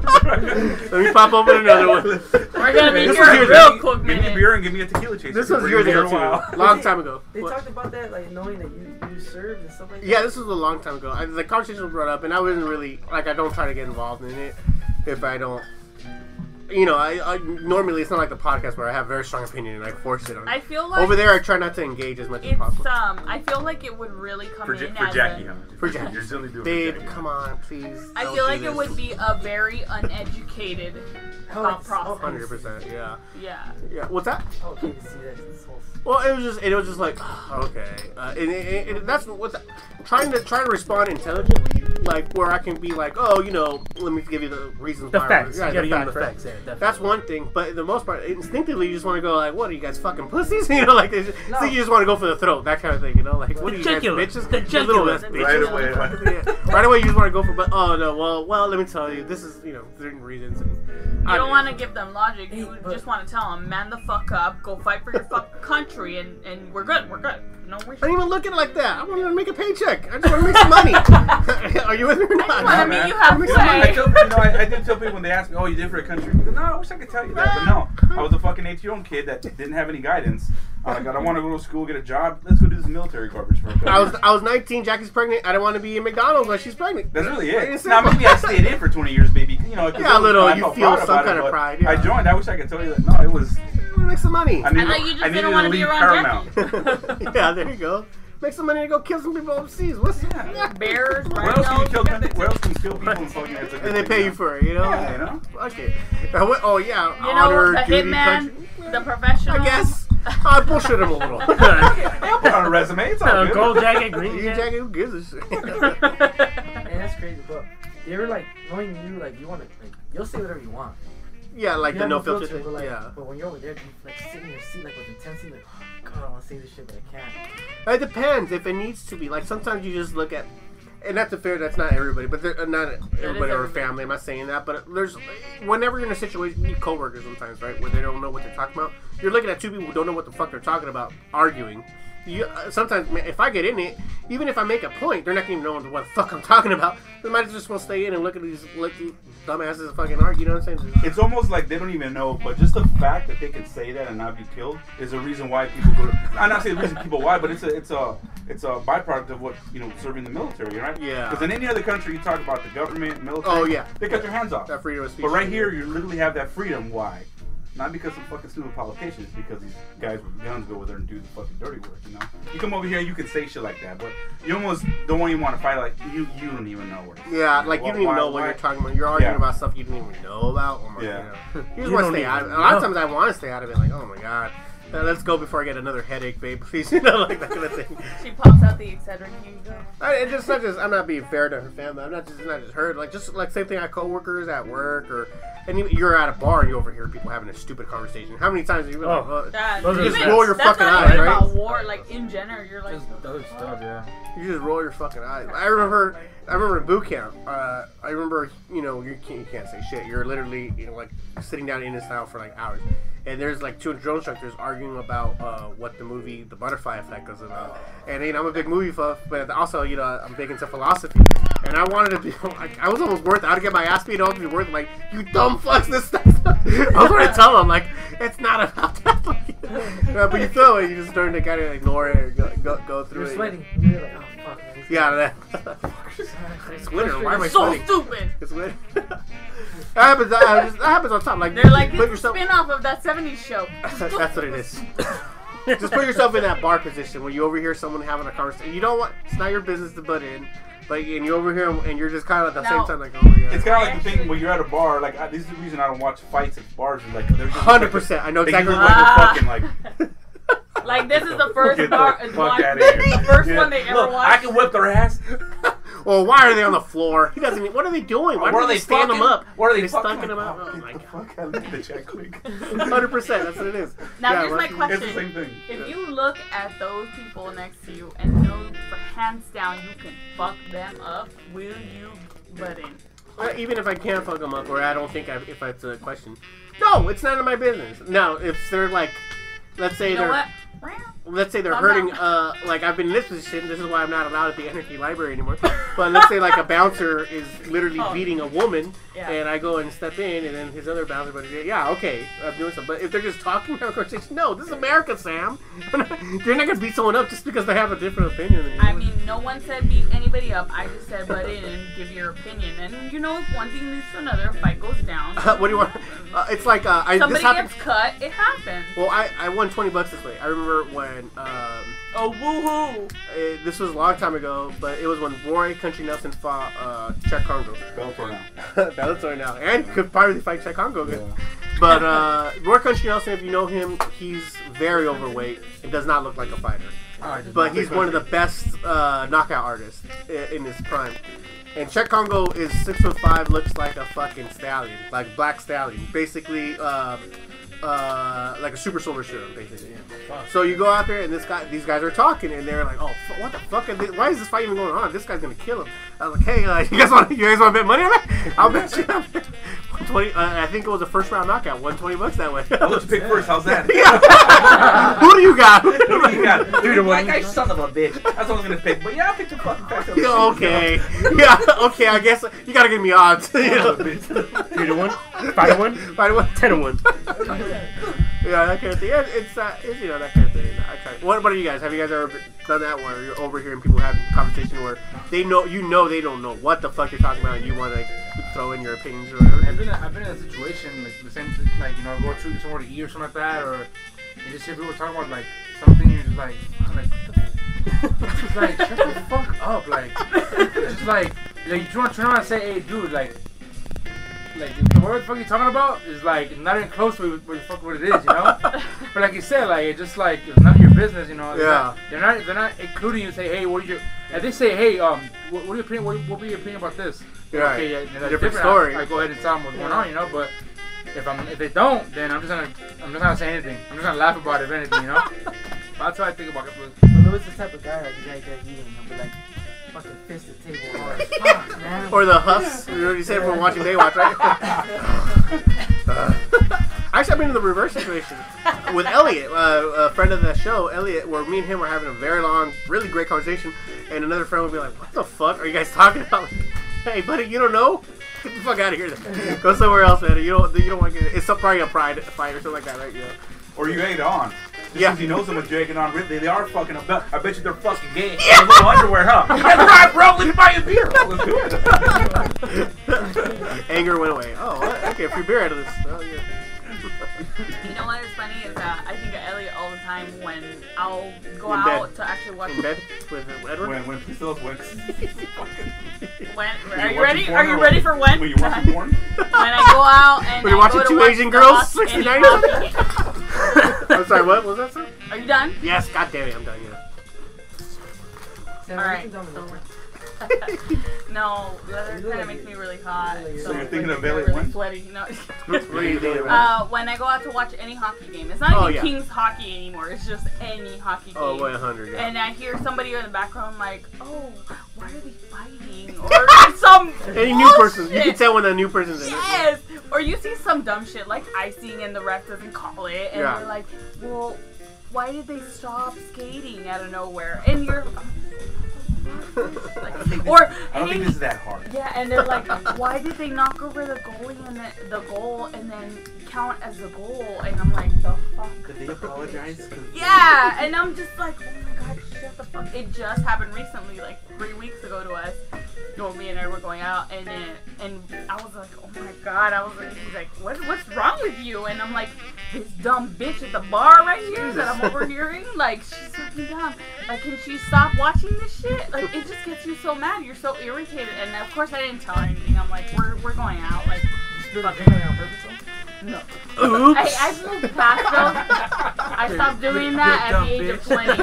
me pop open another one. We're gonna be This here was a years real ago. quick Give me a minute. beer and give me a tequila chaser. This was We're years here ago a while. too, long time ago. They What? talked about that, like knowing that you, you served and stuff like Yeah, that. this was a long time ago. I, the conversation was brought up, and I wasn't really like I don't try to get involved in it if I don't. You know, I, I normally it's not like the podcast where I have very strong opinion and I force it on. I feel like Over there, I try not to engage as much as it's um possible. I feel like it would really come For, in Ja- for as Jackie, a, huh? For Jackie. You're silly doing Babe, Jackie. come on, please. I don't feel do like it this. would be a very uneducated How, thought like, process. Oh, Hundred percent, yeah, Yeah. yeah. What's that? Oh, okay, to see that. This whole Well, it was just, it was just like, okay, uh, and, and, and that's what the, trying to try to respond intelligently, like where I can be like, oh, you know, let me give you the reasons. The why- facts. yeah, you gotta the give them the right? facts. Yeah, definitely. That's one thing, but the most part, instinctively, you just want to go like, "What are you guys fucking pussies?" You know, like, it's just, No. so you just want to go for the throat, that kind of thing. You know, like, "What are you guys Ridiculous. bitches?" You little ass Ridiculous. bitches. Right away. huh? Yeah. Right away, you just want to go for, but oh no, well, well, let me tell you, this is you know certain reasons. And You don't want to give them logic. You but- just want to tell them, man the fuck up, go fight for your fucking country, and, and we're good, we're good. No, we're I don't even look at it like that. I want to make a paycheck. I just want to make some money. are you with me or not? I mean, man. you You know, I, I halfway. tell, you know, I, I do tell people when they ask me, "Oh, you did for a country?" I go, no, I wish I could tell you that, but no, I was a fucking eighteen-year-old kid that didn't have any guidance. I'm like, I don't want to go to school, get a job. Let's go do this military garbage for a couple I was years." I was 19. Jackie's pregnant. I don't want to be in McDonald's while she's pregnant. That's really Plain and it. Now simple. maybe I stayed in for twenty years, maybe. You know, 'cause Yeah, a it was- little, I you felt feel proud some about it, kind of but pride, yeah. I joined. I wish I could tell you that. No, it was. I want to make some money. I needed. thought you just I needed didn't wanna to be leave around Paramount. Jackie. yeah, there you go. Make some money to go kill some people overseas. What's Yeah. Bears, Where else can you rhinos, kill you got people? the- Where else can you kill people and fucking it's a good And they thing, pay know? you for it, you know? Yeah, you know? Fuck it. Uh, what- Oh, yeah. you know, honor, the duty, hitman, country- the professional. I guess. I bullshit him a little. I'll put it on a resume. It's all Uh, good. gold jacket, green you jacket. jacket, who gives a shit? And that's crazy, but they were like knowing you, like you want to, like you'll say whatever you want. yeah, like You the have no filter. but, like, thing. yeah. But when you're over there, you like sit in your seat like with intensity, like oh, God, I want to say this shit, but I can't. It depends if it needs to be. Like sometimes you just look at, and that's a fair. That's not everybody, but there- uh, not everybody or everybody. family. I'm not saying that, but there's whenever you're in a situation, you need coworkers sometimes, right, where they don't know what they're talking about. You're looking at two people who don't know what the fuck they're talking about, arguing. You uh, sometimes, man, if I get in it, even if I make a point, they're not gonna even know what the fuck I'm talking about. They might just want to stay in and look at these look these dumbasses fucking argue. You know what I'm saying? It's almost like they don't even know, but just the fact that they could say that and not be killed is a reason why people go. To, I'm not saying the reason people why, but it's a it's a it's a byproduct of what you know serving the military, right? Yeah. Because in any other country, you talk about the government, military. Oh, yeah. They cut your hands off. That freedom of speech. But right here, you literally have that freedom. Why? Not because some fucking stupid politicians, because these guys with guns go over there and do the fucking dirty work, you know? You come over here and you can say shit like that, but you almost don't even want to fight, like, you you don't even know what it's Yeah, like you Why- don't even why- know what why- you're talking about. You're arguing Yeah. about stuff you didn't even know about. Oh my Yeah. god. You just You want to don't stay even out of it. A lot know. of times I want to stay out of it. Like, oh my god, Uh, let's go before I get another headache, babe. Please, you know, like that kind of thing. She pops out the Excedrin. Here you go. I, it's just not just I'm not being fair to her family. I'm not just not just her. Like just like same thing at coworkers at work or and you- you're at a bar and you overhear people having a stupid conversation. How many times have you been like, Oh. oh, That, Those are even, the best. Roll your that's fucking not eye, even right? about war. Like in general, you're like, There's other stuff, yeah. You just roll your fucking eyes. I remember, I remember in boot camp. Uh, I remember, you know, you can't, you can't say shit. You're literally, you know, like sitting down in and style for like hours, and there's like two drill instructors arguing about uh, what the movie The Butterfly Effect was about. And you know, I'm a big movie buff, but also, you know, I'm big into philosophy. And I wanted to be, like, I was almost worth. I'd get my ass beat off to be worth like you dumb fucks. This stuff. I was trying to tell them like it's not about that. Uh, but you feel it. You just learn to kind of ignore it or go, go, go through You're it. sweating. You're like, oh fuck. man, this- Yeah, that. It's winter. Why am I so sweating? stupid. It's winter. that happens. That happens, that happens on top. Like They're like, put it's a yourself. spin off of that 70s show. That's what it is. Just put yourself in that bar position when you overhear someone having a conversation. You don't want. It's not your business to butt in. But and you overhear 'em, and you're just kind of at the No. same time like, oh my It's god. kind of like the thing when you're at a bar. Like I, this is the reason I don't watch fights at bars. Is like they're just Hundred percent. I know They just exactly. look What like you're- they're Ah. fucking like like, this is the first get the bar, fuck one, outta here. the first Yeah. one they ever Look, I watched. can whip their ass. well, why are they on the floor? He doesn't. What are they doing? Why Where are they standing them up? Where are they They're fucking? stunking them out. Oh, Oh get my the god. fuck out of the check quick. Hundred percent. That's what it is. Now, Yeah, here's well, my It's the question. same thing. If you look at those people next to you and know for hands down you can fuck them up, will you butt in? Uh, even if I can't fuck them up, or I don't think I, if it's a question. No, it's none of my business. Now, if they're like, let's say You know they're, what? let's say they're I'm hurting. not- Uh, like I've been in this position. This is why I'm not allowed at the energy library anymore. but let's say like a bouncer is literally Oh. beating a woman, Yeah. and I go and step in, and then his other bouncer, but yeah, okay, I'm doing something. But if they're just talking, have a conversation. No, this is America, Sam. you're not gonna beat someone up just because they have a different opinion than you. I mean, no one said beat anybody up. I just said butt in and give your opinion. And you know, if one thing leads to another, fight goes down. what do you want? Uh, it's like uh, I, this Somebody happened. gets cut, it happens. Well, I, I won 20 bucks this way. I remember when, um, Oh, woohoo! eh, this was a long time ago, but it was when Roy Country Nelson fought uh, Czech Congo. Bellator now. That's right now. And could probably fight Czech Congo again. But uh, Roy Country Nelson, if you know him, he's very overweight and does not look like a fighter. But he's one of the best uh, knockout artists i- in his prime. And Czech Congo is six foot five, looks like a fucking stallion, like black stallion, basically uh, uh, like a super soldier serum, basically. So you go out there and this guy, these guys are talking, and they're like, "Oh, fu- what the fuck? Are thi- why is this fight even going on? This guy's gonna kill him." I was like, "Hey, uh, you guys want you guys want to bet money on that? I'll bet you." 120, uh, I think it was a first round knockout, one twenty bucks that way. I'll let you pick first. How's that? Who do you got? What do you got? Dude, like, I son of a bitch. That's what I was gonna pick. But yeah, I'll pick your fucking pass. Yeah, okay. Yeah, okay. I guess you gotta give me odds. you know? Three to one, five to one, By the way, ten to one. yeah, that kind of thing. Yeah, it's, uh, it's you know that kind of thing. I try. What about you guys? Have you guys ever been- done that where you're overhearing people having a conversation where they know you know they don't know what the fuck you're talking about and you want to throw in your opinions or I've whatever? been I've been in a situation like the same like you know go to somewhere to eat or something like that or you just hear people talking about like something you're just like "Fuck," like what the She's like, shut the fuck up, like, just like, like you want to turn around and say, hey, dude, like, like what the fuck you talking about is like not even close to what, what the fuck what it is, you know. but like you said, like it's just like it's none of your business, you know. They're Yeah. not- They're not they're not including you. Say, hey, what are your? If they say, hey, um, what, what are your opinion? What, what be your opinion about this? Yeah. Okay, yeah, that's Different different, story. I, I go ahead and tell um, them what's going on, you know. But if I'm if they don't, then I'm just gonna I'm just not gonna say anything. I'm just gonna laugh about it if anything, you know. That's how I think about it. But Louis is the type of guy like you guys that eating, he'll be like fucking fist the table hard. Fuck, man. Or the huffs. You already said we're watching Baywatch, right? Uh, actually, I've been in the reverse situation with Elliot, uh, a friend of the show, Elliot, where me and him were having a very long, really great conversation, and another friend would be like, "What the fuck are you guys talking about?" Like, hey, buddy, you don't know. Get the fuck out of here. Then. Go somewhere else, man. You don't. You don't want to get. It's some- probably a pride fight or something like that, right? Yeah. Or you egg on. Just Yeah. 'cause you know someone's egging on Ridley, they are fucking up. I bet you they're fucking gay. Yeah. little underwear, huh? That's right, bro. Let me buy you a beer. Let's do it. Anger went away. Oh, what? okay. Free beer out of this. Oh, yeah. You know what is funny is that I think of Elliot all the time when I'll go In bed. out to actually watch. In bed with Edward. when when Priscilla's when, fucking- When, when are you're you watching ready? porn Are or you ready for when? When you watching porn? when I go out and Were you I watching go to Two watch Asian The Girls? Lost 69? and Found- I'm sorry. What was that? Sir? Are you done? Yes. God damn it. I'm done. Yeah. Sam, Alright. you can tell me that. No, the other You look kind of like makes you- me really hot. you look like So you're like, thinking of I get Bailey really Wynn? Sweaty. No. What do you think about? uh, when I go out to watch any hockey game, it's not Oh, even yeah. Kings hockey anymore. It's just any hockey game. Oh, 100. Yeah. and I hear somebody in the background like, "Oh, why are they fighting?" Or some Any new person, you bullshit. can tell when a new person's in it. Yes, or you see some dumb shit like icing and the ref doesn't call it, and Yeah. you're like, "Well, why did they stop skating out of nowhere?" And you're like, or I don't think hey, this is that hard. yeah, and they're like, "Why did they knock over the goalie and the, the goal and then count as the goal?" And I'm like, "The fuck." Could they apologize? 'Cause- Yeah, and I'm just like, oh my god, shut the fuck. It just happened recently, like three weeks ago to us. Well, me and her were going out, and it, and I was like, oh my god, I was like, he's like, what, what's wrong with you? And I'm like, this dumb bitch at the bar right here that I'm overhearing, like she's fucking dumb. Like, can she stop watching this shit? Like, it just gets you so mad. You're so irritated, and of course I didn't tell her anything. I'm like, we're we're going out, like. You're not doing it on purpose, though? Oops. I, I've moved past those. I stopped doing that at the age of 20. Okay?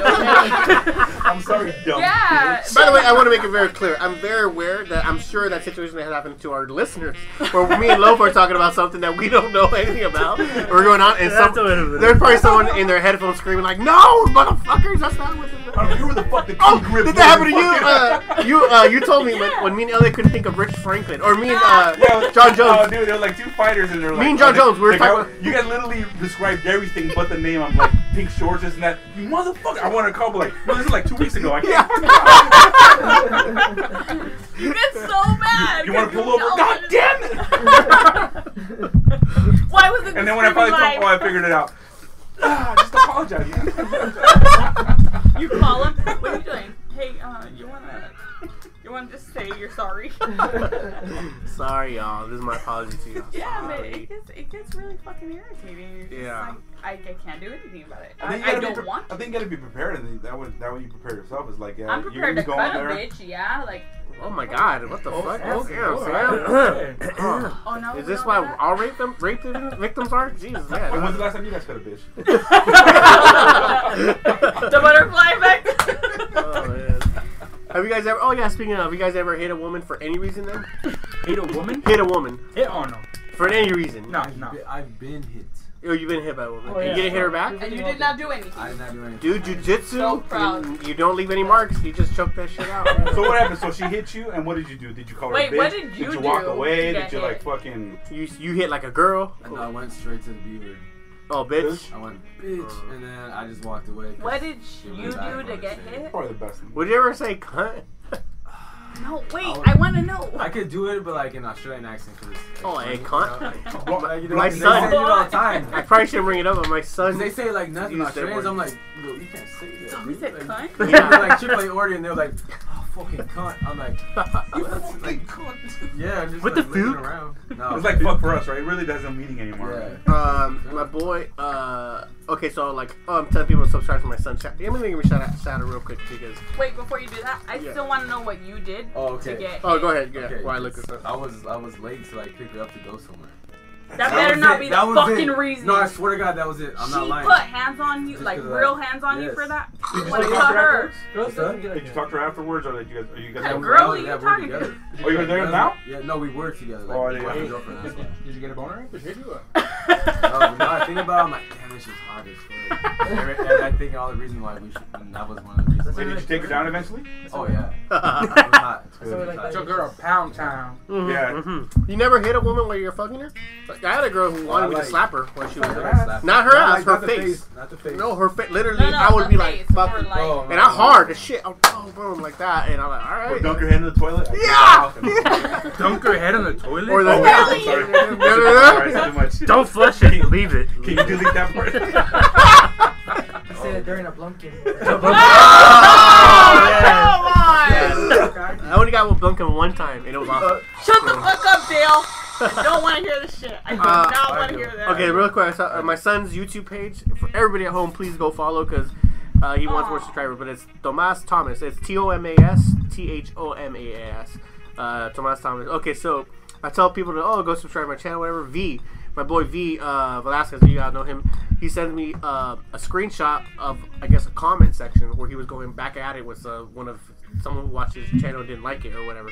I'm sorry, dumb. yeah. By the way, I want to make it very clear. I'm very aware that I'm sure that situation has happened to our listeners, where me and Loaf are talking about something that we don't know anything about. We're going on, and some, That's what it is. there's probably someone in their headphones screaming like, "No, motherfuckers, that's not what." I don't care where the fuck the key Oh, grip did that happen to you? fucking- Uh, you uh, you told me when, when me and Elliot couldn't think of Rich Franklin, or me and uh, Yeah, John Oh, Jones. dude, they're like two fighters, and they're like. Me and John oh, the- Jones, we were the talking- guy- You guys literally described everything but the name. I'm like, pink shorts, this and that. You motherfucker! I want to call, but like, no, this is like two weeks ago. I can't. You get so mad. You want to 'cause pull over? know God that- damn it! Why was it And then when I finally told, oh, I figured it out. Ah, just apologize. You call him. What are you doing? Hey, uh, you want to. You want to just say you're sorry? Sorry, y'all. This is my apology to you. yeah, but Sorry. it gets, it gets really fucking irritating. You're just Yeah. Like, I, I can't do anything about it. think I, you I gotta be don't pre- want I to. think you gotta be prepared, and that would that way you prepare yourself. Is like, yeah, I'm you're prepared gonna to go out cut a there. bitch, yeah? Like, Oh my God! What the fuck? Oh, Hey. damn, Sam. oh no. Is we this don't why do that? all rape them, rape victim- victims are? Jesus, When was man. the last time you guys cut a bitch? the butterfly effect? Oh, man. Have you guys ever? Oh yeah. Speaking of, have you guys ever hit a woman for any reason? Then Hate a woman? hit a woman Hit? Oh no, for any reason. no, no. I've been hit. Oh, you've been hit by a woman. Oh, You yeah. didn't hit her back. and you did not do anything. I did not do Do anything. jujitsu. So proud. You, you don't leave any marks. You just choke that shit out. man. So what happened? So she hit you, and what did you do? Did you call her a Wait, bitch? what did you you walk do away? to Did get you like hit? fucking? you you hit like a girl. And I went straight to the beaver. Oh bitch. I went Uh. bitch, and then I just walked away. 'cause What did she went you back do on to her get shit. hit? Probably the best. thing. Would you ever say cunt? No, wait, Oh. I want to know. I could do it, but like in Australian accent first. Oh, hey, Like, cunt. you know, Well, like, you know, my they son- say it all the time. I probably shouldn't bring it up, but my son. Cause they say like nothing You in said Australians. word. I'm like, yo, you can't say that. Somebody dude." said like, cunt? Yeah, like Chick Fil A order, and they're like, oh fucking cunt. I'm like, "Oh, "That's like-" yeah, I'm just With like the looking food? around. No, It's like fuck for us, right? It really doesn't mean anymore. yeah. Um, my boy. Uh, okay, so like, oh, I'm telling people to subscribe to my son's chat. Yeah, let me give me shout out, shout out real quick because. Wait, before you do that, I Yeah. still want to know what you did Oh, okay. to get. Oh, go ahead. Yeah, Okay, why I look. so I was I was late to like pick her up to go somewhere. That, That better was not it. be the That was fucking it. reason. No, I swear to God, that was it. I'm she not lying. put hands on you, Just like 'cause I- real hands on you Yes. for that. you Like, still cut talk to her her. Girls doesn't What's that? get Did you like talk to her afterwards, or did you guys? Are you guys? That Yeah, we- girl yeah, you we're talking together. Oh, you're there now? Yeah, no, we work together. Like, Oh, we yeah. wife and girlfriend. That's why. Did you get a boner? No, but now I think about it, I'm like, damn, this is hot as fuck. and, every- and I think all the reason why we should, and that was one of the reasons. Wait, did you take her down eventually? Oh, yeah. It was hot. It's So, good. It's like, hot. Took her a pound town. Yeah. You never hit a woman while you're fucking her. Like, I had a girl who wanted me like- to slap her when she was. Not there. like slap. Not her ass, not her the face. Not the face. No, her fa- literally, No, no, I would the be like, face, more fucking. like- Oh, And I hard as shit. I'm boom, boom, like that. And I'm like, all Or right. dunk her head in the toilet? Yeah! Dunk her head on the toilet. Or Oh, like yeah, that. I'm sorry. Really? Sorry, too much. Don't flush it. Leave it. Can you delete that part? I said it during a blumpkin. I only got with Bunkum one time, and it was awesome. Shut the fuck up, Dale. I don't want to hear this shit. I do Uh, not I want to do. hear that. Okay, real quick, I saw, uh, my son's YouTube page. For everybody at home, please go follow because uh, he wants more Aw. subscribers. But it's Tomas Thomas. It's T O M A S T H O M A S. Uh, Tomas Thomas. Okay, so I tell people to oh go subscribe to my channel, whatever. V, my boy V uh, Velasquez, you guys know him. He sends me uh, a screenshot of I guess a comment section where he was going back at it with uh, one of someone who watched his channel and didn't like it or whatever.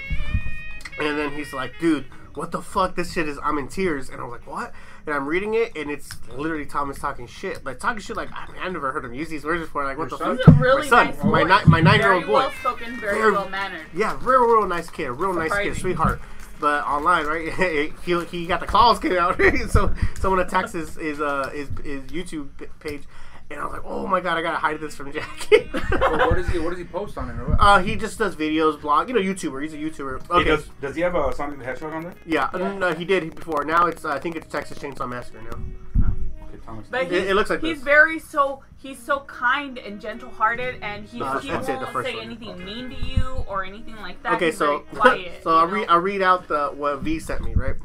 And then he's like, dude, what the fuck? This shit is, I'm in tears. And I'm like, what? And I'm reading it, and it's literally Thomas talking shit. Like, talking shit like, I mean, I've never heard him use these words before. Like, what the He fuck? was a my really son, nice my, boy. ni- my nine year old very boy. well spoken, very, Very- well mannered. Yeah, real, real nice kid. Real nice Surprising. kid, sweetheart. But online, right? he, he got the claws came out. so someone attacks his his, uh, his his YouTube page, and I was like, oh my god, I gotta hide this from Jackie. Well, what does he? What does he post on it? Or what? uh, he just does videos, blog. You know, YouTuber. He's a YouTuber. Okay. He does, does he have a Sonic the Hedgehog on there? Yeah, no, he did before. Now it's uh, I think it's Texas Chainsaw Massacre now. Okay, Thomas. But It- he's, it looks like he's this. very so he's so kind and gentle hearted, and he, The first he one. won't I'd say the first say one. anything mean to you or anything like that. Okay, He's so very quiet, so I you know? read I read out the what V sent me right.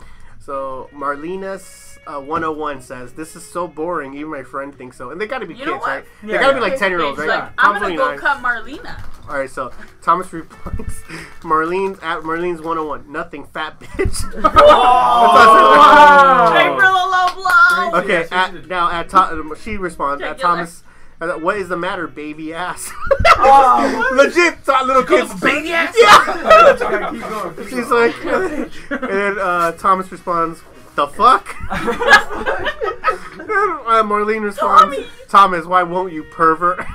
So Marlena's uh, 101 says this is so boring. Even my friend thinks so, and they got to be You know kids, what? right? they Yeah, got to be yeah. like 10 year olds, He's right? like, I'm Tom's gonna go 29. cut Marlena. All right, so Thomas replies, Marlene's at Marlene's 101. Nothing, fat bitch. April Loblo. Oh. okay, at, now at Tho- um, she responds at Take your Thomas. uh, What is the matter, baby ass? Oh, Legit, Tho- little kids. Baby ass. Yeah. Okay, keep going, keep She's going. like, and then uh, Thomas responds, "The fuck." And, uh, Marlene responds, "Thomas, why won't you pervert?"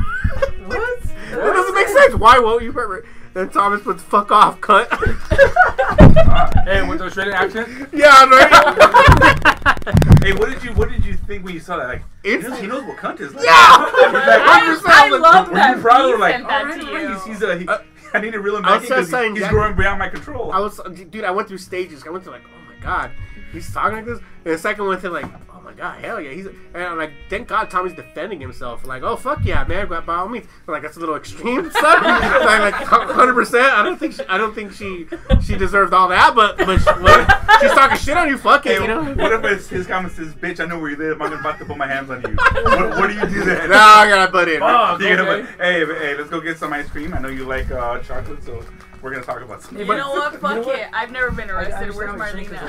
What? that doesn't make sense. Why won't you pervert? Then Thomas puts, "Fuck off, cunt." Ah. Hey, with the Australian accent. yeah, right. Hey, what did you what did you think when you saw that? Like, he It's- knows, he knows what cunt is. Like, I, I love that. Were you proud he or like, sent that alright, to alright, you. he's, he's a, he, I need to reel him I back was just in 'cause he- saying, he's Jack- growing beyond my control. I was, dude. I went through stages. I went to like, oh my god, he's talking like this. And the second one to like, oh my god, hell yeah, he's. And I'm like, thank God, Tommy's defending himself. Like, oh fuck yeah, man, by all means. I'm like that's a little extreme, son. I'm like, hundred percent. I don't think she, I don't think she she deserved all that, but but she, what- she's talking shit on you, fuck Hey, it, you know. What if it's his comment says, "Bitch, I know where you live. I'm about to put my hands on you." what, what do you do then? Nah, I gotta butt in. Fuck, You're gonna okay. put, hey, hey, let's go get some ice cream. I know you like uh, chocolate, so we're gonna talk about some. You but- know what? you know Fuck what? it. I've never been I arrested. understand Where's how he's shaking,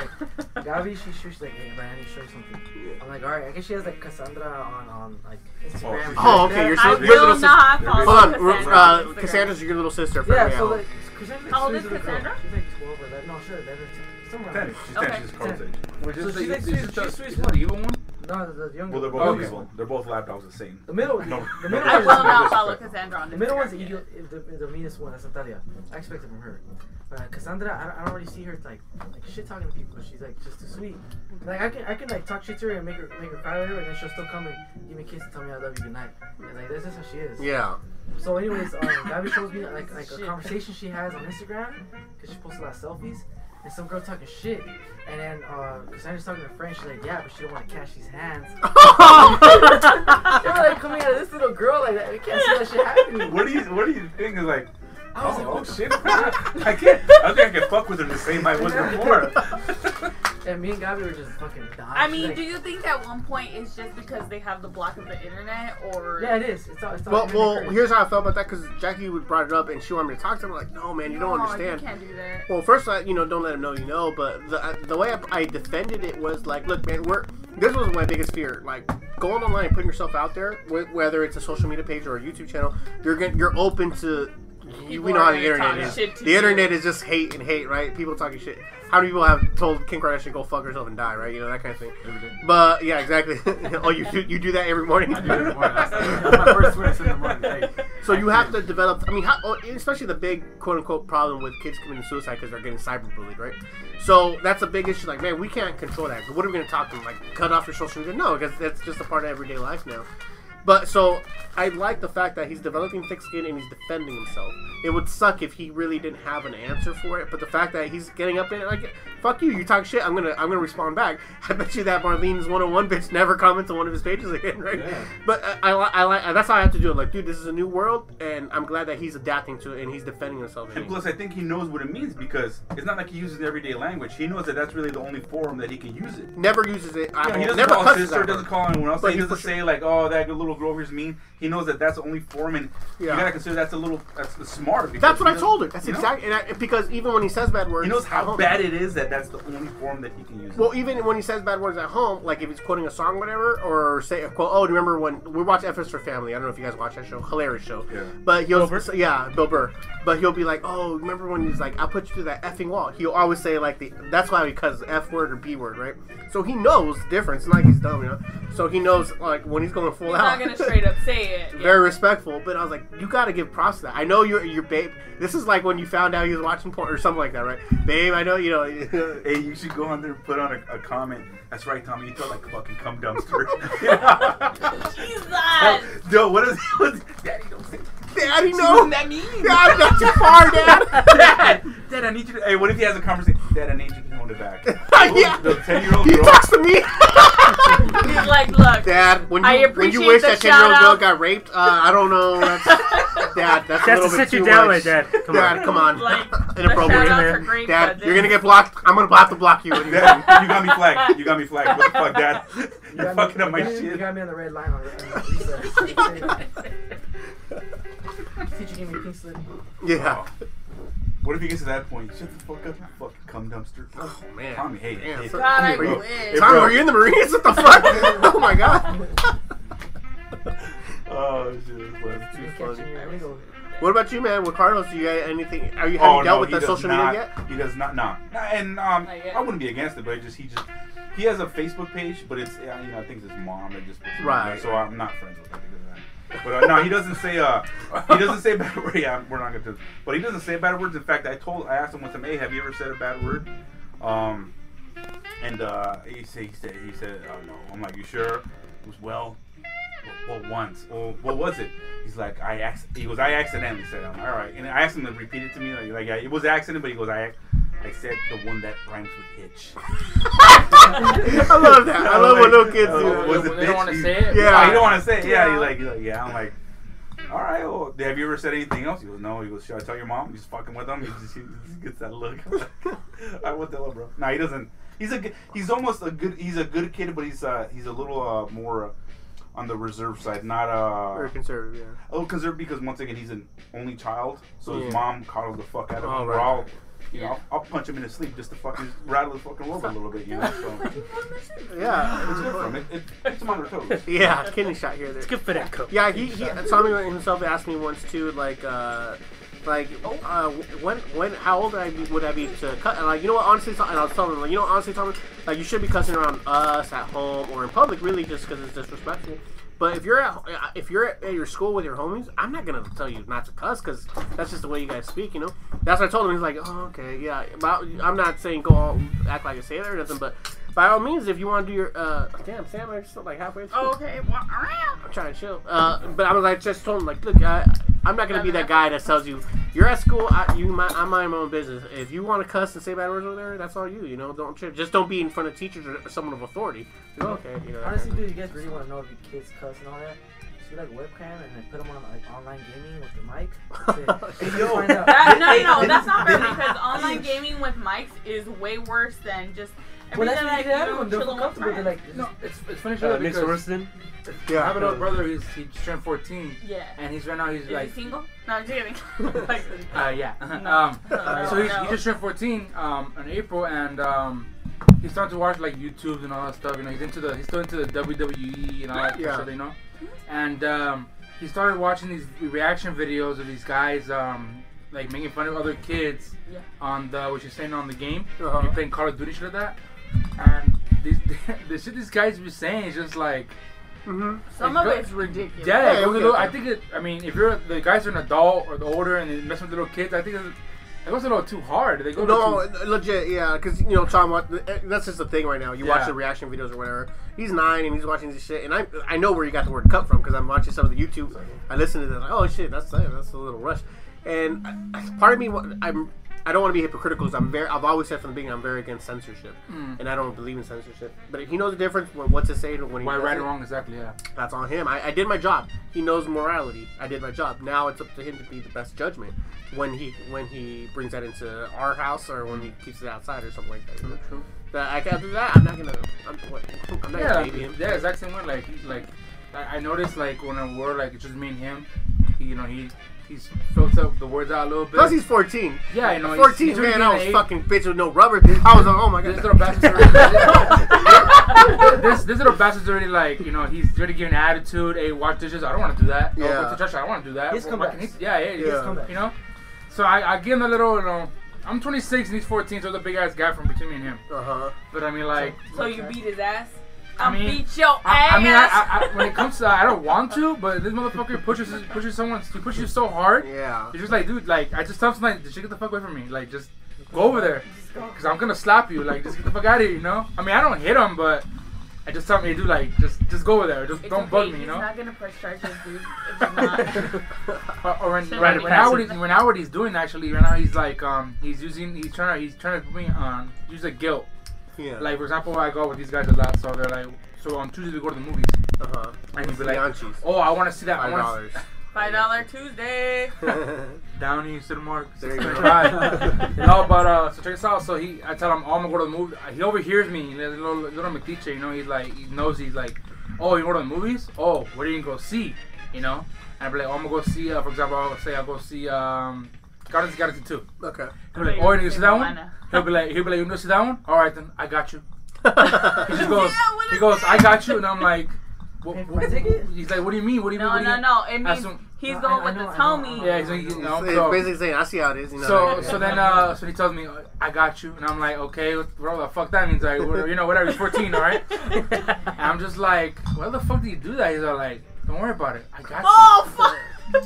Marlena? Gabby, she shoots she's like, hey, man, I need to show you something. I'm like, alright, I guess she has like Cassandra on, on like Instagram. Oh, okay, you're I so. will Your little sister. not follow Hold on, Cassandra uh, on Instagram. Cassandra's your little sister. Yeah, Fairway so Allen. like, Cassandra's How old is she's like- Cassandra? She's like 12 or 11. No, she's 11. Somewhere around Ten. there. She's Okay. ten. She's Carl's age. Which So is she's the, like is Swiss- it the, she's is Swiss it the one. evil one? No, the, the younger Well, they're both one. Okay. evil. They're both lapdogs the same. The middle, No. the middle I will one. not follow Cassandra on Instagram. The middle one's ego, the, the meanest one. That's Natalia. I expect it from her. Uh, Cassandra, I, don't- I don't really see her like, like shit talking to people. She's like just too sweet. Like I can I can like talk shit to her and make her make her cry or whatever, and then she'll still come and give me a kiss and tell me I love you, good night. And like that's just how she is. Yeah. So, anyways, um, Gabby shows me like like a conversation she has on Instagram because she posts a lot of selfies. And some girl talking shit, and then uh, Cassandra's talking to her friend. She's like, "Yeah, but she don't want to cash these hands." You're like coming out of this little girl like that. You can't see that shit happening. What do you What do you think is like? I was Oh, like, oh what the shit! I can't. I think I can fuck with her the same I was before. And me and Gabby were just fucking dying. I She's mean, like, do you think at one point it's just because they have the block of the internet, or Yeah, it is. It's all. It's all Well, well, internet here's how I felt about that because Jackie would brought it up and she wanted me to talk to him. Like, no, man, you don't No, understand. You can't do that. Well, first, I, you know, don't let him know you know. But the I- the way I, I defended it was like, look, man, we're this was my biggest fear. Like going online and putting yourself out there, wh- whether it's a social media page or a YouTube channel, you're getting, you're open to. You, we People know how are the gonna internet talk is. shit to The you. internet is just hate and hate, right? People talking shit. How many people have told Kim Kardashian go fuck herself and die, right? You know that kind of thing. But yeah, exactly. oh, you do- you do that every morning. I do it in the morning. That's that's my first Twitter in the morning. Hey, So you have to develop. I mean, how, oh, especially the big quote unquote problem with kids committing suicide because they're getting cyberbullied, right? So that's a big issue. Like, man, we can't control that. What are we going to talk to them? Like, cut off your social media? No, because that's just a part of everyday life now. But so I like the fact that he's developing thick skin and he's defending himself. It would suck if he really didn't have an answer for it. But the fact that he's getting up in it, like, fuck you, you talk shit. I'm gonna, I'm gonna respond back. I bet you that Marlene's 101 bitch never comments on one of his pages again, right? Yeah. But uh, I, I, li- I like that's how I have to do it. Like, dude, this is a new world, and I'm glad that he's adapting to it and he's defending himself. in And it. plus, I think he knows what it means because it's not like he uses everyday language. He knows that that's really the only forum that he can use it. never uses it. I You know, he doesn't never call cusses sister, at her. doesn't call anyone else. But Like, he he doesn't for say like, "Oh, that little Grover's mean." He knows that that's the only form, and you Yeah. gotta consider that's a little that's smart. because That's what he I does- told her. That's you know? exactly, and I, because even when he says bad words, He knows at how home- bad it is that that's the only form that he can use. it. Well, even when he says bad words at home, like if he's quoting a song, whatever, or say a quote. Oh, do you remember when we watch FS for Family? I don't know if you guys watch that show. Hilarious show. Yeah. But he'll Bill Burr? so- yeah, Bill Burr. But he'll be like, oh, remember when he's like, I'll put you through that effing wall. He'll always say like the that's why because F word or B word, right? So he knows the difference. It's not like he's dumb, you know. So he knows like when he's going full He's out. not gonna straight up say it. Yeah. Very respectful, but I was like, you gotta give props to that. I know you're your babe. This is like when you found out he was watching porn or something like that, right? Babe, I know you know. Hey, you should go on there and put on a, a comment. That's right, Tommy. You felt like a fucking cum dumpster. Jesus. Yo, what is what's, Daddy? Don't say Daddy, no. that mean? Dad, not too far, Dad. Dad, Dad, I need you. To, hey, what if he has a conversation? Dad, I need you to hold it back. yeah. The ten-year-old He girl. talks to me. He's like, look, Dad, when you, I when you appreciate wish the that 10 year old shout-out. girl got raped, uh, I don't know. That's, Dad, that's, a That's little to bit sit too you down much. like that. Come Dad, on. come on. like the Inappropriate. shout outs are man. great. Dad, but you're gonna this- get blocked. I'm gonna have to block you. Dad, you got me flagged. You got me flagged. What the fuck, Dad? You You're got fucking me, up my you got me- You shit. got me on the red line on the Teacher gave me a pink slip. yeah. What if he gets to that point? Shut the fuck up, you fucking cum dumpster. Oh man. Tommy, hey, Damn, hey, so- God, I Are you- wish. Tommy, are you in the Marines? What the fuck? oh my god. Oh shit, that's funny. You catching your wiggle. What about you, man? With Carlos, do you got anything? Are you have Oh you dealt no, with he the does social not. media yet? He does not. Nah, Nah, and um, Not yet. I wouldn't be against it, but it just he just he has a Facebook page, but it's yeah, you know I think it's his mom that just puts it on Right. there, so I'm not friends with him because of that. But uh, no, he doesn't say uh he doesn't say bad words. Yeah, we're not gonna. do- But he doesn't say bad words. In fact, I told I asked him one time, hey, have you ever said a bad word? Um, and uh, he said he said he said oh no. I'm like, you sure? It was well. Well, once. Well, what was it? He's like, I ac- he goes, I accidentally said. it." I'm like, all right, and I asked him to repeat it to me. Like, like yeah, it was accident, but he goes, I, ac- I said the one that rhymes with hitch. I love that. I love when little kids uh, do that. was They it don't bitch? wanna You- say it? Yeah. Oh, you don't want to say it. Yeah, Yeah. He's like, he's like, yeah. I'm like, all right. Well, have you ever said anything else? He goes, no. He goes, should I tell your mom? He's fucking with him. He just, he just gets that look. I'm like, I will tell him, bro. No, he doesn't. He's a good, he's almost a good he's a good kid, but he's uh he's a little uh more uh, on the reserve side, not uh Very conservative. Yeah. Oh, because because once again he's an only child, so Yeah. his mom coddles the fuck out of him. Oh, We're right. all, you know, I'll, I'll punch him in his sleep just to fucking rattle his fucking robe a little bit, you know. So it's good for Yeah. him. It, it keeps him on their toes. Yeah. Kidney shot here. There. It's good for that coat. Uh, Yeah, he, he Tommy himself asked me once too, like, uh, like, uh, when, when, how old would I be, would I be to cut? And like, you know what? Honestly, Tom- and I was telling him, like, you know, what, honestly, Tommy, like, you should be cussing around us at home or in public, really, just because it's disrespectful. But if you're at, if you're at your school with your homies, I'm not gonna tell you not to cuss because that's just the way you guys speak, you know. That's what I told him. He's like, oh, okay, yeah. But I'm not saying go all act like a sailor or nothing, but by all means, if you want to do your, uh, damn, Sam, I just felt like halfway. through. Oh, okay. Well, all right. I'm trying to chill. Uh, but I was like, just told him, like, look, I, I'm not gonna be that guy that tells you you're at school. I, you, my, I mind my own business. If you want to cuss and say bad words over there, that's all you. You know, don't trip. Just don't be in front of teachers or someone of authority. You know, okay, you know. that Honestly, kind dude, you guys really want to know if your kids cuss and all that? shoot like webcam and then put them on like online gaming with the mic. That's it. Hey, You yo. find out. That, no, no, no, that's not fair because online gaming with mics is way worse than just Well, everything that's what like they have when you they're chilling with comfortable. They're friends. like, No, it's it's funny Uh, shit Nick because Sorensen. I have an older brother. He's he just turned 14, Yeah. and he's right now he's Is like he single? No, I'm just kidding. Like, Uh, yeah. No. Um, so he's, No. he just turned 14 um, in April, and um, he started to watch like YouTube and all that stuff. You know, he's into the he's still into the WWE and all that Yeah. stuff. You know, and um, he started watching these reaction videos of these guys um, like making fun of other kids Yeah. on the what you're saying on the game. Uh-huh. You're playing Call of Duty shit like that, and these, the shit these guys be saying is just like. Mm-hmm. some of it's ridiculous. Yeah, Yeah, it was a okay. little- I think it, I mean, if you're the guys are an adult or the older and they mess with little kids, I think it's- it goes a little too hard. They go a little No, too, legit, yeah, because you know, talking about eh, that's just the thing right now. You watch Yeah. the reaction videos or whatever. He's nine and he's watching this shit, and I I know where he got the word "cut" from because I'm watching some of the YouTube. I listen to that, like, oh shit, that's that's a little rush, and I, I- part of me, wa- I'm I don't want to be hypocritical. 'cause I'm very, I've always said from the beginning, I'm very against censorship, Hmm. and I don't believe in censorship. But he knows the difference when what to say and when he why does right it. or wrong exactly. Yeah, That's on him. I, I did my job. He knows morality. I did my job. Now it's up to him to be the best judgment when he when he brings that into our house or when he keeps it outside or something like that. you know? true. That I can't do that. I'm not gonna. I'm, what, I'm not Yeah, gonna baby him. yeah, exact same way. Like, like I, I noticed like when I were like it's just me and him, he, you know, he he's fills up the words out a little bit. Plus he's 14. yeah, you know, he's- 14 he's man, really I was getting an eight. fucking bitch with no rubber. I was like, oh my This god. little bastard's already, this, this little bastard's already like, you know, he's already giving attitude. Hey, wash dishes. I don't want to do that. Yeah. Oh, go to trash. I don't want to do that. He's Why come can back. he- Yeah, yeah, He's yeah. come back. You know, so I, I give him a little. You know, I'm 26 and he's 14, so the big ass guy from between me and him. Uh huh. But I mean, like, So you beat his ass. I I mean- beat your I, ass. I mean, I, I, I, when it comes to, that, I don't want to, but this motherfucker pushes pushes someone. He pushes you so hard. Yeah. You're just like, dude, like, I just tell him like, just get the fuck away from me. Like, just go over there. Because I'm going to slap you. Like, just get the fuck out of here, you know? I mean, I don't hit him, but I just tell him, hey, dude, like, just just go over there. Just It's don't okay, bug me, you he's know? not gonna press charges, dude. It's not. or, or when, Shouldn't right, be when, now what passive. he's, when now what he's doing, actually, right now, he's like, um, he's using, he's trying to, he's trying to put me on, use a guilt. Yeah. Like, for example, I go out with these guys a lot, so they're like, so on Tuesday we go to the movies. uh huh. And he'd be like, Bianchi's. oh, I want to see that. I Five want to dollars. Five dollar Tuesday. Downey Cinemark. There you go. Right. no, but uh, so check this out. So he, I tell him, oh, I'm gonna go to the movie. He overhears me. He's a little, little metiche, you know. He's like, he knows he's like, oh, you go to the movies? Oh, what are you gonna go see? You know. And I'd be like, oh, I'm gonna go see. Uh, for example, I'll say I'll go see um, Guardians of the Galaxy Two. okay. He'll be like, oh, you gonna see that one? He'll be like, he'll be like, you gonna see that one? All right then, I got you. He just goes, what he is goes, that? I got you, and I'm like, what, for my ticket? he's like, what do you mean? What do you mean? No, What do no, you-" no. It I means assume- he's No, I- going I with know, the I know, I know. Tommy. Yeah, he's like, you know, it's, it's so- basically saying, I see how it is. You know, So like- so then uh so he tells me I got you and I'm like okay whatever the fuck that means like whatever, you know whatever he's 14 all right and I'm just like why the fuck do you do that he's all like don't worry about it I got you Oh fuck!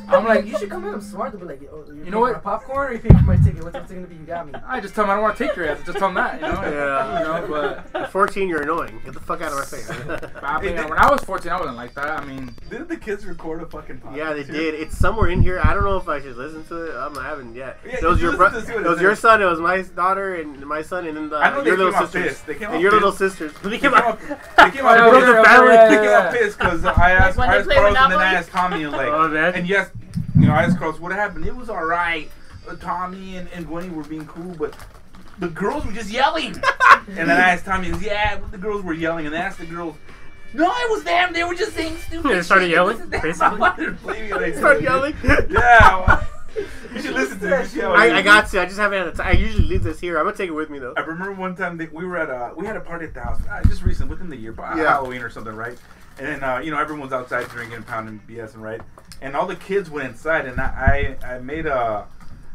I'm like You should come in. I'm smart to be like, oh, you, know know what? what? My popcorn or you paying for my ticket? What's it gonna be? You got me. I just tell him I don't want to take your ass I just tell him that you know Yeah. you know but, At 14, you're annoying. Get the fuck out of my face. but I mean, when I was 14 I wasn't like that I mean Didn't the kids record a fucking podcast? Yeah, they too? did. It's somewhere in here. I don't know if I should listen to it. I'm, I haven't yet. Yeah, it was you your listen bro- to it, it it's was your like- son. It was my daughter and my son, and then the, I know they your little came out sisters. pissed. They came And out your little pissed. sisters. They They came out, they came Oh, yeah, out yeah, yeah, yeah, pissed. They came yeah, out yeah. pissed because I asked, when I they asked play Carlos and then I Monopoly? asked Tommy and like, Oh, man. and yes, you know, I asked Carlos what happened. It was all right. Uh, Tommy and, and Gwenny were being cool, but the girls were just yelling. and then I asked Tommy, yeah, but the girls were yelling, and I asked the girls. No, it was them. They were just saying stupid. They started shit. yelling, This is that." basically? Why they're blaming it like Start that? yelling. Yeah. well, you should listen to this. show. I, I got to. I just haven't had the time. I usually leave this here. I'm gonna take it with me though. I remember one time that we were at a we had a party at the house uh, just recently within the year, but Yeah. Halloween or something, right? And then uh, you know everyone's outside drinking, pounding BS, and right, and all the kids went inside, and I I, I made a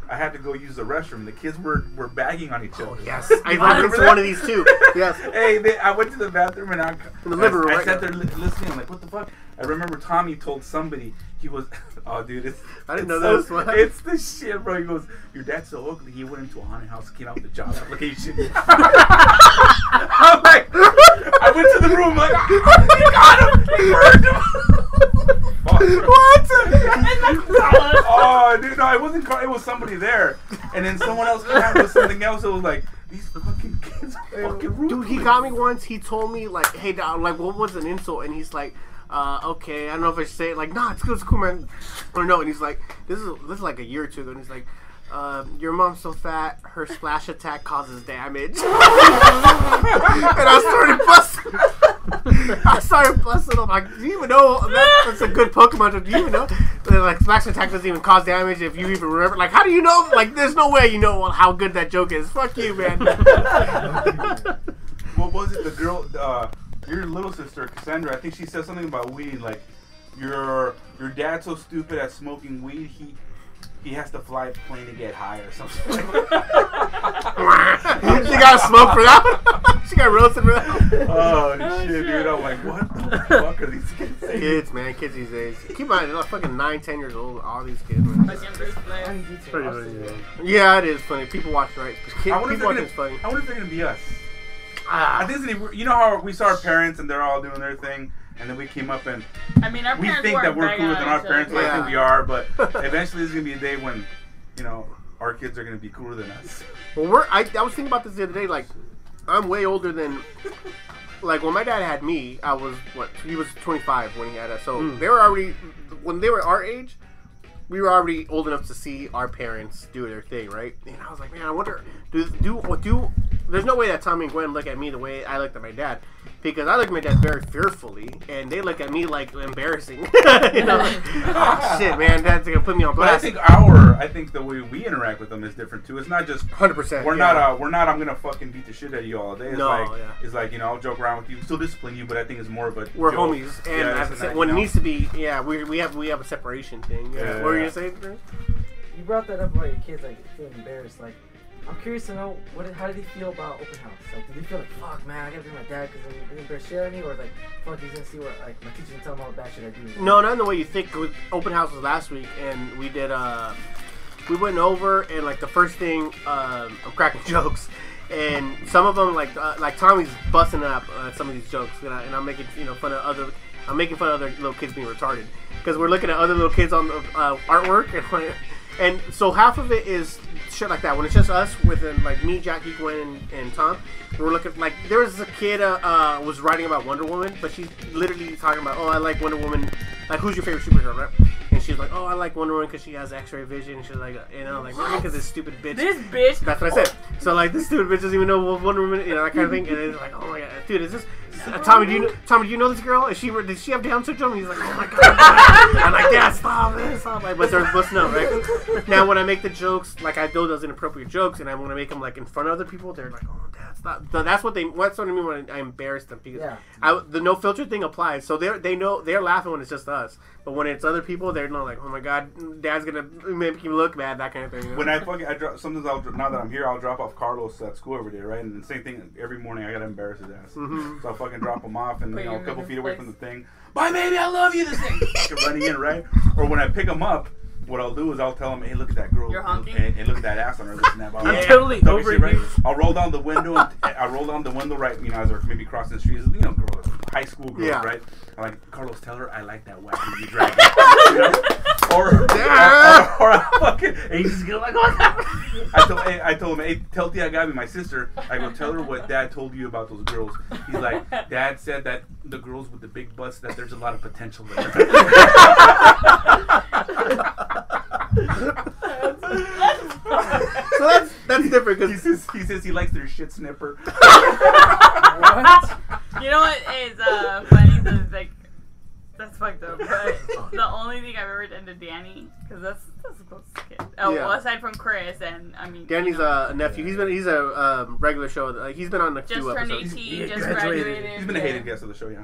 I had to go use the restroom. The kids were were bagging on each other. Oh yes, I went remember into one that? of these too. Yes. Hey, they, I went to the bathroom and I, In the living room, I, I right? sat there li- listening. I'm like, what the fuck? I remember Tommy told somebody he was. Oh, dude, it's. I didn't it's know that so- was one. It's the shit, bro. He goes, your dad's so ugly. He went into a haunted house, came out with a job application. I'm like, I went to the room like, ah, you got him, you burned him. What? oh, dude, no, it wasn't. Car- it was somebody there, and then someone else came out with something else. It was like these fucking kids, are fucking Dude, he got me once. He told me like, "Hey, dog, like, what was an insult?" And he's like, uh, okay, I don't know if I should say it. Like, nah, it's good, it's cool, man. Or no, and he's like, this is this is like a year or two ago, and he's like, uh, your mom's so fat, her splash attack causes damage. and I started busting. I started busting. I'm like, do you even know that, that's a good Pokemon? joke? Do you even know? that like, splash attack doesn't even cause damage if you even remember. Like, how do you know? Like, there's no way you know how good that joke is. Fuck you, man. What was it? The girl, uh, your little sister Cassandra. I think she said something about weed. Like your your dad's so stupid at smoking weed, he he has to fly a plane to get high or something. like that. she got smoked for that. she got roasted for that. Oh, shit, dude! I'm like, what the fuck are these kids saying? kids, man, kids these days. Keep in mind, they're like fucking nine, ten years old. All these kids. Man. Fucking Bruce Blair. Pretty much, yeah, it is funny. People watch right. Kids, I wonder, people if they're watch gonna, it's funny. I wonder if they're gonna be us. I Ah, think it's gonna be- you know how we saw our parents and they're all doing their thing, and then we came up and I mean, our we parents think that weren't big we're cooler than on our it, parents, so- but I think Yeah. we are. But eventually, there's gonna be a day when, you know, our kids are gonna be cooler than us. well, we're. I, I was thinking about this the other day. Like, I'm way older than. Like when my dad had me, I was what? He was 25 when he had us. So they were already when they were our age. We were already old enough to see our parents do their thing, right? And I was like, man, I wonder, do do do? There's no way that Tommy and Gwen look at me the way I looked at my dad, because I look at my dad very fearfully, and they look at me like embarrassing. you know, like, oh, shit, man, dad's gonna put me on But I blast. think our, I think the way we interact with them is different too. It's not just 100%. we're yeah. not, uh, we're not. I'm gonna fucking beat the shit out of you all day. It's No, like, yeah. it's like you know, I'll joke around with you, still discipline you, but I think it's more of a we're joke. homies, and Yeah, I have this a and se- that, when you it know. needs to be, yeah, we, we have we have a separation thing. Yeah. Yeah, what were you yeah. gonna say? Chris? You brought that up about your kids, like feeling embarrassed. Like, I'm curious to know what, how did they feel about open house? Like, did they feel like, fuck, man, I gotta be my dad because I'm gonna embarrass shit out of me, or like, fuck, he's gonna see what like my teacher's gonna tell him all the bad shit I do? No, not in the way you think. With open houses last week, and we did. Uh, we went over, and like the first thing, um, I'm cracking jokes, and some of them like uh, like Tommy's busting up uh, some of these jokes, and, I, and I'm making you know fun of other. I'm making fun of other little kids being retarded because we're looking at other little kids on the uh, artwork, and, when- and so half of it is shit like that. When it's just us with um, like me, Jackie, Gwen, and, and Tom, we're looking like there was a kid uh, uh, was writing about Wonder Woman, but she's literally talking about, oh, I like Wonder Woman. Like, who's your favorite superhero? Right? And she's like, oh, I like Wonder Woman because she has X-ray vision. And she's like, you know, like because this stupid bitch. This bitch. That's what I said. So like this stupid bitch doesn't even know what Wonder Woman, you know, that kind of thing. And then it's like, oh my god, dude, is this uh, Tommy? Do you know, Tommy? Do you know this girl? Is she did she have Down syndrome? And he's like, oh my god. I'm like, yeah, stop it, stop it. But they're busting up, right? Now when I make the jokes, like I know those inappropriate jokes, and I want to make them like in front of other people, they're like, oh, that's not. So that's what they. That's what I mean when I embarrass them because Yeah. I, the no filter thing applies. So they are they know they're laughing when it's just us, but when it's other people, they're not like, oh my god, dad's gonna make you look bad, that kind of thing. you know? When I fucking, I drop. Sometimes I'll dro- now that I'm here, I'll drop off Carlos at school every day, right? And the same thing every morning. I gotta embarrass his ass, so I fucking drop him off, and Mm-hmm. Put you know, him a couple in feet his away place. from the thing. Bye, baby, I love you. This thing Fucking running in, right? Or when I pick him up. What I'll do is I'll tell him, hey, look at that girl. You're honking? Hey, hey, look at that ass on her. Listen, that. I'm totally Talking over shit, right? you. I'll roll down the window. And, I roll down the window, right? You know, as we're maybe crossing the street, you know, girl, high school girl, Yeah. right? I'm like, Carlos, tell her I like that wacky you drag. you know? Or, or, or, I fucking, and he's just gonna like, what? I told, I, I told him, hey, tell Tia Gabi, my sister, I go tell her what Dad told you about those girls. He's like, Dad said that the girls with the big butts that there's a lot of potential there. so that's that's different he because says he says he likes their shit snipper. You know what is uh, funny? That's like that's fucked up. But the only thing I've ever done to Danny, because that's that's the closest kid. Oh, Yeah. well, aside from Chris and I mean, Danny's you uh, know, a nephew. He's been he's a um, regular show. Uh, he's been on a just few turned episodes. eighteen, just graduated. graduated. He's been a hated guest of the show, yeah.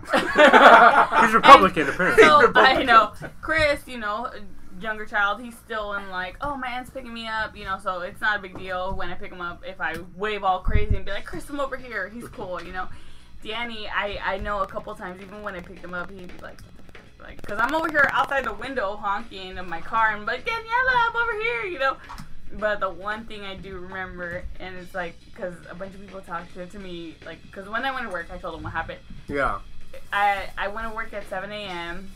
He's Republican, apparently. So I know Chris. You know, younger child. He's still in like, oh, my aunt's picking me up. You know, so it's not a big deal when I pick him up. If I wave all crazy and be like, Chris, I'm over here. He's cool. You know, Danny. I I know a couple times even when I picked him up, he'd be like. Like, cause I'm over here outside the window honking in my car and like Daniela, I'm over here, you know. But the one thing I do remember, and it's like, cause a bunch of people talked to, to me, like, cause when I went to work, I told them what happened. Yeah. I I went to work at 7 a.m.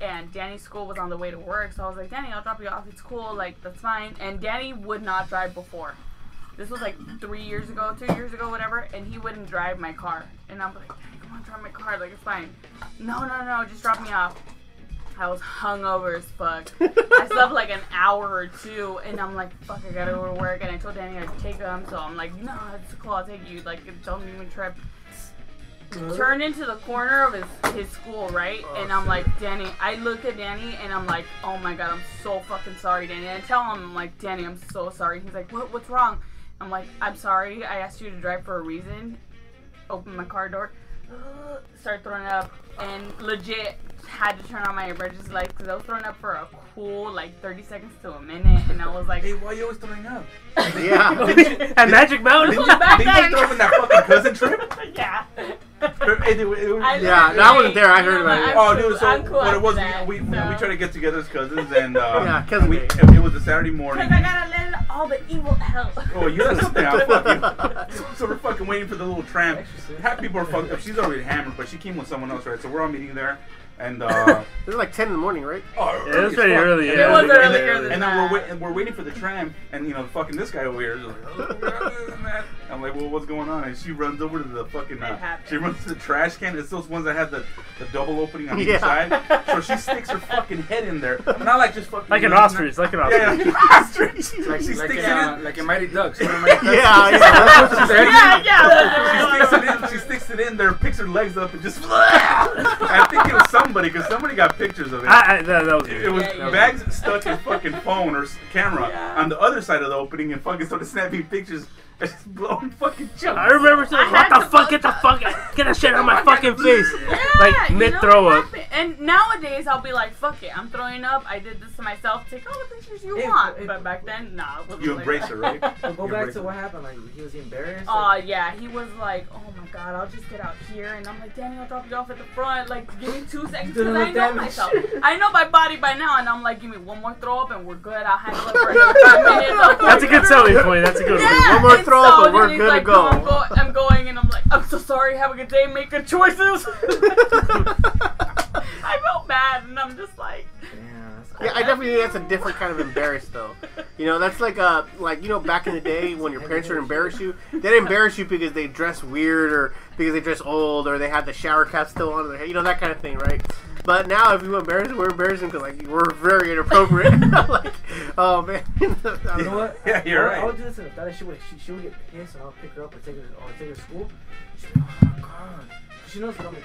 and Danny's school was on the way to work, so I was like, Danny, I'll drop you off. It's cool, like that's fine. And Danny would not drive before. This was like three years ago, two years ago, whatever, and he wouldn't drive my car. And I'm like, Danny, come on, I'm trying my card, like it's fine. No, no, no, just drop me off. I was hungover as fuck. I slept like an hour or two, and I'm like, fuck, I gotta go to work. And I told Danny I'd take him, so I'm like, no, it's cool, I'll take you. Like, don't even trip. Turned into the corner of his, his school, right? and I'm like, Danny, I look at Danny, and I'm like, oh my god, I'm so fucking sorry, Danny. And I tell him, I'm like, Danny, I'm so sorry. He's like, what, what's wrong? I'm like, I'm sorry, I asked you to drive for a reason. Open my car door, start throwing up, and legit had to turn on my emergency lights because I was throwing up for a cool like 30 seconds to a minute, and I was like, Hey, why you always throwing up? Yeah. At Magic Mountain. This was back Did you just throw up then. in that fucking cousin trip? yeah. Hey, dude, it was- I Yeah, literally- no, I wasn't there, I heard I'm about like, it. I'm Oh, cool- dude, so I'm cool what after it was, that, we, we, so. we tried to get together as cousins, and um, Yeah, cousin we, day. it, it was a Saturday morning. Because I gotta let in all the evil out. Oh, you said something, I'll fuck you. So, so we're fucking waiting for the little tramp. Half people are fucked up. She's already hammered, but she came with someone else, right? So we're all meeting there, and uh, This is like 10 in the morning, right? oh, Yeah, it was pretty as fuck. early, And yeah. then- It was and earlier then- than And then we're that. wait- and we're waiting for the tram, and you know, fucking this guy over here. Is like, "Oh, I'm like, well, what's going on? And she runs over to the fucking. It Uh, happened. she runs to the trash can. It's those ones that had the, the double opening on Yeah. each side. So she sticks her fucking head in there, but not like just fucking Like an ostrich, like an Yeah, ostrich. like an ostrich. She Like, sticks like, it in, in. uh, like in Mighty Ducks. One of Mighty Yeah, Ducks. yeah. That's what she said. yeah, yeah. that's She sticks the it in. She sticks it in there, picks her legs up, and just. I think it was somebody because somebody got pictures of it. I, I, that, that was It good. was Yeah, yeah. bags stuck in fucking phone or s- camera on the other side of the opening and fucking started snapping pictures. and just blowing fucking chunks. I remember saying, I had "What the to fuck? Get the fuck! out- Get that shit out of my fucking face!" Yeah, Like you mid know throw what up. happened. And nowadays, I'll be like, fuck it, I'm throwing up. I did this to myself. Take all the pictures you It- want. it- but back then, nah. It wasn't You like embrace that. it, right? But go You back embrace to it. what happened. Like he was embarrassed. Oh, like, yeah. He was like, oh my god, I'll just get out here. And I'm like, Danny, I'll drop you off at the front. Like, give me two seconds Doing because I enough know damage. myself. I know my body by now. And I'm like, give me one more throw up and we're good. I'll handle it for another five minutes. I'm That's a like, good selling point. That's a good one. Yeah, One more and throw up so and we're then he's good to like, go. "No, I'm, go- I'm going, and I'm like, I'm so sorry. Have a good day. Make good choices. I felt bad, and I'm just like, Damn, that's Yeah, I definitely think that's a different kind of embarrassed though. You know, that's like uh like you know back in the day when your parents would embarrass you, they'd embarrass you because they dress weird or because they dress old or they had the shower cap still on their head, you know that kind of thing, right? But now if you embarrass, we're embarrassing because like we're very inappropriate. like, oh man, I You know what? Yeah, you're I, right. I would do this in the thought she would she, she would get pissed and I'll pick her up or take her or take her to school. She'd be like, oh my god. She knows what I'm gonna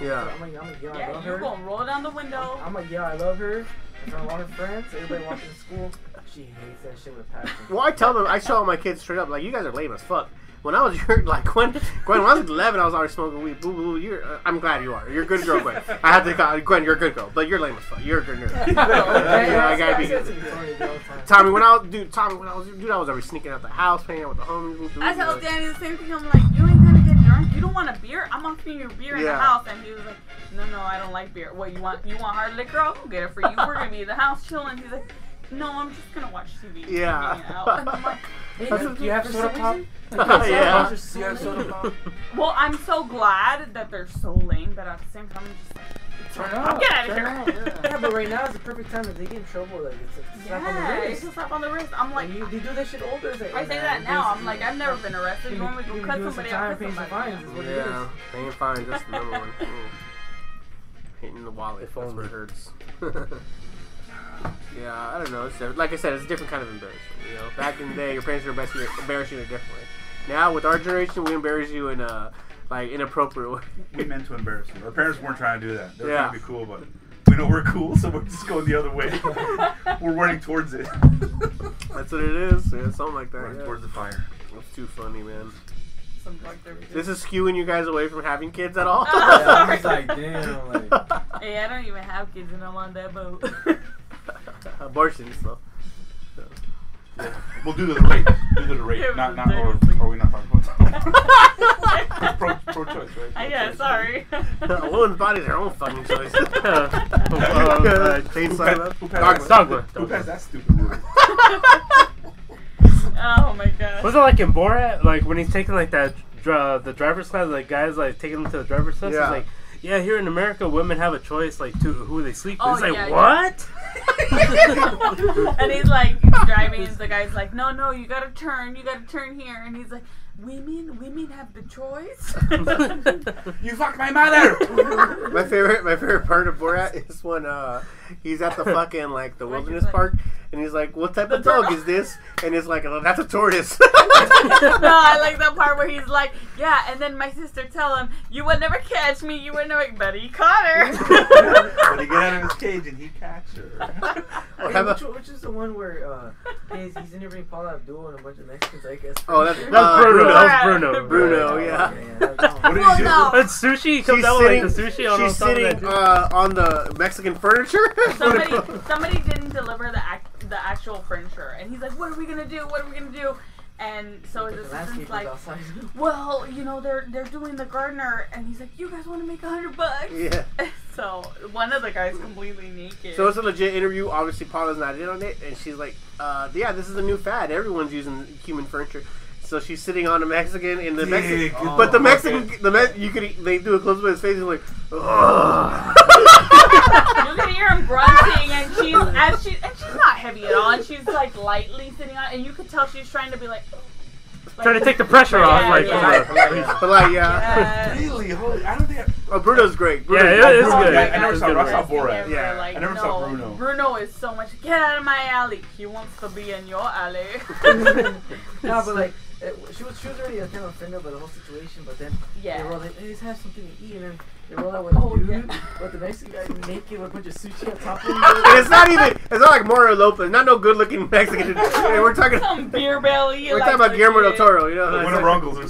do. yeah. I'm gonna, I'm gonna yell, I yeah, love you're her. gonna roll down the window. I'm gonna yell, I love her. In front of all her friends, everybody watching school. She hates that shit with a passion. Well, I tell them, I show my kids straight up, like, you guys are lame as fuck. When I was your, like, when, Gwen, when I was 11, I was already smoking weed. Boo, boo, you're, uh, I'm glad you are. You're a good girl, Gwen. I have to call, Gwen, you're a good girl, but you're lame as fuck. You're a good girl. Yeah, I gotta be- said to Victoria the other time. Tommy, when I was, dude, Tommy, when I was, dude, I was already sneaking out the house, hanging out with the homies. Boo, boo, I you know. told Danny the same thing. I'm like, you ain't gonna get drunk. You don't want a beer. I'm offering you a beer in the Yeah. house, and he was like, no, no, I don't like beer. What you want? You want hard liquor? I'll go get it for you. We're gonna be in the house chilling. He's like, no, I'm just gonna watch TV. and Yeah. hang out." And I'm like, Do you have soda pop? yeah. Do you have soda pop? Well, I'm so glad that they're so lame, but at the same time, I'm just like, Turn up. get out of turn here. up, yeah. Yeah, but right now is the perfect time if they get in trouble. Like it's a slap on yeah, the it's wrist. a slap on the wrist. I'm like, Like, you, they do that shit older. It's like, I oh, say man, that you now. I'm basically- like, I've never been arrested. You You want me to you go be cut doing some somebody? I'll time cut paying some somebody. fines is what it is. Yeah, they ain't fine, just the number one. Mm. Hitting the wallet, that's where it hurts. yeah, I don't know. It's different. Like I said, it's a different kind of embarrassment. You know, back in the day, your parents were embarrassing you, embarrassing you in a different way. Now, with our generation, we embarrass you in a like inappropriate way. We meant to embarrass you. Our parents weren't trying to do that. They were Yeah. trying to be cool, but we know we're cool, so we're just going the other way. we're running towards it. That's what it is. Yeah, something like that. running yeah. towards the fire. That's too funny, man. Some fucked up shit. This is skewing you guys away from having kids at all. Yeah, I'm Oh, just like, damn, like, Hey, I don't even have kids, and I'm on that boat. Abortion stuff. We'll do the rate. Do the rate. It was Not, not, or, embarrassing. are we not talking about that? pro, pro choice, right? I Pro yeah, choice. sorry. a woman's body is her own fucking choice. Uh, Chainsaw left. Who passed- who Dogma. passed that- Dogma. Who passed that stupid rule? oh my god. Was it like in Borat, like when he's taking like that dr- uh, the driver's class, like guys like taking him to the driver's class? Yeah. It's like, yeah, here in America, women have a choice like to who they sleep with. Oh, it's like yeah, yeah. what? and he's like driving, and the guy's like, "No, no, you gotta turn, you gotta turn here," and he's like, Women, women have the choice. Uh, You fucked my mother. My favorite, my favorite part of Borat is when uh, he's at the fucking like the Where's wilderness your park, and he's like, "What type of dog is this?" And it's like, oh, "That's a tortoise." no, I like that part where he's like, yeah, and then my sister tell him, you would never catch me, you would never, but he caught her. When he get out of his cage and he catch her. Or Hey, have a- which, which is the one where uh, he's, he's interviewing Paula Abdul and a bunch of Mexicans, I guess. Oh, oh, that's, That's uh, Bruno. Bruno. That was Bruno. Bruno, yeah. What did Well, he do? no. That's sushi. He comes She's out sitting, with like the sushi on she's top sitting of that. uh, on the Mexican furniture. somebody somebody didn't deliver the act, the actual furniture, and he's like, "What are we gonna do? What are we gonna do?" And so his assistant's like, "Well, you know, they're they're doing the gardener," and he's like, "You guys want to make a hundred bucks?" yeah. So one of the guys completely naked. So it's a legit interview. Obviously, Paula's not in on it, and she's like, uh, "Yeah, this is a new fad. Everyone's using human furniture." So she's sitting on a Mexican, and the Dick. Mexican, Oh, but the okay. Mexican, the Me- you could they do a close up of his face, and like, "Ugh." you can hear him grunting, and she's as she and she's not heavy at all, and she's like lightly sitting on, and you could tell she's trying to be like, like Trying to take the pressure off. Yeah, like, yeah. come on. but like, yeah, Uh, Really? Holy, I don't think I, oh, Bruno's great. Yeah, Bruno's it is Oh good. my I never God, saw- the I saw best thing Borat. ever, Yeah. like, I never no, saw Bruno. Bruno is so much. Get out of my alley. He wants to be in your alley. no, but like, it, she was she was already kind of offended by the whole situation, but then yeah. they rolled in, hey, let's have something to eat, and then they rolled out with a Oh, dude, yeah. with the Mexican guy naked with a bunch of sushi on top of And him. it's not even. It's not like Mario Lopez. Not no good looking Mexican. And we're talking. Some beer belly. We're like, talking about Guillermo del legit. Toro. You know. like it's one of like- Runkles or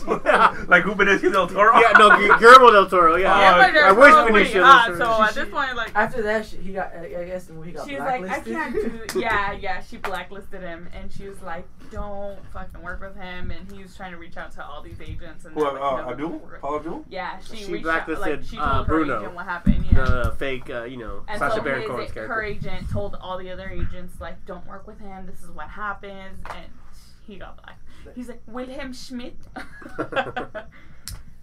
something. like Rubenescu del Toro. Yeah, no, Gu- Guillermo del Toro. Yeah. Guillermo del I wish Toro's Benicio pretty del hot, Toro. Ah, So at She- this point, like, After that, she, he got I, I guess when he got she's like, I blacklisted. can't do. Yeah, yeah. She blacklisted him, and she was like, don't fucking work with him. And he was trying to reach out to all these agents. And Who, they're like, uh, no, Abdul? don't work. Paul Abdul? Yeah, she, She reached Out, blacklisted, like, she told uh, her Bruno. agent what happened. Yeah. The fake, uh, you know, And Sasha so Baron his, Cohen's her character. agent told all the other agents, like, don't work with him. This is what happens. And he got black. He's like, Wilhelm Schmidt. That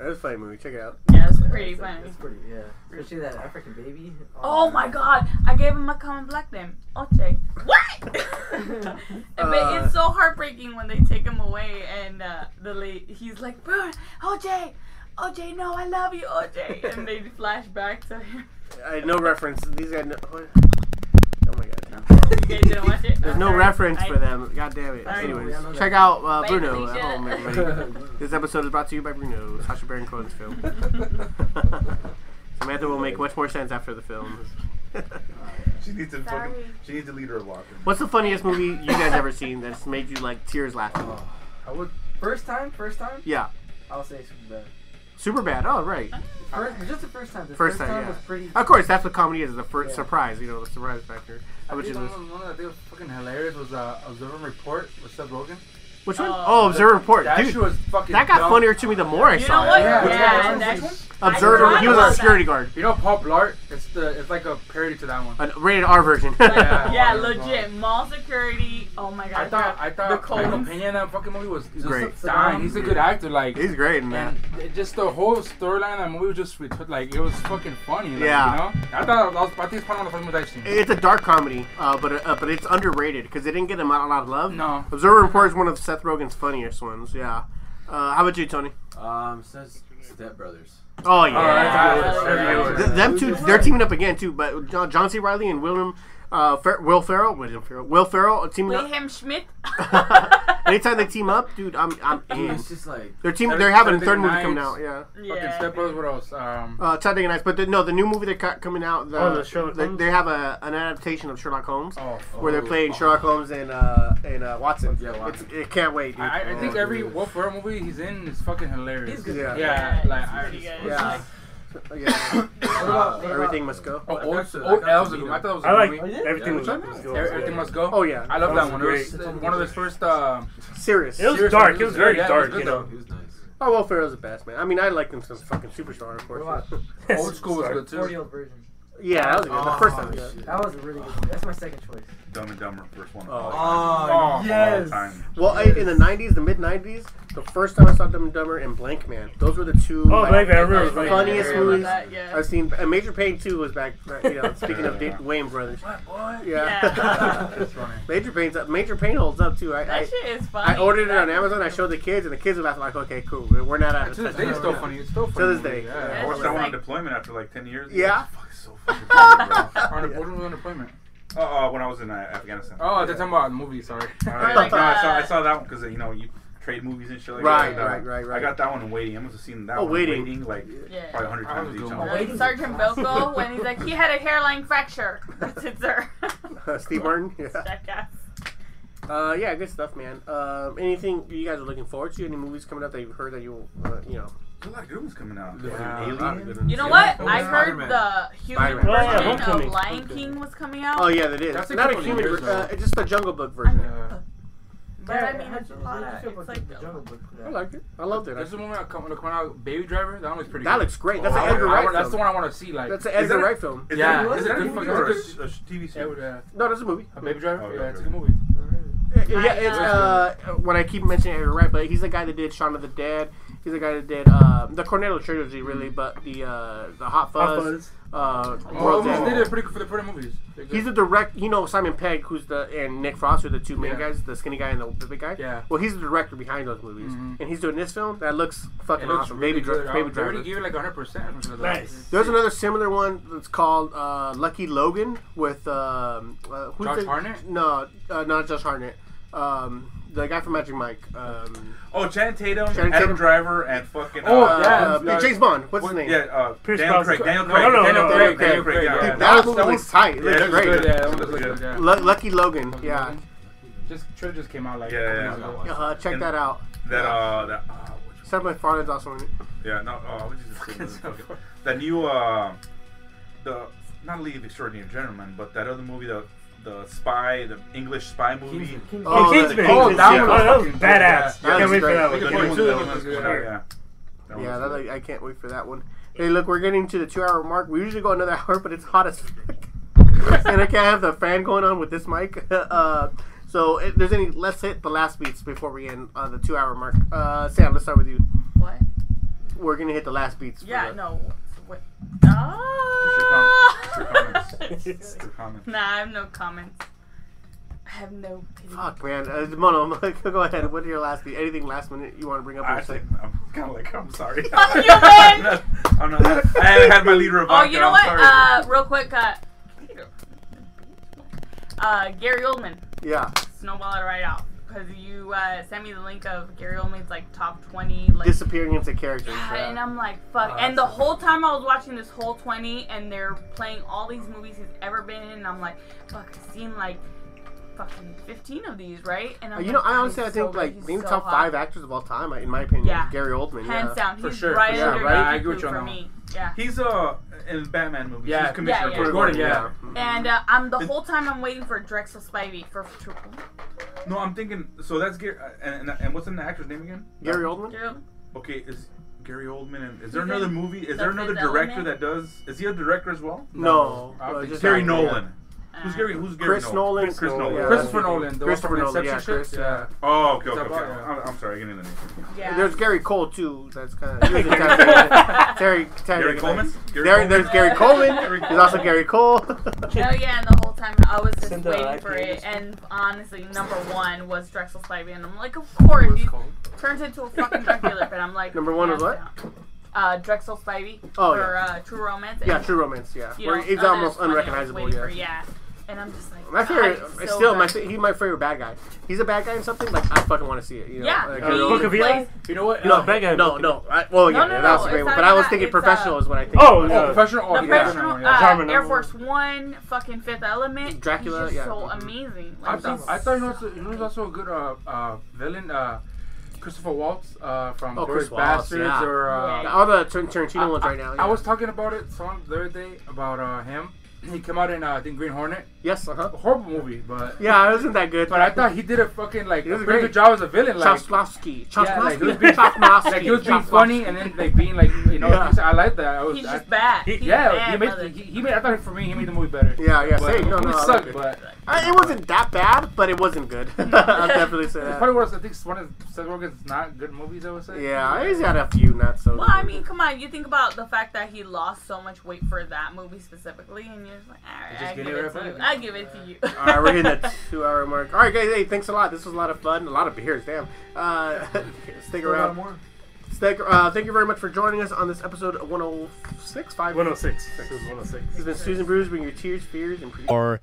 was a funny movie. Check it out. yeah, it's pretty It's like- funny. It's pretty, yeah. Especially that African baby. Um, Oh my god, I gave him a common black name. Oche. What? but Uh, it's so heartbreaking when they take him away and uh, the late, he's like, Burn, OJ, OJ, no, I love you, OJ. And they flash back to him. I no reference. These guys. No, oh my god. You guys didn't watch it? There's no Sorry. reference I- for them. God damn it. Sorry. Anyways, Yeah, I know that. check out uh, Bye, Bruno at Felicia. home, everybody. This episode is brought to you by Bruno, Sasha Baron Cohen's film. Samantha will make much more sense after the film. She needs to fucking, Sorry. she needs to lead her walk. What's the funniest movie you guys ever seen that's made you like tears laughing? I would first time, first time. Yeah, I'll say super bad. super bad. Oh right, First, just the first time. The First first, time, time, yeah. was pretty. of course that's what comedy is—the first Yeah. surprise, you know, the surprise factor. I Which think is one, one that I think was fucking hilarious was uh, Observer and Report with Seth Rogen. which one? Uh, oh, Observe and Report, That dude. shit was fucking. that got dumb. funnier to me the more I You saw know what? it. Yeah. Yeah, Yeah. and Which that's one? Observer, forgot he was about a that. security guard. You know Paul Blart? It's the it's like a parody to that one. A rated R version. Yeah. yeah, legit. Mall security. Oh my god. I thought I the thought cones. Michael Pena in that fucking movie was just Great. dying. He's a good actor. Like He's great in that. And it- just the whole storyline of that movie was just retarded. Like it was fucking funny. Like, Yeah. You know? I thought that was, I think it's probably one of the funniest movies I've seen. It's a dark comedy, uh, but uh, but it's underrated because they didn't get him out a lot of love. No. Observer Report is one of Seth Rogen's funniest ones. Yeah. Uh, how about you, Tony? Um, says Step Brothers. Oh All right, yeah. Yeah. that's good. Yeah. Th- That's good. them two, they're teaming up again too. But John, John C. Riley and William, uh, Fer- Will Ferrell, William Ferrell, Will Ferrell are teaming up. Wilhelm Schmidt. Anytime they team up, dude, I'm I'm Dude, in. it's just like They're team. Saturday- They're having a third Saturday movie coming nights. out. Yeah. Fucking Step Brothers. What else? Um, Uh, Saturday Nights, but the, no, the new movie they got coming out. The, Oh, the Sherlock they, Holmes? they have a, an adaptation of Sherlock Holmes. oh, Where they're playing Sherlock Holmes and uh, and uh, Watson. Yeah, Watson. It's, it can't wait, dude. I, I think Oh, every dude. Will Ferrell movie he's in is fucking hilarious. He's good. Yeah. Yeah, Yeah, like he's I pretty just- good. Yeah. yeah. What Uh, about, what about, Everything must go. Oh, I old, got to- I old got to Elves. meet I him. thought that was a I good like movie. Oh, yeah? everything. Yeah, was, which Every- Everything must go. Oh yeah. I That love that, was one. It was great. one of his first. Uh, Serious. It was serious dark. movies. It was very Yeah, it was dark. good You though. know. He was nice. Oh, Will Ferrell's the best, man. I mean, I like him since fucking Superstar, of course. what about Old school was good too. forty old version? Yeah, that was good. the first Oh, time. Oh, we did it. That was a really good movie. That's my second choice. Dumb and Dumber, first one. Oh. all Oh, time. yes. Well, I, in the '90s, the mid '90s, the first time I saw Dumb and Dumber and Blank Man, those were the two Oh, like, Blank Man, I remember Blank Man. funniest I remember movies that, yeah. I've seen. And Major Payne Two was back. You know, speaking of Yeah. Dick Wayne Brothers, yeah. What? Yeah. That's funny. Major Payne's up. Major Payne holds up too. I, I, That shit is funny. I ordered it That on is Amazon. I so showed the kids, and the kids were laughing like, "Okay, cool, we're we're not out of To this touch." day, it's still funny. It's still funny. To this day. Yeah. I Yeah. watched It's that one on like- deployment after like 10 years. Yeah. Fuck, it's so fucking funny, bro. On a boardroom unemployment. Uh, uh, when I was in uh, Afghanistan. Oh, they're talking about movies. Sorry. Alright, Or like, no, I, saw, uh, I saw that one because you know you trade movies and shit like Right, that. right, right, right. I got that one in waiting. I must have seen that Oh, one in Waiting. like Yeah. probably a hundred I times was each. doing time. funny. Wait, Like Sergeant Bilko when he's like, he had a hairline fracture. That's it, sir. Steve Martin. Yeah. that guy. Uh, yeah, good stuff, man. Um, anything you guys are looking forward to? Any movies coming up that you've heard that you, uh, you know? There's a lot of good ones coming out. Yeah. Alien. You know Yeah. what? Oh, I heard Spider-Man. the human Spider-Man. Oh, yeah, version Homecoming. of Lion Homecoming. King was coming out. Oh yeah, that is. That's a not a couple of human. years ver- uh, ago. it's just a Jungle Book version. Yeah. But I mean, how it's did a you- lot how did you of. feel It's about like the the, Jungle Book for I that? liked it. I loved it. There's the one that come- that come out, Baby Driver. That one was pretty. That good. looks great. That's Oh, an I- Edgar I Wright want- That's the film. one I want to see. Like, That's an Is Edgar that- Wright film. Is Yeah, that, a- it's is a that a good movie fucking- or a, it's sh- a sh- TV yeah, series? uh, No, that's a movie. a Baby Driver. Oh, yeah, yeah, it's a yeah. good movie. Yeah, it's uh, when I keep mentioning Edgar Wright, but he's the guy that did Shaun of the Dead. He's the guy that did uh, the Cornetto trilogy, really, but the uh, the Hot Fuzz, Uh, Mm-hmm. Oh, World's movies End. did it pretty good for the pretty movies. They're He's good. the direct. You know Simon Pegg, who's the and Nick Frost, who are the two main Yeah. guys, the skinny guy and the, the big guy. Yeah. Well, he's the director behind those movies, Mhm. and he's doing this film that looks fucking It looks awesome. really Baby, Dri- good. I Baby would- they Driver. already gave it like 100%. or something like that. Nice. There's another similar one that's called uh, Lucky Logan with um, uh, who's Josh the- Hartnett? No, uh, not Josh Hartnett. Um, the guy from Magic Mike. Um, Oh, Channing Tatum, Channing Adam Tatum. Driver, and fucking. Oh, uh, uh, yeah, James Bond. What's his name? Yeah, uh, Pierce Daniel Brosnan. Craig. Daniel No, Craig. no, no, Daniel no, Craig. Daniel Daniel Craig, Craig. yeah. yeah. Dude, that that, was- movie that looks tight. It yeah, looks that was great. good, Yeah, that one That looks was good. good. Yeah. Lu- Lucky Logan. Yeah. Just trailer just came out like. Yeah, yeah, yeah. Uh, check And- that out. That uh, that. Uh, which Seth MacFarlane's also in it. Yeah, no, oh, what did you Fucking just so far. That new, uh, the not League of Extraordinary Gentlemen, but that other movie, the the spy, the English spy movie. Kingsman. The Oh, Oh, Kingsman. that- Oh, oh, that yeah. one was that was fucking- yeah. badass. I can't wait for That was that one. new great. one, Point the two other was one's good. coming out, yeah. That Yeah, one's that, good. I can't wait for that one. Hey, look, we're getting to the two-hour mark. We usually go another hour, but it's hot as fuck, and I can't have the fan going on with this mic. uh, so, if there's any, let's hit the last beats before we end uh, the two-hour mark. Uh, Sam, let's start with you. what? We're gonna hit the last beats. for Yeah, the- no. What? It's your com- Ah! it's your comments. It's your comments. nah, I have no comments. I have no opinion. Fuck, man. Uh, Mono, go ahead. What are your last beats? Anything last minute you want to bring up? I or think say? I'm kind of like I'm sorry. Fuck you, man! I'm not. I haven't had my leader of Oh, vodka. you know I'm what? sorry. Uh, real quick, uh, uh, Gary Oldman, Yeah, snowball it right out because you uh, sent me the link of Gary Oldman's like top twenty like. disappearing into characters. uh, yeah, and Yeah. I'm like, fuck. Oh, and the that's- whole time I was watching this whole 20, and they're playing all these movies he's ever been in, and I'm like, fuck, I've seen like fucking 15 of these, right? And Uh, I'm You know, like, I honestly I he's think so good, like he's maybe so top hot. five actors of all time, I- in my opinion, Yeah. is Gary Oldman. Hands yeah. down, For he's sure, for right sure. under Right? Deadpool I agree with you on for that me. Yeah. he's uh in Batman movies. Yeah. He's Commissioner Yeah, yeah. Gordon. Gordon, yeah. And uh, I'm the whole time I'm waiting for Drexel Spivey for to- No, I'm thinking. So that's Gary. And, and, and what's in the actor's name again? Gary Oldman. uh, Okay, is Gary Oldman and is there in another movie? Is there The another Fifth director Element? that does? Is he a director as well? No, I don't uh, think just so. Gary yeah. Nolan. Uh, Who's Gary? Who's Gary? Chris Nolan. Chris, Chris Nolan, Nolan. yeah. Christopher Nolan. The one Christopher from Nolan, Inception yeah, Chris, shit. Yeah. Oh, okay, okay, It's okay. about- yeah. I'm, I'm sorry, I didn't get the name. Yeah. There's Gary Cole too. That's kind of Terry. Terry. Gary Coleman. Gary There, Coleman? there's Gary Coleman. There's also Gary Cole. Oh yeah, and the whole time I was just Send out waiting IP for it, address. and honestly, number one was Drexel Spivey, and I'm like, of course, he turns into a fucking drug dealer, but I'm like, Number one hands was what? down. Uh, Drexel Spivey Oh, for yeah. uh, True Romance. yeah, and, True Romance. Yeah, you Where know, he's other almost funny I was unrecognizable. waiting Yeah. for, yeah. And I'm just like, My God, favorite, he's so still my, good. fa- he's my favorite bad guy. He's a bad guy in something like I fucking want to see it. You know? yeah, Like, he Uh, Book of Eli? plays- You know what? no, Uh, bad guy in no, Book of no. I, well, yeah, No, no, yeah, that was a no, great it's one. not But I was that, thinking it's, uh, professional is what I think. Oh, about. yeah. Oh, professional. Oh, The yeah. original, yeah. uh, Charmin, Air uh, Force One, fucking Fifth Element, Dracula, He's just yeah. so Mhm. amazing. Like, I thought, he's I thought he was also, he was also a good uh, uh, villain. Uh, Christopher Waltz uh, from Oh, Chris Glorious Waltz, Bastards yeah. or. Uh, Yeah. All the Tar- Tarantino I- ones I- right now. I yeah. was talking about it some the other day about uh, him he came out in uh, I think Green Hornet. Yes, uh huh. A horrible movie, but Yeah, it wasn't that good. but I thought he did a fucking like He a was pretty great. good job as a villain. Like, Choslovsky. yeah, like, he was Choslovsky. being, Choslovsky. like he was being funny and then like being like you know Yeah. I like that. I was He's I, just bad. he, He's yeah, bad, he brother. made he, he made I thought for me he made the movie better. Yeah, yeah, but, same. No, it no, I like sucked, it. but I, Uh, it wasn't that bad, but it wasn't good. I'll definitely say it's that. probably one of I think it's one of Seth Rogen's not good movies. I would say. Yeah, he's had a few not so. Well, I mean, come on. You think about the fact that he lost so much weight for that movie specifically, and you're just like, all right, Just I get give it it right to you. back. I give it to you. All right, we're hitting the two-hour mark. All right, guys. Hey, thanks a lot. This was a lot of fun. A lot of beers. Damn. Uh, stick around. more. Stick. Uh, thank you very much for joining us on this episode of 106. Five. 106. This is 106. This has been Susan Brews. Bring your tears, fears, and. Or